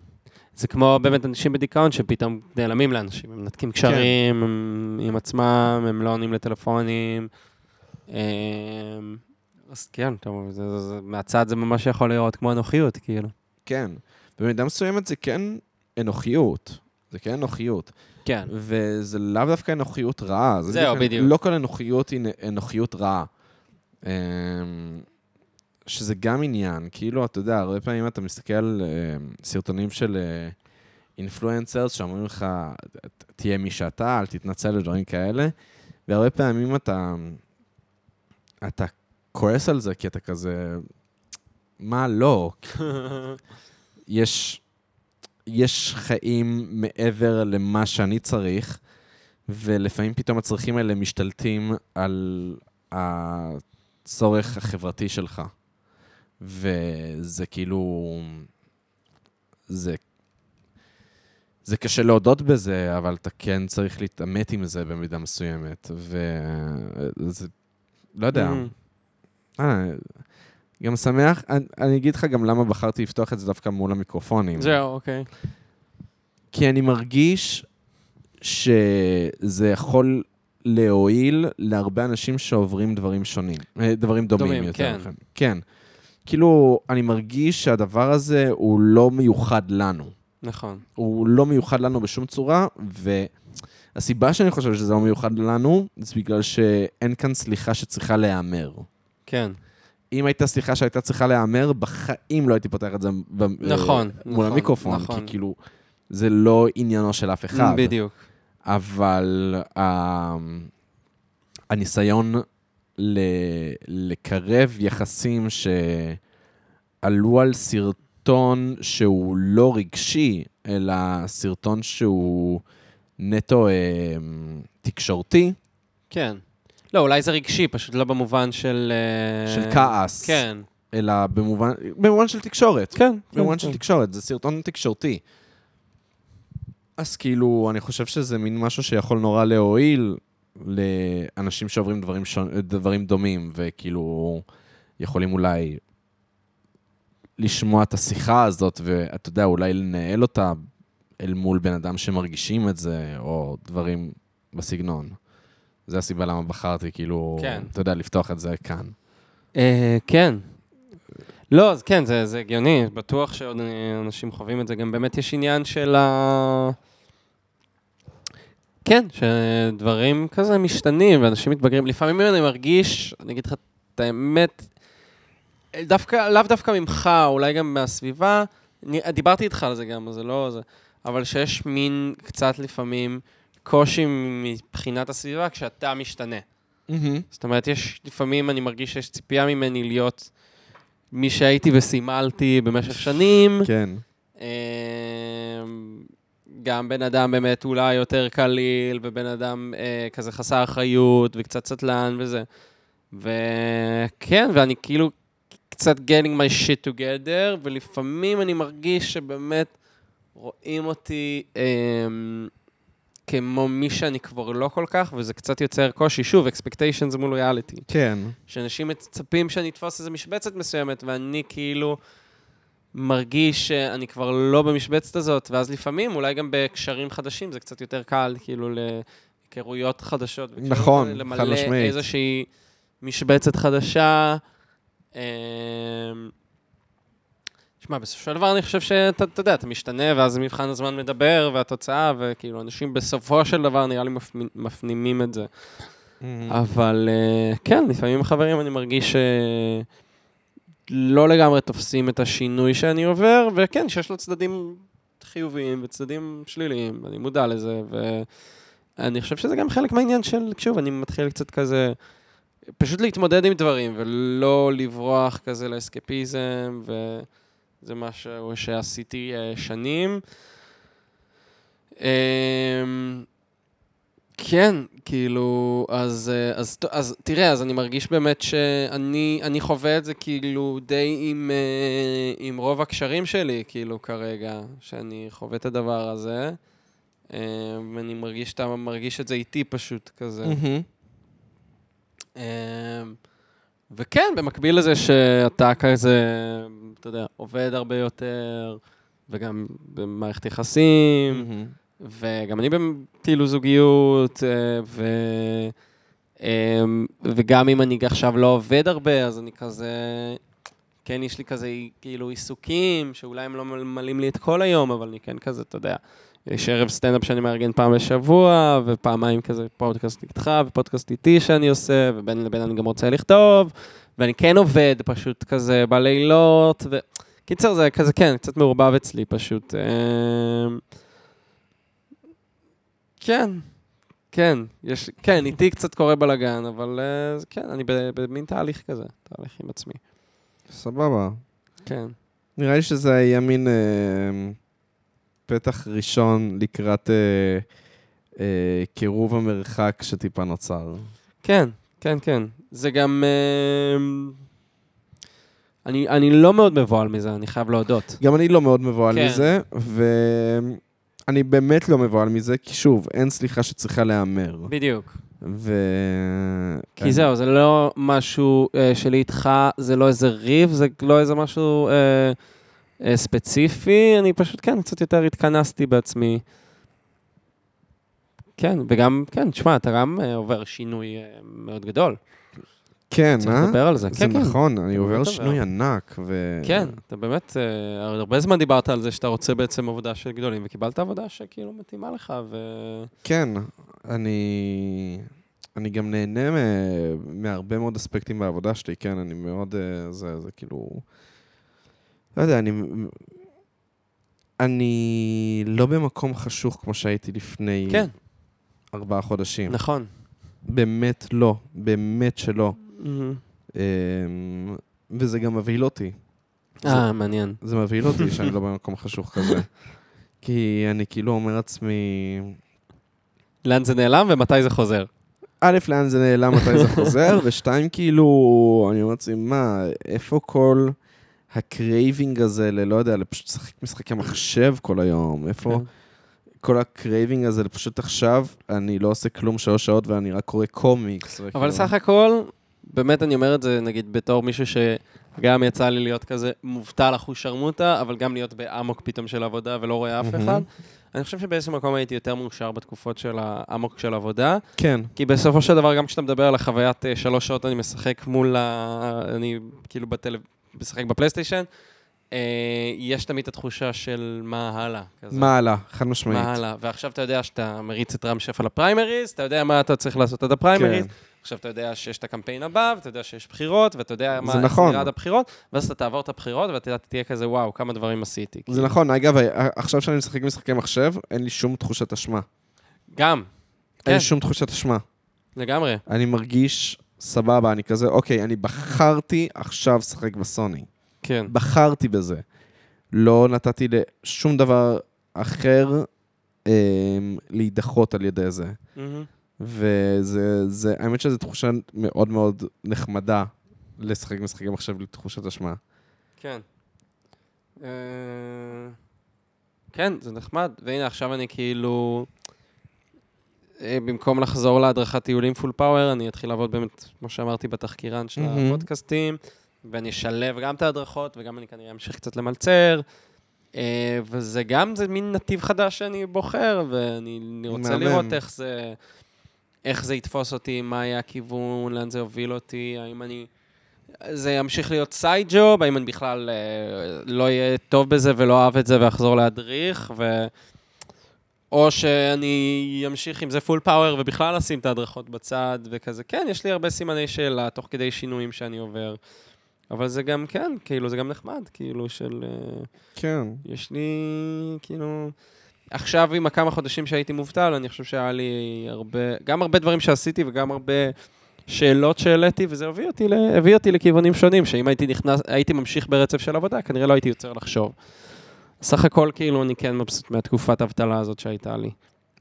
זה כמו באמת אנשים בדיכאון שפתאום נעלמים לאנשים, הם מנתקים קשרים כן. הם, עם עצמם, הם לא עונים לטלפונים. אמ, אז כן, טוב, זה, זה, זה, מהצד זה ממש יכול להיראות כמו אנוכיות, כאילו. כן. במידה מסוימת זה כן אנוכיות. זה כן אנוכיות. כן, וזה לאו דווקא אנוכיות רעה. זה זהו, בדיוק. לא כל אנוכיות היא נ- אנוכיות רעה. אמ, שזה גם עניין, כאילו, אתה יודע, הרבה פעמים אתה מסתכל על אמ, סרטונים של אינפלואנסרס שאומרים לך, "ת- תהיה מי שאתה, אל תתנצל ודברים כאלה, והרבה פעמים אתה, אתה כועס על זה, כי אתה כזה, מה לא? יש, יש חיים מעבר למה שאני צריך, ולפעמים פתאום הצרכים האלה משתלטים על הצורך החברתי שלך. וזה כאילו... זה... זה קשה להודות בזה, אבל אתה כן צריך להתעמת עם זה במידה מסוימת. וזה... לא יודע. Mm. אה, גם שמח, אני, אני אגיד לך גם למה בחרתי לפתוח את זה דווקא מול המיקרופונים. זהו, אוקיי. כי אני מרגיש שזה יכול להועיל להרבה אנשים שעוברים דברים שונים, אה, דברים דומים, דומים, יותר. כן. נכון. כן. כאילו, אני מרגיש שהדבר הזה הוא לא מיוחד לנו. נכון. הוא לא מיוחד לנו בשום צורה, והסיבה שאני חושב שזה לא מיוחד לנו, זה בגלל שאין כאן סליחה שצריכה להיאמר. כן. אם הייתה סליחה שהייתה צריכה להיאמר, בחיים לא הייתי פותח את זה ב- נכון, אה, מול נכון, המיקרופון, נכון. כי כאילו, זה לא עניינו של אף אחד. בדיוק. אבל ה- הניסיון ל- לקרב יחסים שעלו על סרטון שהוא לא רגשי, אלא סרטון שהוא נטו אה, תקשורתי, כן. לא, אולי זה רגשי, פשוט לא במובן של... אה, של כעס. כן. אלא במובן, במובן של תקשורת. כן. במובן של תקשורת, זה סרטון תקשורתי. אז כאילו, אני חושב שזה מין משהו שיכול נורא להועיל לאנשים שעוברים דברים, שונ... דברים דומים, וכאילו, יכולים אולי לשמוע את השיחה הזאת, ואתה יודע, אולי לנהל אותה אל מול בן אדם שמרגישים את זה, או דברים בסגנון. זה הסיבה למה בחרתי, כאילו, כן. אתה יודע, לפתוח את זה כאן. אה, כן. לא, אז כן, זה, זה הגיוני, בטוח שעוד אה, אנשים חווים את זה. גם באמת יש עניין של ה... כן, שדברים כזה משתנים, ואנשים מתבגרים. לפעמים אני מרגיש, אני אגיד לך את האמת, דווקא, לאו דווקא ממך, אולי גם מהסביבה, אני, דיברתי איתך על זה גם, אז זה לא... זה, אבל שיש מין קצת לפעמים קושי מבחינת הסביבה כשאתה משתנה. זאת אומרת, יש, לפעמים אני מרגיש שיש ציפייה ממני להיות מי שהייתי וסימלתי במשך שנים. כן. אמ, גם בן אדם באמת אולי יותר קליל, ובן אדם אה, כזה חסר אחריות, וקצת סטלן וזה. וכן, ואני כאילו קצת getting my shit together, ולפעמים אני מרגיש שבאמת רואים אותי אמ, כמו מי שאני כבר לא כל כך, וזה קצת יוצר קושי. שוב, expectations מול reality. כן. שאנשים מצפים שאני אתפוס איזו משבצת מסוימת, ואני כאילו מרגיש שאני כבר לא במשבצת הזאת, ואז לפעמים, אולי גם בקשרים חדשים, זה קצת יותר קל, כאילו, להיכרויות חדשות. וקשרים נכון, כאלה, חד למלא משמעית. איזושהי משבצת חדשה. אמ, שמע, בסופו של דבר אני חושב שאתה אתה יודע, אתה משתנה, ואז מבחן הזמן מדבר, והתוצאה, וכאילו, אנשים בסופו של דבר, נראה לי, מפמ- מפנימים את זה. אבל אה, כן, לפעמים עם חברים אני מרגיש שלא לגמרי תופסים את השינוי שאני עובר, וכן, שיש לו צדדים חיוביים וצדדים שליליים, אני מודע לזה, ואני חושב שזה גם חלק מהעניין של, שוב, אני מתחיל קצת כזה, פשוט להתמודד עם דברים, ולא לברוח כזה לאסקפיזם, וזה משהו שעשיתי אה, שנים. אמ, כן, כאילו, אז, אה, אז, ת- אז תראה, אז אני מרגיש באמת שאני אני חווה את זה כאילו די עם, אה, עם רוב הקשרים שלי, כאילו, כרגע, שאני חווה את הדבר הזה. אה, ואני מרגיש שאתה מרגיש את זה איתי פשוט, כזה. אמ, וכן, במקביל לזה שאתה כזה, אתה יודע, עובד הרבה יותר, וגם במערכת יחסים, וגם אני כאילו זוגיות, אה, ו... אמ, וגם אם אני עכשיו לא עובד הרבה, אז אני כזה... כן, יש לי כזה כאילו עיסוקים, שאולי הם לא ממלאים לי את כל היום, אבל אני כן כזה, אתה יודע, יש ערב סטנדאפ שאני מארגן פעם בשבוע, ופעמיים כזה פודקאסט איתך, ופודקאסט איתי שאני עושה, ובין לבין אני גם רוצה לכתוב, ואני כן עובד פשוט כזה בלילות, ו... קיצר, זה כזה, כן, קצת מעורבב אצלי פשוט. אמ, כן, כן, יש, כן, איתי קצת קורה בלאגן, אבל אה, זה כן, אני ב- במין תהליך כזה, תהליך עם עצמי. סבבה. כן. נראה לי שזה היה מין אה, פתח ראשון לקראת אה, אה, קירוב המרחק שטיפה נוצר. כן, כן, כן. זה גם... אה, אני, אני לא מאוד מבוהל מזה, אני חייב להודות. גם אני לא מאוד מבוהל כן. כן. מזה, ואני באמת לא מבוהל מזה, כי שוב, אין סליחה שצריכה להיאמר. בדיוק. ו... כן. כי זהו, זה לא משהו אה, שלי איתך, זה לא איזה ריב, זה לא איזה משהו אה, אה, ספציפי, אני פשוט, כן, קצת יותר התכנסתי בעצמי. כן, וגם, כן, תשמע, אתה גם אה, עובר שינוי אה, מאוד גדול. כן, צריך אה? לדבר על זה. זה כן, כן. נכון, אני אתה עובר מדבר. שינוי ענק, ו... כן, אתה באמת, אה, הרבה זמן דיברת על זה שאתה רוצה בעצם עבודה של גדולים, וקיבלת עבודה שכאילו מתאימה לך, ו... כן, אני... אני גם נהנה מ... מהרבה מאוד אספקטים בעבודה שלי, כן, אני מאוד... אה, זה, זה כאילו... לא יודע, אני... אני לא במקום חשוך כמו שהייתי לפני כן, ארבעה חודשים. נכון. באמת לא, באמת שלא. מהמם. אמ, וזה גם מבהיל אותי. אה, מעניין. זה מבהיל אותי שאני לא במקום חשוך [LAUGHS] כזה. כי אני כאילו אומר לעצמי, לאן זה נעלם ומתי זה חוזר? א', לאן זה נעלם, מתי זה [LAUGHS] חוזר, ושתיים, כאילו, אני אומר לעצמי, מה, איפה כל הקרייבינג הזה ללא יודע, לפשוט לשחק משחקי מחשב כל היום? איפה כן. כל הקרייבינג הזה לפשוט עכשיו, אני לא עושה כלום שלוש שעות ואני רק קורא קומיקס. אבל וכאילו- סך הכל, באמת אני אומר את זה, נגיד, בתור מישהו שגם יצא לי להיות כזה מובטל אחושרמוטה, אבל גם להיות באמוק פתאום של עבודה ולא רואה אף מהמם. אחד. אני חושב שבאיזשהו מקום הייתי יותר מאושר בתקופות של האמוק של עבודה, כן, כי בסופו של דבר, גם כשאתה מדבר על החוויית אה, שלוש שעות, אני משחק מול ה... אני כאילו בטל... משחק בפלייסטיישן, אה, יש תמיד את התחושה של מה הלאה. כזה. מה הלאה? חד משמעית. מה הלאה? ועכשיו אתה יודע שאתה מריץ את רם שפע לפריימריז, אתה יודע מה אתה צריך לעשות עד כן. הפריימריז, עכשיו אתה יודע שיש את הקמפיין הבא, ואתה יודע שיש בחירות, ואתה יודע מה זה נכון. נראה עד הבחירות, ואז אתה תעבור את הבחירות, ואתה תהיה כזה, וואו, כמה דברים עשיתי. זה כאילו. נכון, אגב, ה- עכשיו שאני משחק משחקי מחשב, אין לי שום תחושת אשמה. גם, אין כן. לי שום תחושת אשמה. לגמרי. אני מרגיש סבבה, אני כזה, אוקיי, אני בחרתי עכשיו לשחק בסוני. כן, בחרתי בזה. לא נתתי לשום דבר אחר אה, להידחות על ידי זה. מהמם. וזה, זה, האמת שזו תחושה מאוד מאוד נחמדה לשחק משחקי מחשב לתחושת אשמה. כן. אה, כן, זה נחמד. והנה, עכשיו אני כאילו... אה, במקום לחזור להדרכת טיולים פול פאוור, אני אתחיל לעבוד באמת, כמו שאמרתי, בתחקירן של מהמם. הפודקאסטים, ואני אשלב גם את ההדרכות, וגם אני כנראה אמשיך קצת למלצר. אה, וזה גם, זה מין נתיב חדש שאני בוחר, ואני אני רוצה מהמם. לראות איך זה, איך זה יתפוס אותי, מה יהיה הכיוון, לאן זה יוביל אותי, האם אני... זה ימשיך להיות סייד ג'וב, האם אני בכלל אה, לא אהיה טוב בזה ולא אהב את זה ואחזור להדריך, ו... או שאני אמשיך עם זה פול פאוור ובכלל אשים את ההדרכות בצד וכזה. כן, יש לי הרבה סימני שאלה תוך כדי שינויים שאני עובר. אבל זה גם, כן, כאילו, זה גם נחמד, כאילו, של... אה, כן. יש לי, כאילו... עכשיו, עם הכמה חודשים שהייתי מובטל, אני חושב שהיה לי הרבה, גם הרבה דברים שעשיתי וגם הרבה שאלות שהעליתי, וזה הביא אותי, ל... הביא אותי לכיוונים שונים, שאם הייתי נכנס, הייתי ממשיך ברצף של עבודה, כנראה לא הייתי יוצר לחשוב. סך הכל, כאילו, אני כן מבסוט מהתקופת האבטלה הזאת שהייתה לי.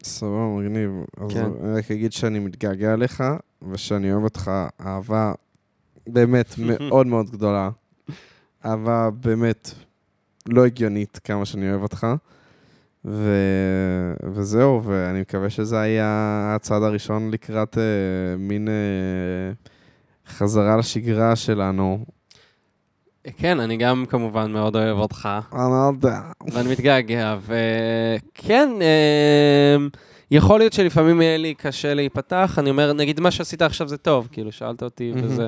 סבבה, מגניב. אז כן. אני רק אגיד שאני מתגעגע אליך, ושאני אוהב אותך אהבה באמת [LAUGHS] מאוד מאוד גדולה. אהבה באמת לא הגיונית כמה שאני אוהב אותך. ו... וזהו, ואני מקווה שזה היה הצעד הראשון לקראת אה, מין אה, חזרה לשגרה שלנו. כן, אני גם כמובן מאוד אוהב אותך. אני לא יודע. ואני מתגעגע, וכן, אמ, יכול להיות שלפעמים יהיה לי קשה להיפתח, אני אומר, נגיד מה שעשית עכשיו זה טוב, כאילו, שאלת אותי, מהמם. וזה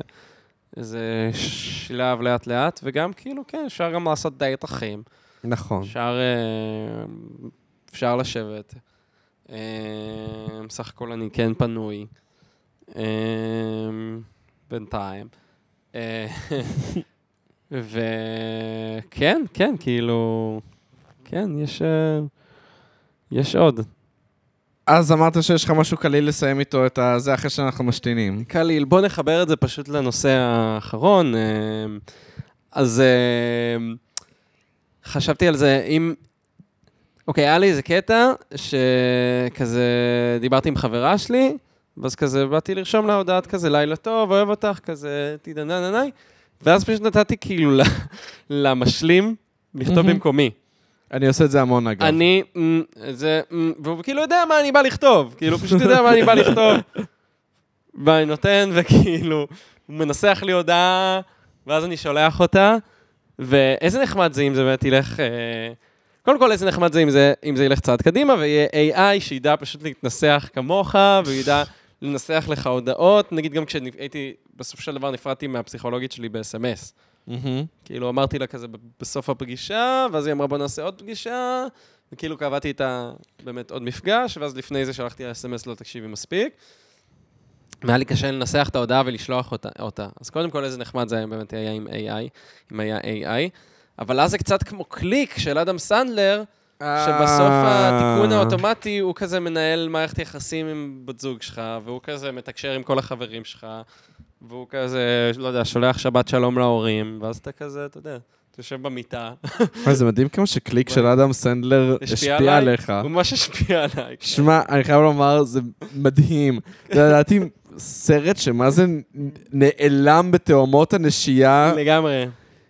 זה שלב לאט-לאט, וגם כאילו, כן, אפשר גם לעשות דייט אחים, נכון. אפשר, אה, אפשר לשבת. אה, בסך הכל אני כן פנוי, אה, בינתיים. אה, וכן, כן, כאילו, כן, יש, אה, יש עוד. אז אמרת שיש לך משהו קליל לסיים איתו את זה אחרי שאנחנו משתינים. קליל, בוא נחבר את זה פשוט לנושא האחרון. אה, אז אה, חשבתי על זה, אם... אוקיי, היה לי איזה קטע שכזה דיברתי עם חברה שלי, ואז כזה באתי לרשום לה הודעת כזה, לילה טוב, אוהב אותך, כזה תדענננאי, ואז פשוט נתתי כאילו ל- [LAUGHS] למשלים לכתוב מהמם. במקומי. אני עושה את זה המון, אגב. אני, מ, זה, מ, והוא כאילו יודע מה אני בא לכתוב, כאילו, פשוט יודע מה אני בא לכתוב. [LAUGHS] ואני נותן, וכאילו, הוא מנסח לי הודעה, ואז אני שולח אותה, ואיזה נחמד זה אם זה באמת ילך... אה, קודם כל, איזה נחמד זה אם זה, אם זה ילך צעד קדימה, ויהיה AI שידע פשוט להתנסח כמוך, וידע לנסח לך הודעות. נגיד, גם כשהייתי, בסופו של דבר נפרדתי מהפסיכולוגית שלי ב-SMS. מהמם. כאילו, אמרתי לה כזה ב- בסוף הפגישה, ואז היא אמרה, בוא נעשה עוד פגישה, וכאילו קבעתי איתה באמת עוד מפגש, ואז לפני זה שלחתי לה אס.אם.אס, לא תקשיבי מספיק. והיה לי קשה לנסח את ההודעה ולשלוח אותה, אותה. אז קודם כל, איזה נחמד זה היה באמת היה עם AI, אם היה AI. אבל אז זה קצת כמו קליק של אדם סנדלר, שבסוף אה, התיקון האוטומטי הוא כזה מנהל מערכת יחסים עם בת זוג שלך, והוא כזה מתקשר עם כל החברים שלך, והוא כזה, לא יודע, שולח שבת שלום להורים, ואז אתה כזה, אתה יודע, אתה יושב [LAUGHS] במיטה, אה, זה מדהים כמה שקליק של אדם סנדלר השפיע השפיע עליי. עליך. הוא ממש השפיע עליי. שמע, אני חייב לומר, זה מדהים. זה לדעתי סרט שמה זה נעלם בתאומות הנשייה. כן, לגמרי.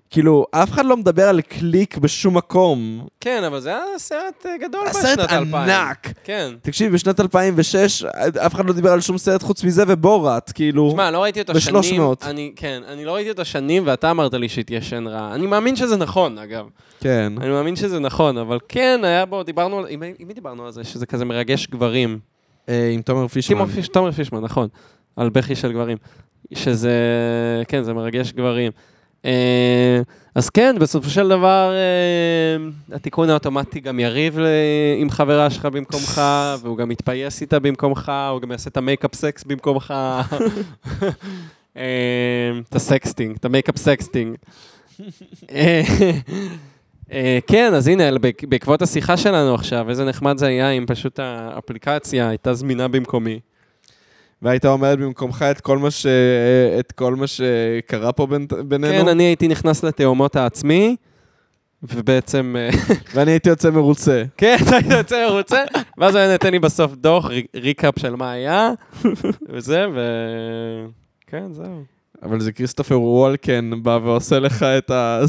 כאילו, אף אחד לא מדבר על קליק בשום מקום. כן, אבל זה היה סרט אה, גדול בשנת 2000. הסרט ענק. כן. תקשיב, בשנת 2006 אף אחד לא דיבר על שום סרט חוץ מזה ובורת, כאילו. תשמע, לא ראיתי אותו שנים. בשלוש מאות. אני, כן, אני לא ראיתי אותו שנים, ואתה אמרת לי שהתיישן רע. אני מאמין שזה נכון, אגב. כן. אני מאמין שזה נכון, אבל כן, היה בו, דיברנו, על- עם מי- עם מי דיברנו על זה? שזה כזה מרגש גברים. אה, עם תומר פישמן. טימו פיש, תומר פישמן, נכון. על בכי של גברים. שזה, כן, זה מרגש גברים. אה, אז כן, בסופו של דבר, אה, התיקון האוטומטי גם יריב ל- עם חברה שלך במקומך, והוא גם יתפייס איתה במקומך, הוא גם יעשה את המייקאפ סקס במקומך. אה, את הסקסטינג, את המייקאפ סקסטינג. אה, אה, כן, אז הנה, בעק- בעקבות השיחה שלנו עכשיו, איזה נחמד זה היה אם פשוט האפליקציה הייתה זמינה במקומי. והיית אומרת במקומך את כל מה ש... אה, את כל מה שקרה פה בין- בינינו, כן, אני הייתי נכנס לתאומות העצמי, ובעצם, אה, ואני הייתי יוצא מרוצה. כן, אתה היית יוצא מרוצה, ואז הוא היה נותן לי בסוף דוח, רי- ריקאפ של מה היה, וזה, ו... כן, זהו. אבל זה כריסטופר וולקן בא ועושה לך את ה...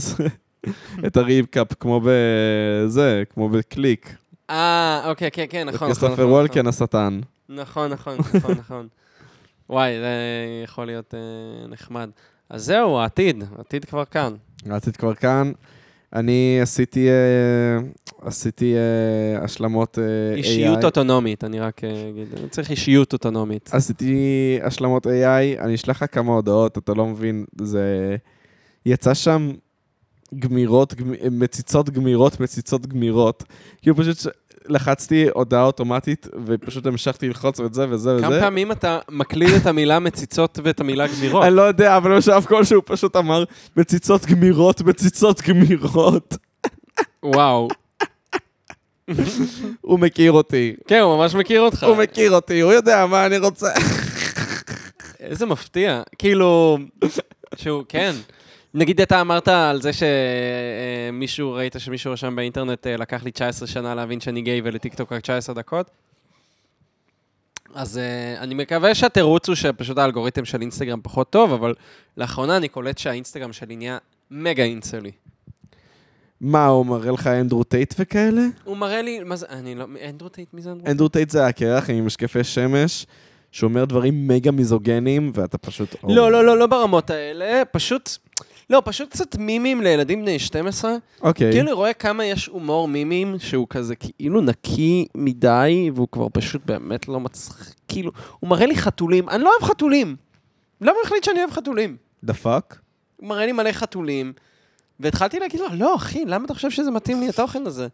[LAUGHS] את הריבקאפ, כמו בזה, כמו בקליק. אה, אוקיי, כן, כן, זה נכון, נכון, כריסטופר נכון. וולקן השטן. נכון, נכון, נכון, נכון. וואי, זה יכול להיות אה, נחמד. אז זהו, העתיד, העתיד כבר כאן. רצית כבר כאן. אני עשיתי, אה, עשיתי אה, השלמות אה, AI. אישיות אוטונומית, אני רק אה, אגיד, אני צריך אישיות אוטונומית. עשיתי השלמות AI, אני אשלח לך כמה הודעות, אתה לא מבין, זה... יצא שם גמירות, גמ... מציצות גמירות, מציצות גמירות. כאילו פשוט ש... לחצתי הודעה אוטומטית, ופשוט המשכתי ללחוץ את זה וזה וזה. כמה פעמים אתה מקליד את המילה מציצות ואת המילה גבירות? אני לא יודע, אבל בשלב כלשהו הוא פשוט אמר, מציצות גמירות, מציצות גמירות. וואו. הוא מכיר אותי. כן, הוא ממש מכיר אותך. הוא מכיר אותי, הוא יודע מה אני רוצה. איזה מפתיע. כאילו, שהוא, כן. נגיד אתה אמרת על זה שמישהו, ראית שמישהו רשם באינטרנט, אה, לקח לי 19 שנה להבין שאני גיי ולטיקטוק רק 19 דקות. אז אה, אני מקווה שהתירוץ הוא שפשוט האלגוריתם של אינסטגרם פחות טוב, אבל לאחרונה אני קולט שהאינסטגרם שלי נהיה מגה אינסלי. מה, הוא מראה לך אנדרו טייט וכאלה? הוא מראה לי, מה זה, אני לא, אנדרו טייט, מי זה אנדרו? אנדרו טייט זה הקרח עם משקפי שמש, שאומר דברים מגה מיזוגנים, ואתה פשוט... לא, לא, לא, לא ברמות האלה, פשוט, לא, פשוט קצת מימים לילדים בני 12. אוקיי. כאילו רואה כמה יש הומור מימים שהוא כזה כאילו נקי מדי, והוא כבר פשוט באמת לא מצחיק, כאילו, הוא מראה לי חתולים, אני לא אוהב חתולים. למה הוא החליט שאני אוהב חתולים? דפק? הוא מראה לי מלא חתולים, והתחלתי להגיד לו, לא, אחי, למה אתה חושב שזה מתאים לי, התוכן הזה?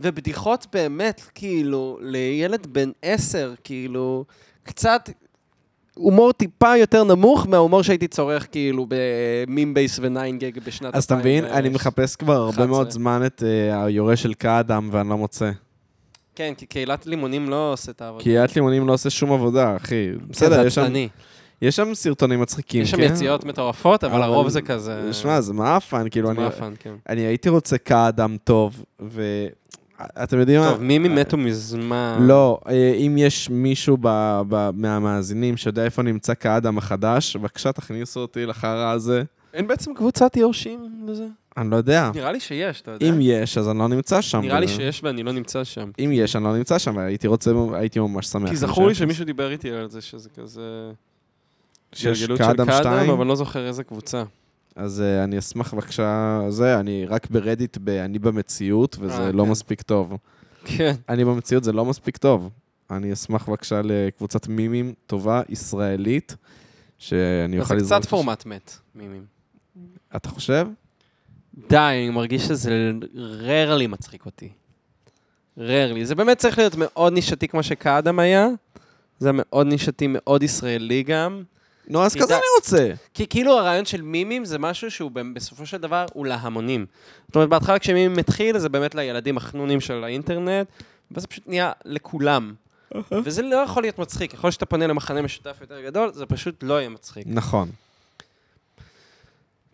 ובדיחות באמת, כאילו, לילד בן עשר, כאילו, קצת הומור טיפה יותר נמוך מההומור שהייתי צורך, כאילו, במים בייס וניין גג בשנת אז אתה מבין? 2000, אני אה, מחפש כבר הרבה 11. מאוד זמן את אה, היורה של קאדם, ואני לא מוצא. כן, כי קהילת לימונים לא עושה את העבודה. קהילת לימונים לא עושה שום עבודה, אחי. כן, בסדר, זה יש שם- עצלני. יש שם סרטונים מצחיקים, יש שם כן? יציאות מטורפות, אבל אבל- הרוב זה כזה... שמע, זה מאפן, כאילו, זה אני, מאפן, כן. אני הייתי רוצה כאדם טוב, ואתם יודעים מה? טוב, מימי מתו מזמן. אה, לא, אה, אם יש מישהו ב, ב, מהמאזינים שיודע איפה נמצא כאדם החדש, בבקשה תכניסו אותי לחרא הזה. אין בעצם קבוצת יורשים וזה? אני לא יודע. נראה לי שיש, אתה יודע. אם יש, אז אני לא נמצא שם. נראה לי וזה- שיש ואני לא נמצא שם. אם יש, אני לא נמצא שם, אבל הייתי רוצה, הייתי ממש שמח. כי אני זכור לי חושב שמישהו דיבר איתי על זה שזה כזה... שיש גלגלות של כאדם שתיים, קאדם, אבל לא זוכר איזה קבוצה. אמ אז אה, אני אשמח בבקשה, זה, אני רק ברדיט, ב- אני במציאות, אה, וזה לא כן. מספיק טוב. כן. אני במציאות, זה לא מספיק טוב. אני אשמח בבקשה לקבוצת מימים טובה, ישראלית, שאני זה אוכל לזרוק... קצת פורמט מת, מימים. אתה חושב? די, אני מרגיש שזה ררלי מצחיק אותי. ררלי. זה באמת צריך להיות מאוד נישתי כמו שקאדם היה. זה היה מאוד נישתי, מאוד ישראלי גם. נו, אז תדע- כזה אני רוצה. כי כאילו הרעיון של מימים זה משהו שהוא במ- בסופו של דבר הוא להמונים. זאת אומרת, בהתחלה כשמימים התחיל, זה באמת לילדים החנונים של האינטרנט, ואז זה פשוט נהיה לכולם. וזה לא יכול להיות מצחיק. ככל שאתה פונה למחנה משותף יותר גדול, זה פשוט לא יהיה מצחיק. נכון.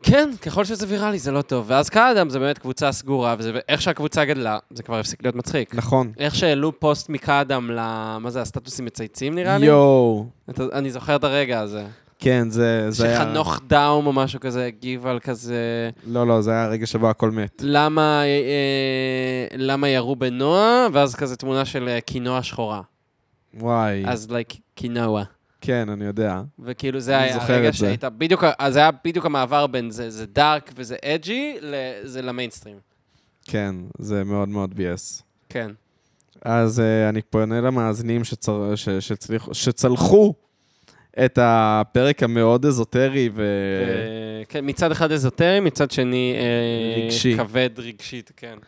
כן, ככל שזה ויראלי זה לא טוב. ואז קאדם זה באמת קבוצה סגורה, וזה- ואיך שהקבוצה גדלה, זה כבר הפסיק להיות מצחיק. נכון. איך שהעלו פוסט מקאדם ל... מה זה, הסטטוסים מצייצים נראה לי? יואו. אתה, אני זוכר את הרגע הזה. כן, זה, זה היה... שחנוך דאום או משהו כזה הגיב על כזה... לא, לא, זה היה הרגע שבו הכל מת. למה, אה, אה, למה ירו בנועה, ואז כזה תמונה של אה, קינוע שחורה. וואי. אז לייק קינוע. כן, אני יודע. וכאילו זה אני היה זוכר הרגע את זה. שהיית בדיוק, ה- אז זה היה בדיוק המעבר בין זה, זה דארק וזה אג'י, ל- זה למיינסטרים. כן, זה מאוד מאוד ביאס. כן. אז uh, אני פונה למאזינים שצר... ש... שצליח... שצלחו את הפרק המאוד אזוטרי ו... אה, כן, מצד אחד אזוטרי, מצד שני אה, רגשי. כבד רגשית, כן.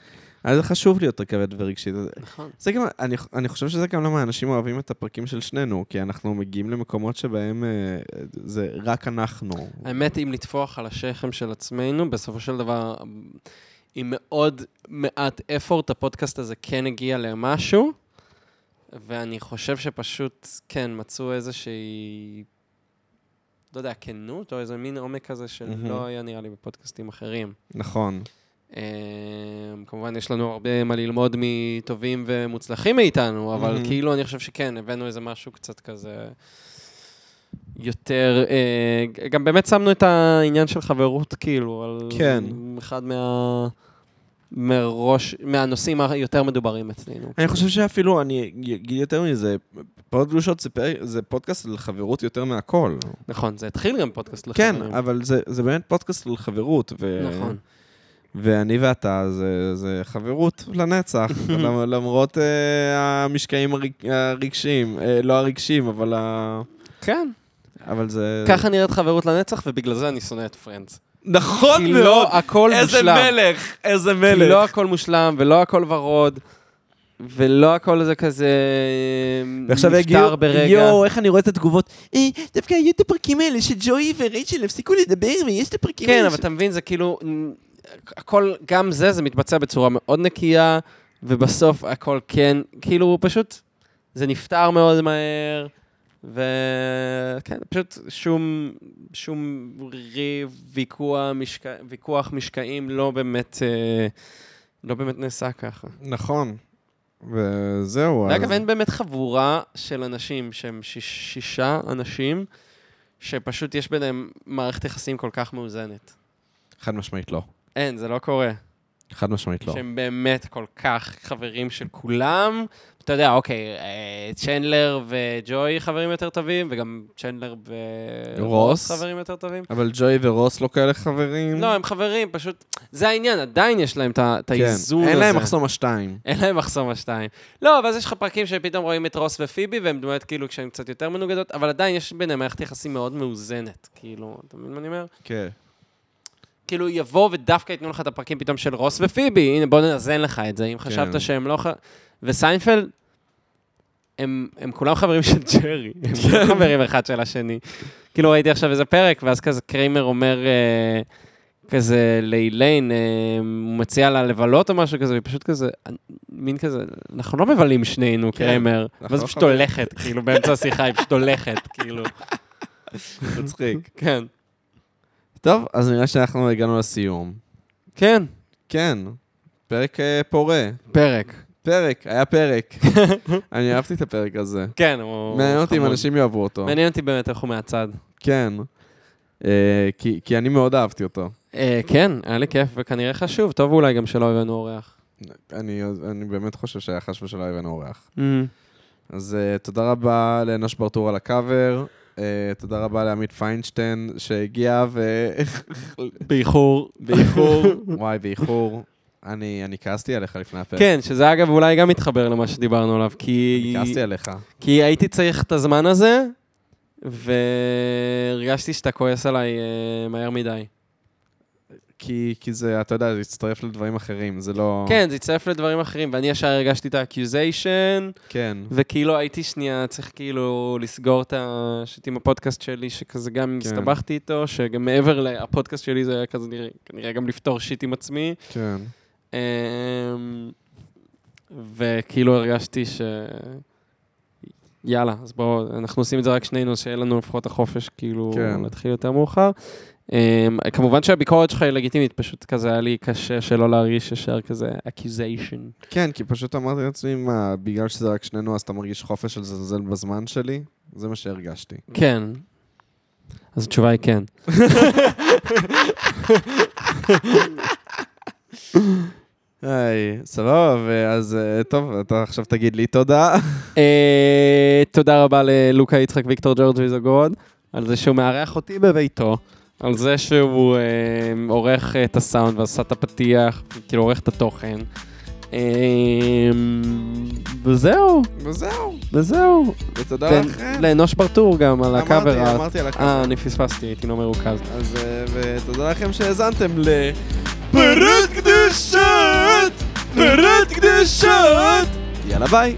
אז זה חשוב לי יותר כבד ורגשי. זה- נכון. זה גם, אני, אני חושב שזה גם למה אנשים אוהבים את הפרקים של שנינו, כי אנחנו מגיעים למקומות שבהם אה, זה רק אנחנו. האמת, אם לטפוח על השכם של עצמנו, בסופו של דבר, עם מאוד מעט effort, הפודקאסט הזה כן הגיע למשהו, ואני חושב שפשוט, כן, מצאו איזושהי, לא יודע, כנות, או איזה מין עומק כזה מהמם. שלא היה נראה לי בפודקאסטים אחרים. נכון. אמ, כמובן, יש לנו הרבה מה ללמוד מטובים ומוצלחים מאיתנו, אבל Mhm. כאילו, אני חושב שכן, הבאנו איזה משהו קצת כזה יותר... אה, ג- גם באמת שמנו את העניין של חברות, כאילו, על... כן. אחד מה... מראש, מהנושאים היותר מדוברים אצלנו. אני חושב שאפילו, אני אגיד יותר מזה, פרות גלושות זה, פרק, זה פודקאסט על חברות יותר מהכל. נכון, זה התחיל גם פודקאסט לחברים. כן, אבל זה, זה באמת פודקאסט על חברות. ו... נכון. ואני ואתה, זה, זה חברות [LAUGHS] לנצח, למ- למרות אה, המשקעים הרג- הרגשיים, אה, לא הרגשיים, אבל, ה... כן. אבל זה... ככה נראית חברות לנצח, ובגלל זה אני שונא את פרנדס. נכון כי מאוד. לא הכל מושלם. איזה מלך, איזה כי מלך. לא הכל מושלם, ולא הכל ורוד, ולא הכל זה כזה ועכשיו נפתר יגיעו, ברגע. יואו, איך אני רואה את התגובות. אה, דווקא היו את הפרקים האלה שג'וי ורייצ'ל הפסיקו לדבר, ויש את הפרקים כן, האלה אבל אתה מבין, זה כאילו, נ- הכל, גם זה, זה מתבצע בצורה מאוד נקייה, ובסוף הכל כן, כאילו, פשוט, זה נפתר מאוד מהר, וכן, פשוט שום, שום ריב, ויכוח, משק... ויכוח משקעים לא באמת, אה, לא באמת נעשה ככה. נכון. וזהו, ואגב, אין באמת חבורה של אנשים שהם שיש, שישה אנשים, שפשוט יש ביניהם מערכת יחסים כל כך מאוזנת. חד משמעית לא. אין, זה לא קורה. חד משמעית לא. שהם באמת כל כך חברים של כולם. אתה יודע, אוקיי, אה, צ'נדלר וג'וי חברים יותר טובים, וגם צ'נדלר ורוס רוס. חברים יותר טובים. אבל ג'וי ורוס לא כאלה חברים. לא, הם חברים, פשוט... זה העניין, עדיין יש להם את ה- את כן. האיזון הזה. אין להם מחסום השתיים. אין להם מחסום השתיים. לא, ואז יש לך פרקים שפתאום רואים את רוס ופיבי, והן דמויות כאילו כשהן קצת יותר מנוגדות, אבל עדיין יש ביניהם מערכת יחסים מאוד מאוזנת, כאילו, אתה מבין מה אני אומר? [LAUGHS] כן. כאילו, יבואו ודווקא ייתנו לך את הפרקים פתאום של רוס ופיבי, הנה, בוא נאזן לך את זה, אם כן. חשבת שהם לא ח... וסיינפלד, הם, הם כולם חברים של ג'רי, [LAUGHS] הם לא חברים אחד של השני. כאילו, ראיתי עכשיו איזה פרק, ואז כזה קריימר אומר... אה, כזה לאיליין, אה, הוא מציע לה לבלות או משהו כזה, והיא פשוט כזה, מין כזה, אנחנו לא מבלים שנינו, כן, קריימר. אנחנו ואז לא פשוט חברים. [LAUGHS] הולכת, כאילו, באמצע השיחה היא פשוט הולכת, כאילו. מצחיק. כן. טוב, אז נראה שאנחנו הגענו לסיום. כן. כן, פרק אה, פורה. פרק. פרק, היה [LAUGHS] פרק. אני אהבתי את הפרק הזה. כן, הוא... מעניין אותי אם חמוד. אנשים יאהבו אותו. מעניין אותי באמת איך הוא מהצד. כן. אה, כי- כי אני מאוד אהבתי אותו. אה, כן, היה לי כיף וכנראה חשוב. טוב אולי גם שלא הבאנו אורח. אני אני באמת חושב שהיה חשבו שלא הבאנו אורח. אז אה, תודה רבה לאנוש ברטור על הקאבר. אה, תודה רבה לעמית פיינשטיין שהגיע [LAUGHS] ו... באיחור. באיחור. וואי, באיחור. אני אני כעסתי עליך לפני הפרק. כן, שזה אגב אולי גם מתחבר למה שדיברנו עליו, אני כי... כעסתי עליך. כי הייתי צריך את הזמן הזה, והרגשתי שאתה כועס עליי אה, מהר מדי. כי כי זה, אתה יודע, זה הצטרף לדברים אחרים, זה לא... כן, זה הצטרף לדברים אחרים, ואני ישר הרגשתי את ה-accusation, כן. וכאילו הייתי שנייה צריך כאילו לסגור את השיט עם הפודקאסט שלי, שכזה גם כן. הסתבכתי איתו, שגם מעבר לפודקאסט שלי זה היה כזה נראה, כנראה גם לפתור שיט עם עצמי. כן. אמ, וכאילו הרגשתי ש... יאללה, אז בואו, אנחנו עושים את זה רק שנינו, שיהיה לנו לפחות החופש, כאילו, כן. להתחיל יותר מאוחר. אמ, כמובן שהביקורת שלך היא לגיטימית, פשוט כזה היה לי קשה שלא להרגיש ישר כזה accusation. כן, כי פשוט אמרתי לעצמי, מה, בגלל שזה רק שנינו, אז אתה מרגיש חופש לזלזל בזמן שלי? זה מה שהרגשתי. כן. אז התשובה היא כן. היי, סבבה, ואז אה, טוב, אתה עכשיו תגיד לי תודה. אה, תודה רבה ללוקה יצחק ויקטור ג'ורג' ויזוגרוד, על זה שהוא מארח אותי בביתו, על זה שהוא אה, עורך אה, את הסאונד ועשה את הפתיח, כאילו עורך את התוכן. אה, וזהו, וזהו, וזהו. ותודה ו- לכם. לאנוש ברטור גם על לא, אמרתי, הקאבר. ה- אמרתי על הקו. אה, אני פספסתי, הייתי לא מרוכז. אז אה, ותודה לכם שהאזנתם ל... פרות קדושות! פרות קדושות! יאללה ביי.